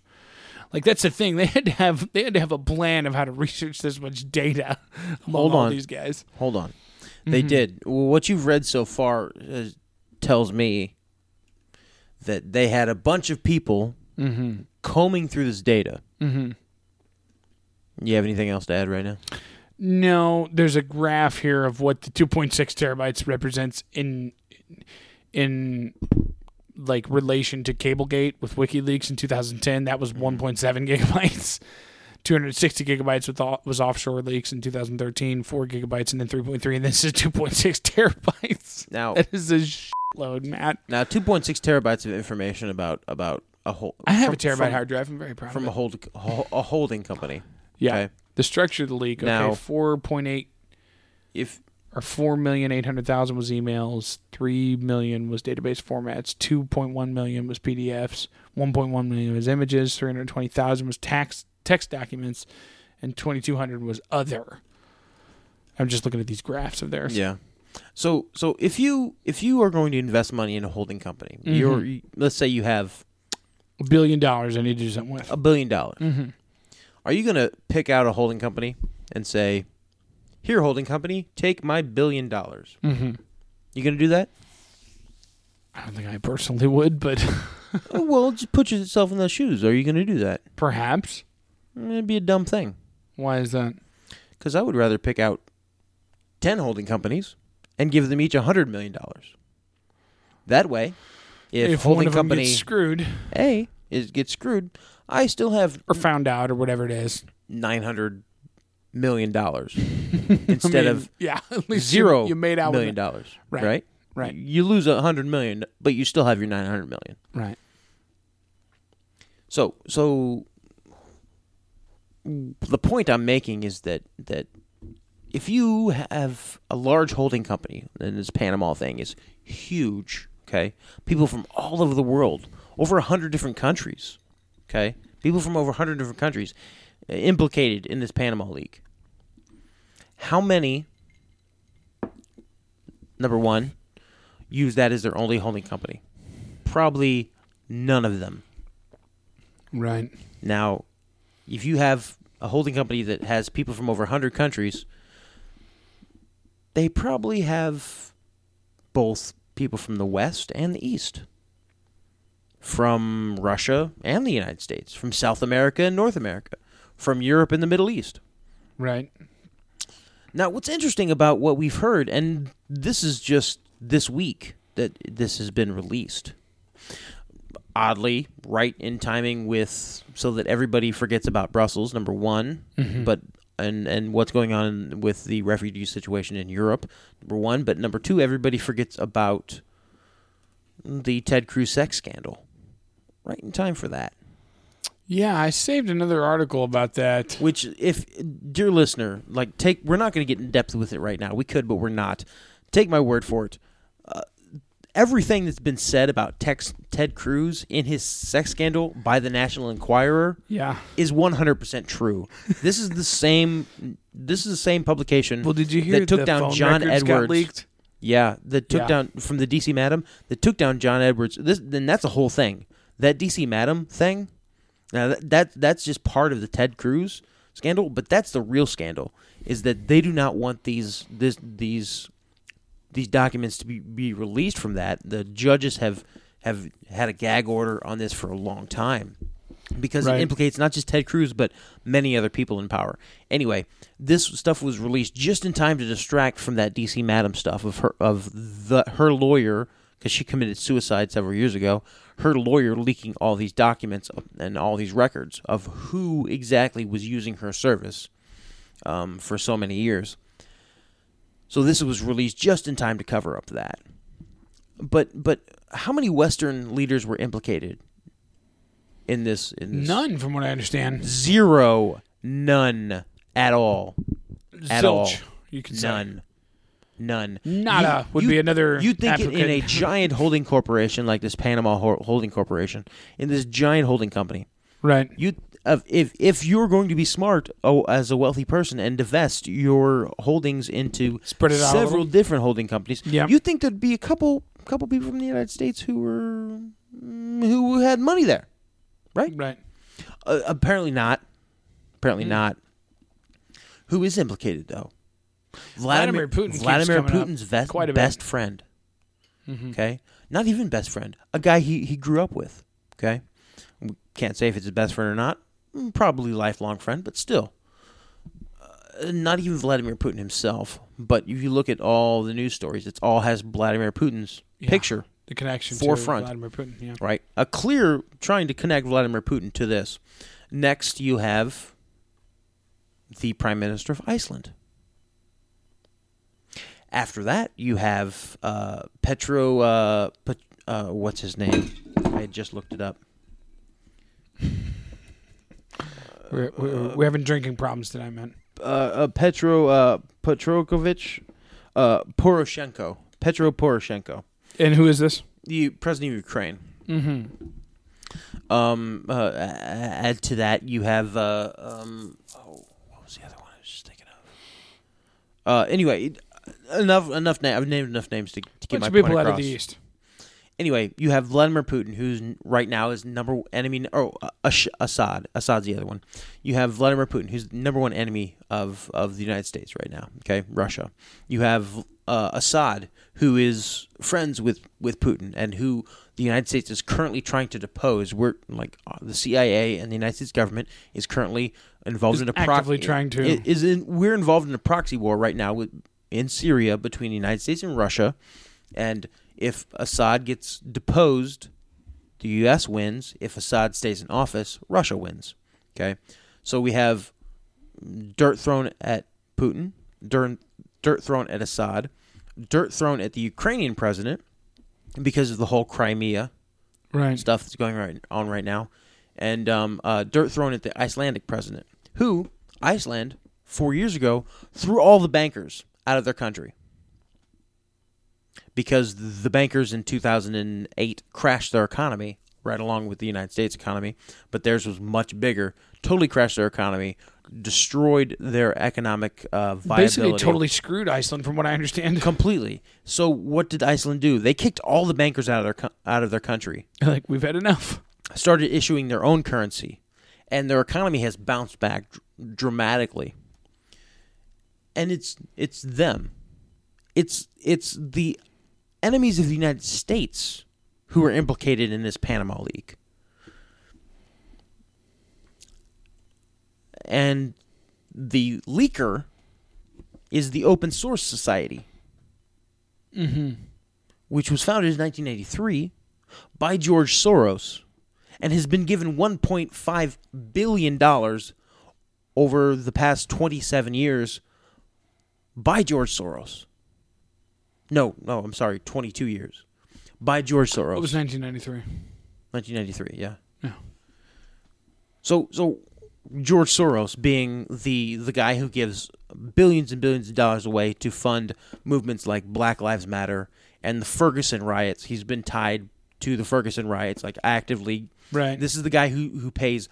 Speaker 2: Like that's the thing; they had to have they had to have a plan of how to research this much data. Among
Speaker 1: Hold
Speaker 2: all
Speaker 1: on.
Speaker 2: these guys.
Speaker 1: Hold on.
Speaker 2: Mm-hmm.
Speaker 1: They did. Well, what you've read so far uh, tells me that they had a bunch of people
Speaker 2: Mm-hmm.
Speaker 1: combing through this data. Mm-hmm. You have anything else to add right now?
Speaker 2: No, there's a graph here of what the 2.6 terabytes represents in in like relation to CableGate with WikiLeaks in 2010. That was 1.7 gigabytes. 260 gigabytes with all, was offshore leaks in 2013, four gigabytes, and then 3.3, and this is 2.6 terabytes.
Speaker 1: Now,
Speaker 2: That is a shitload, Matt.
Speaker 1: now, two point six terabytes of information about about a whole.
Speaker 2: I have
Speaker 1: from-
Speaker 2: a terabyte
Speaker 1: from-
Speaker 2: hard drive. I'm very proud
Speaker 1: from
Speaker 2: of
Speaker 1: a
Speaker 2: it.
Speaker 1: hold ho- a holding company.
Speaker 2: yeah,
Speaker 1: okay.
Speaker 2: the structure of the leak. Okay,
Speaker 1: Now-
Speaker 2: 4.8
Speaker 1: If
Speaker 2: or four million eight hundred thousand was emails, three million was database formats, two point one million was PDFs, one point one million was images, three hundred twenty thousand was tax text documents, and twenty two hundred was other. I'm just looking at these graphs of theirs.
Speaker 1: Yeah. So so if you if you are going to invest money in a holding company,
Speaker 2: Mm-hmm.
Speaker 1: you're let's say you have
Speaker 2: A billion dollars I need to do something with.
Speaker 1: a billion dollars.
Speaker 2: Mm-hmm.
Speaker 1: Are you going to pick out a holding company and say, "Here, holding company, take my billion dollars"? Mm-hmm. You going to do that?
Speaker 2: I don't think I personally would, but
Speaker 1: Oh, well, just put yourself in those shoes. Are you going to do that?
Speaker 2: perhaps.
Speaker 1: It'd be a dumb thing
Speaker 2: Why is that?
Speaker 1: because I would rather pick out ten holding companies and give them each a hundred million dollars. That way, if, holding
Speaker 2: one of
Speaker 1: company
Speaker 2: them gets screwed
Speaker 1: A is gets screwed, I still have
Speaker 2: or found out or whatever it is,
Speaker 1: nine hundred million dollars instead
Speaker 2: I mean,
Speaker 1: of
Speaker 2: yeah, at least you-
Speaker 1: zero
Speaker 2: You, made out
Speaker 1: million
Speaker 2: with it.
Speaker 1: dollars.
Speaker 2: Right,
Speaker 1: Right. Right.
Speaker 2: right.
Speaker 1: You lose a hundred million, but you still have your nine hundred million.
Speaker 2: right.
Speaker 1: So so the point I'm making is that that if you have a large holding company, and this Panama thing is huge, okay? People from all over the world, over 100 different countries, okay? People from over 100 different countries uh, implicated in this Panama leak. How many number 1 use that as their only holding company? Probably none of them.
Speaker 2: Right.
Speaker 1: Now, if you have a holding company that has people from over 100 countries, they probably have both people from the West and the East. from Russia and the United States, from South America and North America, from Europe and the Middle East.
Speaker 2: Right.
Speaker 1: Now, what's interesting about what we've heard, and this is just this week that this has been released, oddly, right in timing with so that everybody forgets about Brussels, number one, but and and what's going on with the refugee situation in Europe, number one, but number two, everybody forgets about the Ted Cruz sex scandal, right in time for that.
Speaker 2: Yeah, I saved another article about that.
Speaker 1: Which, if dear listener, like take, we're not going to get in depth with it right now. We could, but we're not. Take my word for it. Uh, everything that's been said about Tex, Ted Cruz in his sex scandal by the National Enquirer
Speaker 2: Yeah.
Speaker 1: is 100% true. This is the same. This is the same publication.
Speaker 2: Well, did you hear
Speaker 1: that took
Speaker 2: the
Speaker 1: down
Speaker 2: phone
Speaker 1: John
Speaker 2: records
Speaker 1: Edwards?
Speaker 2: got leaked?
Speaker 1: Yeah, that took
Speaker 2: Yeah.
Speaker 1: down from the DC Madam. That took down John Edwards. This then that's a whole thing. That DC Madam thing. Now that, that that's just part of the Ted Cruz scandal, but that's the real scandal is that they do not want these this these these documents to be, be released from that. The judges have have had a gag order on this for a long time because
Speaker 2: Right.
Speaker 1: it implicates not just Ted Cruz but many other people in power. Anyway, this stuff was released just in time to distract from that DC Madam stuff of her of the her lawyer because she committed suicide several years ago. Her lawyer leaking all these documents and all these records of who exactly was using her service um, for so many years. So this was released just in time to cover up that. But but how many Western leaders were implicated in this? In this?
Speaker 2: None, from what I understand.
Speaker 1: Zero. None at all. At
Speaker 2: Zilch,
Speaker 1: all.
Speaker 2: You can say.
Speaker 1: None. None.
Speaker 2: Nada would be another
Speaker 1: You'd think it in a
Speaker 2: applicant.
Speaker 1: giant holding corporation like this Panama ho- holding corporation, in this giant holding company,
Speaker 2: Right.
Speaker 1: you of if if you're going to be smart oh, as a wealthy person and divest your holdings into
Speaker 2: Spread it out a little.
Speaker 1: several different holding companies,
Speaker 2: Yeah.
Speaker 1: you'd think there'd be a couple couple people from the United States who were mm, who had money there.
Speaker 2: Right.
Speaker 1: Uh, apparently not. Apparently
Speaker 2: Hmm.
Speaker 1: not. Who is implicated though?
Speaker 2: Vladimir Putin keeps
Speaker 1: Vladimir
Speaker 2: coming up
Speaker 1: Putin's best
Speaker 2: quite a bit. Mm-hmm.
Speaker 1: best friend. Okay, not even best friend. A guy he he grew up with. Okay, we can't say if it's his best friend or not. Mm, Probably lifelong friend, but still. Uh, Not even Vladimir Putin himself, but if you look at all the news stories, it's all has Vladimir Putin's
Speaker 2: Yeah.
Speaker 1: picture
Speaker 2: The connection
Speaker 1: Forefront.
Speaker 2: to Vladimir Putin. Yeah.
Speaker 1: right? A clear trying to connect Vladimir Putin to this. Next, you have the Prime Minister of Iceland. After that, you have uh, Petro. Uh, Pet- uh, what's his name? I had just looked it up.
Speaker 2: We're, we're, we're having drinking problems tonight, man.
Speaker 1: Uh, uh, Petro uh, Petrokovich uh, Poroshenko. Petro Poroshenko.
Speaker 2: And who is this?
Speaker 1: the president of Ukraine. Mm-hmm. Um, uh, a- add to that, you have uh, um, oh, what was the other one I was just thinking of? Uh, anyway, enough enough. Na- I've named enough names to, to get
Speaker 2: Bunch
Speaker 1: my
Speaker 2: of
Speaker 1: point
Speaker 2: people out
Speaker 1: across.
Speaker 2: of the east.
Speaker 1: Anyway, you have Vladimir Putin, who's n- right now is number enemy. Oh, uh, Ash- Assad. Assad's the other one. You have Vladimir Putin, who's the number one enemy of of the United States right now. Okay, Russia. You have uh, Assad, who is friends with with Putin, and who the United States is currently trying to depose. We're like uh, the CIA and the United States government is currently involved
Speaker 2: Is
Speaker 1: in a proxy.
Speaker 2: actively trying to-
Speaker 1: is in, we're involved in a proxy war right now with in Syria between the United States and Russia, and if Assad gets deposed, the U.S. wins. If Assad stays in office, Russia wins. Okay, so we have dirt thrown at Putin, dirt, dirt thrown at Assad, dirt thrown at the Ukrainian president because of the whole Crimea
Speaker 2: Right.
Speaker 1: stuff that's going right on right now, and um, uh, dirt thrown at the Icelandic president, who Iceland four years ago threw all the bankers out of their country because the bankers in 2008 crashed their economy right along with the United States economy, but theirs was much bigger. Totally crashed their economy, destroyed their economic uh, viability
Speaker 2: Basically, totally screwed Iceland, from what I understand.
Speaker 1: completely. So what did Iceland do? They kicked all the bankers out of their co- out of their country
Speaker 2: like we've had enough.
Speaker 1: started issuing their own currency, and their economy has bounced back dr- dramatically. And it's it's them, it's it's the enemies of the United States who were implicated in this Panama leak. And the leaker is the Open Source Society, which was founded in 1983 by George Soros and has been given $1.5 billion over the past 27 years by George Soros. No, no, I'm sorry, 22 years. By George Soros.
Speaker 2: It was 1993.
Speaker 1: 1993, yeah. So so George Soros being the the guy who gives billions and billions of dollars away to fund movements like Black Lives Matter and the Ferguson riots. He's been tied to the Ferguson riots like actively.
Speaker 2: Right.
Speaker 1: This is the guy who who pays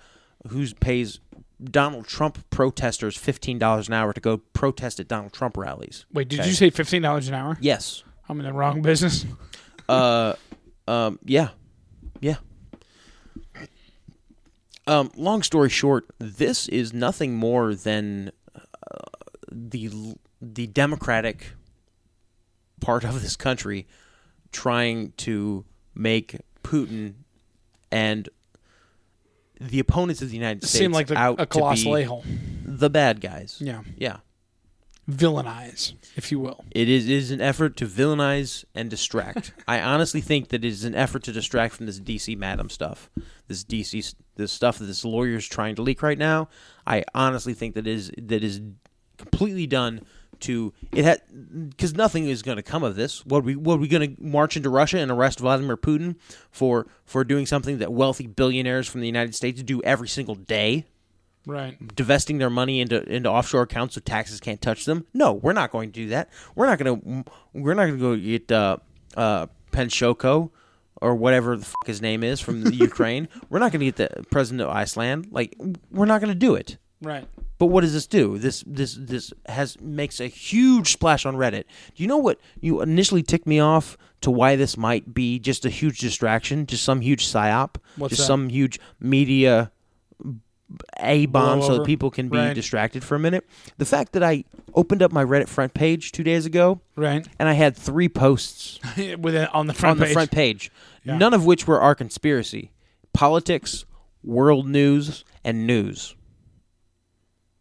Speaker 1: who's pays Donald Trump protesters $15 an hour to go protest at Donald Trump rallies.
Speaker 2: Wait, did
Speaker 1: Okay.
Speaker 2: you say fifteen dollars an hour?
Speaker 1: Yes.
Speaker 2: I'm in the wrong business.
Speaker 1: uh, um, yeah, yeah. Um, long story short, this is nothing more than uh, the the Democratic part of this country trying to make Putin and the opponents of the United
Speaker 2: It
Speaker 1: States
Speaker 2: seemed like the,
Speaker 1: out
Speaker 2: a colossal
Speaker 1: to
Speaker 2: a
Speaker 1: be
Speaker 2: hole.
Speaker 1: the bad guys.
Speaker 2: Yeah,
Speaker 1: yeah.
Speaker 2: villainize, if you will.
Speaker 1: It is, it is an effort to villainize and distract. I honestly think that it is an effort to distract from this DC madam stuff, this DC s- this stuff that this lawyer is trying to leak right now. I honestly think that is that is completely done to it had because nothing is going to come of this. What we what are we going to march into Russia and arrest Vladimir Putin for for doing something that wealthy billionaires from the United States do every single day?
Speaker 2: Right.
Speaker 1: divesting their money into into offshore accounts so taxes can't touch them. No, we're not going to do that. We're not going to we're not going to go get uh, uh, Penshoko or whatever the fuck his name is from the Ukraine. We're not going to get the president of Iceland. Like we're not going to do it.
Speaker 2: Right.
Speaker 1: But what does this do? This this this has makes a huge splash on Reddit. Do you know what you initially ticked me off to why this might be just a huge distraction, just some huge psyop,
Speaker 2: What's
Speaker 1: just
Speaker 2: that?
Speaker 1: some huge media a bomb so
Speaker 2: Blowup.
Speaker 1: that people can be
Speaker 2: Right.
Speaker 1: distracted for a minute. The fact that I opened up my Reddit front page two days ago
Speaker 2: Right.
Speaker 1: and I had three posts
Speaker 2: With it on the front
Speaker 1: on the
Speaker 2: page.
Speaker 1: front page,
Speaker 2: Yeah.
Speaker 1: none of which were our conspiracy, politics, world news, and news.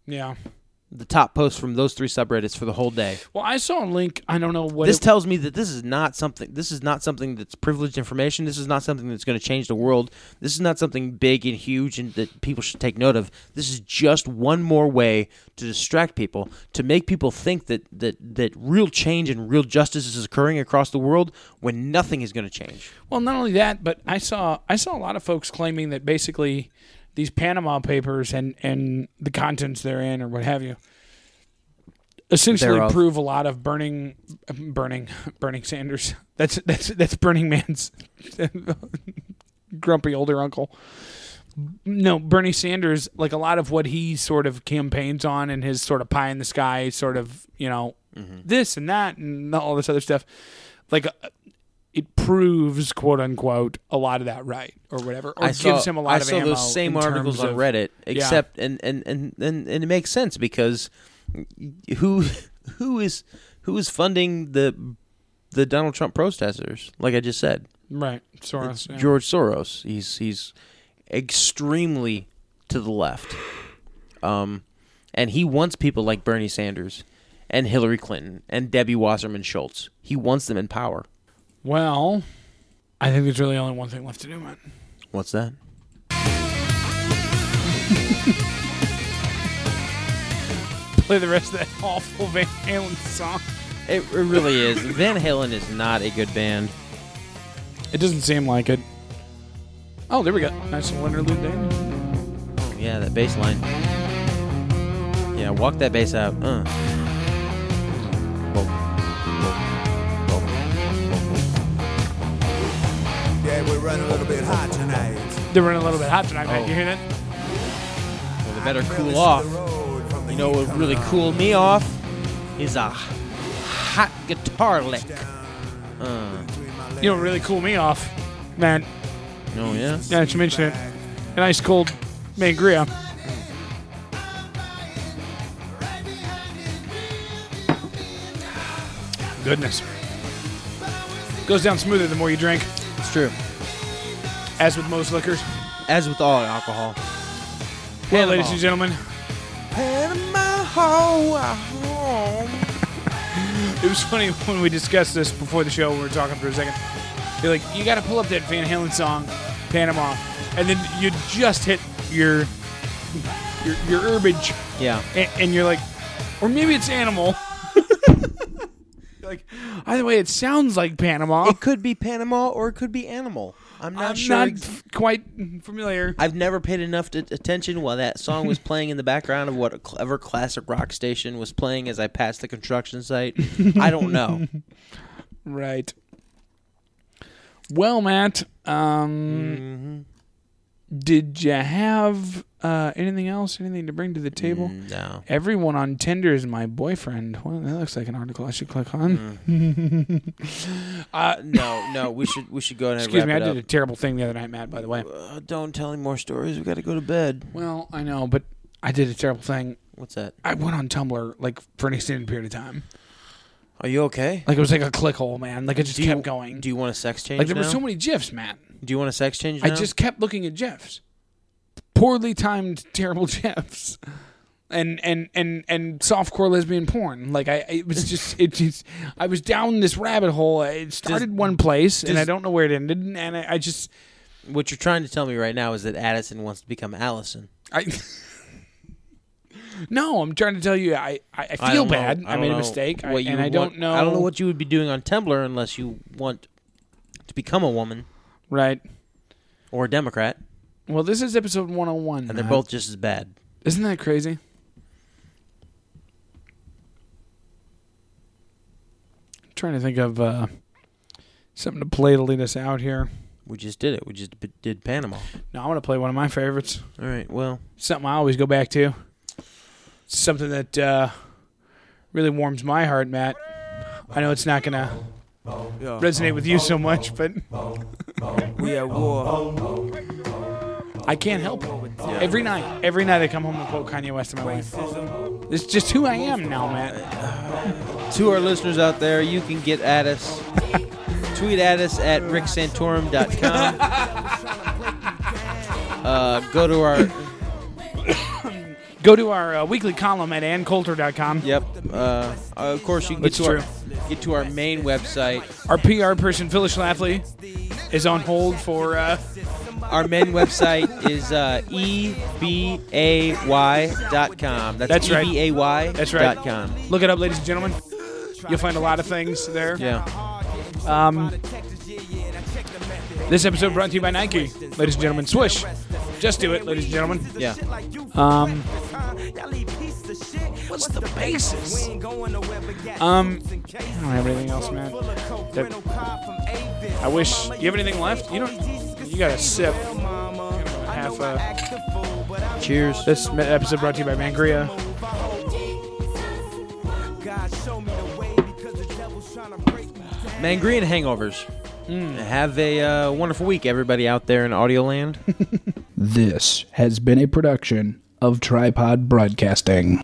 Speaker 2: Yeah.
Speaker 1: The top posts from those three subreddits for the whole day.
Speaker 2: Well, I saw a link. I don't know what
Speaker 1: this
Speaker 2: it-
Speaker 1: tells me that this is not something this is not something that's privileged information this is not something that's going to change the world this is not something big and huge and that people should take note of this is just one more way to distract people to make people think that that that real change and real justice is occurring across the world when nothing is going to change
Speaker 2: Well, not only that, but I saw I saw a lot of folks claiming that basically these Panama papers and and the contents therein or what have you essentially
Speaker 1: Thereof.
Speaker 2: prove a lot of burning burning burning Sanders. That's that's that's Burning Man's grumpy older uncle. No, Bernie Sanders, like a lot of what he sort of campaigns on and his sort of pie in the sky sort of, you know,
Speaker 1: Mm-hmm.
Speaker 2: this and that and all this other stuff. Like uh, it proves quote unquote a lot of that right or whatever or
Speaker 1: I
Speaker 2: gives
Speaker 1: saw,
Speaker 2: him a lot
Speaker 1: I
Speaker 2: of
Speaker 1: saw
Speaker 2: ammo
Speaker 1: those same
Speaker 2: in
Speaker 1: articles
Speaker 2: terms
Speaker 1: on
Speaker 2: of-
Speaker 1: Reddit, except and, and, and, and, and it makes sense because who who is who is funding the the Donald Trump protesters? Like I just said,
Speaker 2: right Soros yeah.
Speaker 1: George Soros. He's he's extremely to the left, um, and he wants people like Bernie Sanders and Hillary Clinton and Debbie Wasserman Schultz. He wants them in power.
Speaker 2: well I think there's really only one thing left to do man
Speaker 1: What's that?
Speaker 2: play the rest of that awful Van Halen song
Speaker 1: It, it really is. Van Halen is not a good band.
Speaker 2: it doesn't seem like it oh there we go nice little interlude there
Speaker 1: Yeah, that bass line. Yeah, walk that bass out. Uh.
Speaker 3: Yeah, we're running a little bit hot tonight.
Speaker 2: they're running a little bit hot tonight man
Speaker 1: Oh.
Speaker 2: you hear that
Speaker 1: Well, they better cool off. You know what would really cool me off is a hot guitar lick.
Speaker 2: you know what really cool me off man
Speaker 1: Oh yeah.
Speaker 2: now that you mention it an ice cold Mangria goodness goes down smoother the more you drink
Speaker 1: It's true.
Speaker 2: As with most liquors.
Speaker 1: As with all alcohol.
Speaker 2: Well, ladies and gentlemen, it was funny when we discussed this before the show. We were talking for a second. You're like, you got to pull up that Van Halen song, Panama, and then you just hit your your, your herbage,
Speaker 1: Yeah.
Speaker 2: and, and you're like, or maybe it's animal. like, either way, it sounds like Panama.
Speaker 1: It could be Panama or it could be animal. I'm not
Speaker 2: I'm
Speaker 1: sure.
Speaker 2: not
Speaker 1: ex-
Speaker 2: f- quite familiar.
Speaker 1: I've never paid enough t- attention while that song was playing in the background of what a clever classic rock station was playing as I passed the construction site. I don't know.
Speaker 2: Right. Well, Matt, um,
Speaker 1: Mm-hmm.
Speaker 2: did you have uh, anything else? Anything to bring to the table?
Speaker 1: No.
Speaker 2: Everyone on Tinder is my boyfriend. Well, that looks like an article I should click on.
Speaker 1: Mm, Uh, No, no. We should we should go ahead and
Speaker 2: Excuse me, I
Speaker 1: wrap
Speaker 2: did a
Speaker 1: it
Speaker 2: terrible thing the other night, Matt. By the way.
Speaker 1: up. Uh, don't tell any more stories. We got to go to bed.
Speaker 2: Well, I know, but I did a terrible thing.
Speaker 1: What's that?
Speaker 2: I went on Tumblr like for an extended period of time.
Speaker 1: Are you okay?
Speaker 2: Like it was like a click hole, man. Like it just
Speaker 1: do
Speaker 2: kept
Speaker 1: you,
Speaker 2: going.
Speaker 1: Do you want a sex change?
Speaker 2: like there
Speaker 1: now?
Speaker 2: were so many gifs, Matt.
Speaker 1: Do you want a sex change?
Speaker 2: I
Speaker 1: now?
Speaker 2: just kept looking at Jeff's poorly timed, terrible Jeff's, and and and and softcore lesbian porn. Like I, it was just, it just, I was down this rabbit hole. It started one place, and
Speaker 1: does-
Speaker 2: I don't know where it ended. And I, I just,
Speaker 1: What you're trying to tell me right now is that Addison wants to become Allison.
Speaker 2: I. No, I'm trying to tell you, I, I, I feel
Speaker 1: don't know.
Speaker 2: bad. I,
Speaker 1: don't
Speaker 2: made a
Speaker 1: know
Speaker 2: mistake, I,
Speaker 1: what you
Speaker 2: and I
Speaker 1: would
Speaker 2: don't
Speaker 1: want-
Speaker 2: know.
Speaker 1: I don't know what you would be doing on Tumblr unless you want to become a woman
Speaker 2: Right.
Speaker 1: or a Democrat,
Speaker 2: Well, this is episode 101,
Speaker 1: and they're
Speaker 2: Matt.
Speaker 1: both just as bad.
Speaker 2: Isn't that crazy? I'm trying to think of uh, something to play to lead us out here.
Speaker 1: We just did it. We just p- did Panama.
Speaker 2: No, I want to play one of my favorites.
Speaker 1: All right. Well,
Speaker 2: Something I always go back to. Something that uh, really warms my heart, Matt. I know it's not gonna resonate with you so much, but
Speaker 6: We at war.
Speaker 2: I can't help it. Every night, every night I come home and quote Kanye West to my wife. It's just who I am now, Matt.
Speaker 1: to our listeners out there, you can get at us. Tweet at us at ricksantorum.com. Uh, go to our
Speaker 2: Go to our uh, weekly column at anncoulter.com.
Speaker 1: yep. Uh, of course, you can get
Speaker 2: It's
Speaker 1: to our get to our main website.
Speaker 2: Our PR person, Phyllis Schlafly, is on hold for. Uh,
Speaker 1: Our main website is uh, ebayy.com. That's, E
Speaker 2: That's right.
Speaker 1: ebayy
Speaker 2: That's right.
Speaker 1: dot com.
Speaker 2: look it up, ladies and gentlemen. You'll find a lot of things there.
Speaker 1: Yeah.
Speaker 2: Um, this episode brought to you by Nike, ladies and gentlemen. Swish, just do it, ladies and gentlemen.
Speaker 1: Yeah.
Speaker 2: Um,
Speaker 6: What's the basis?
Speaker 2: um, I don't have anything else, man. I wish you have anything left. You don't. You got a sip. Half a.
Speaker 1: Cheers.
Speaker 2: This episode brought to you by Mangria.
Speaker 1: Mangreen hangovers. Have a uh, wonderful week, everybody out there in Audio Land.
Speaker 7: This has been a production of Tripod Broadcasting.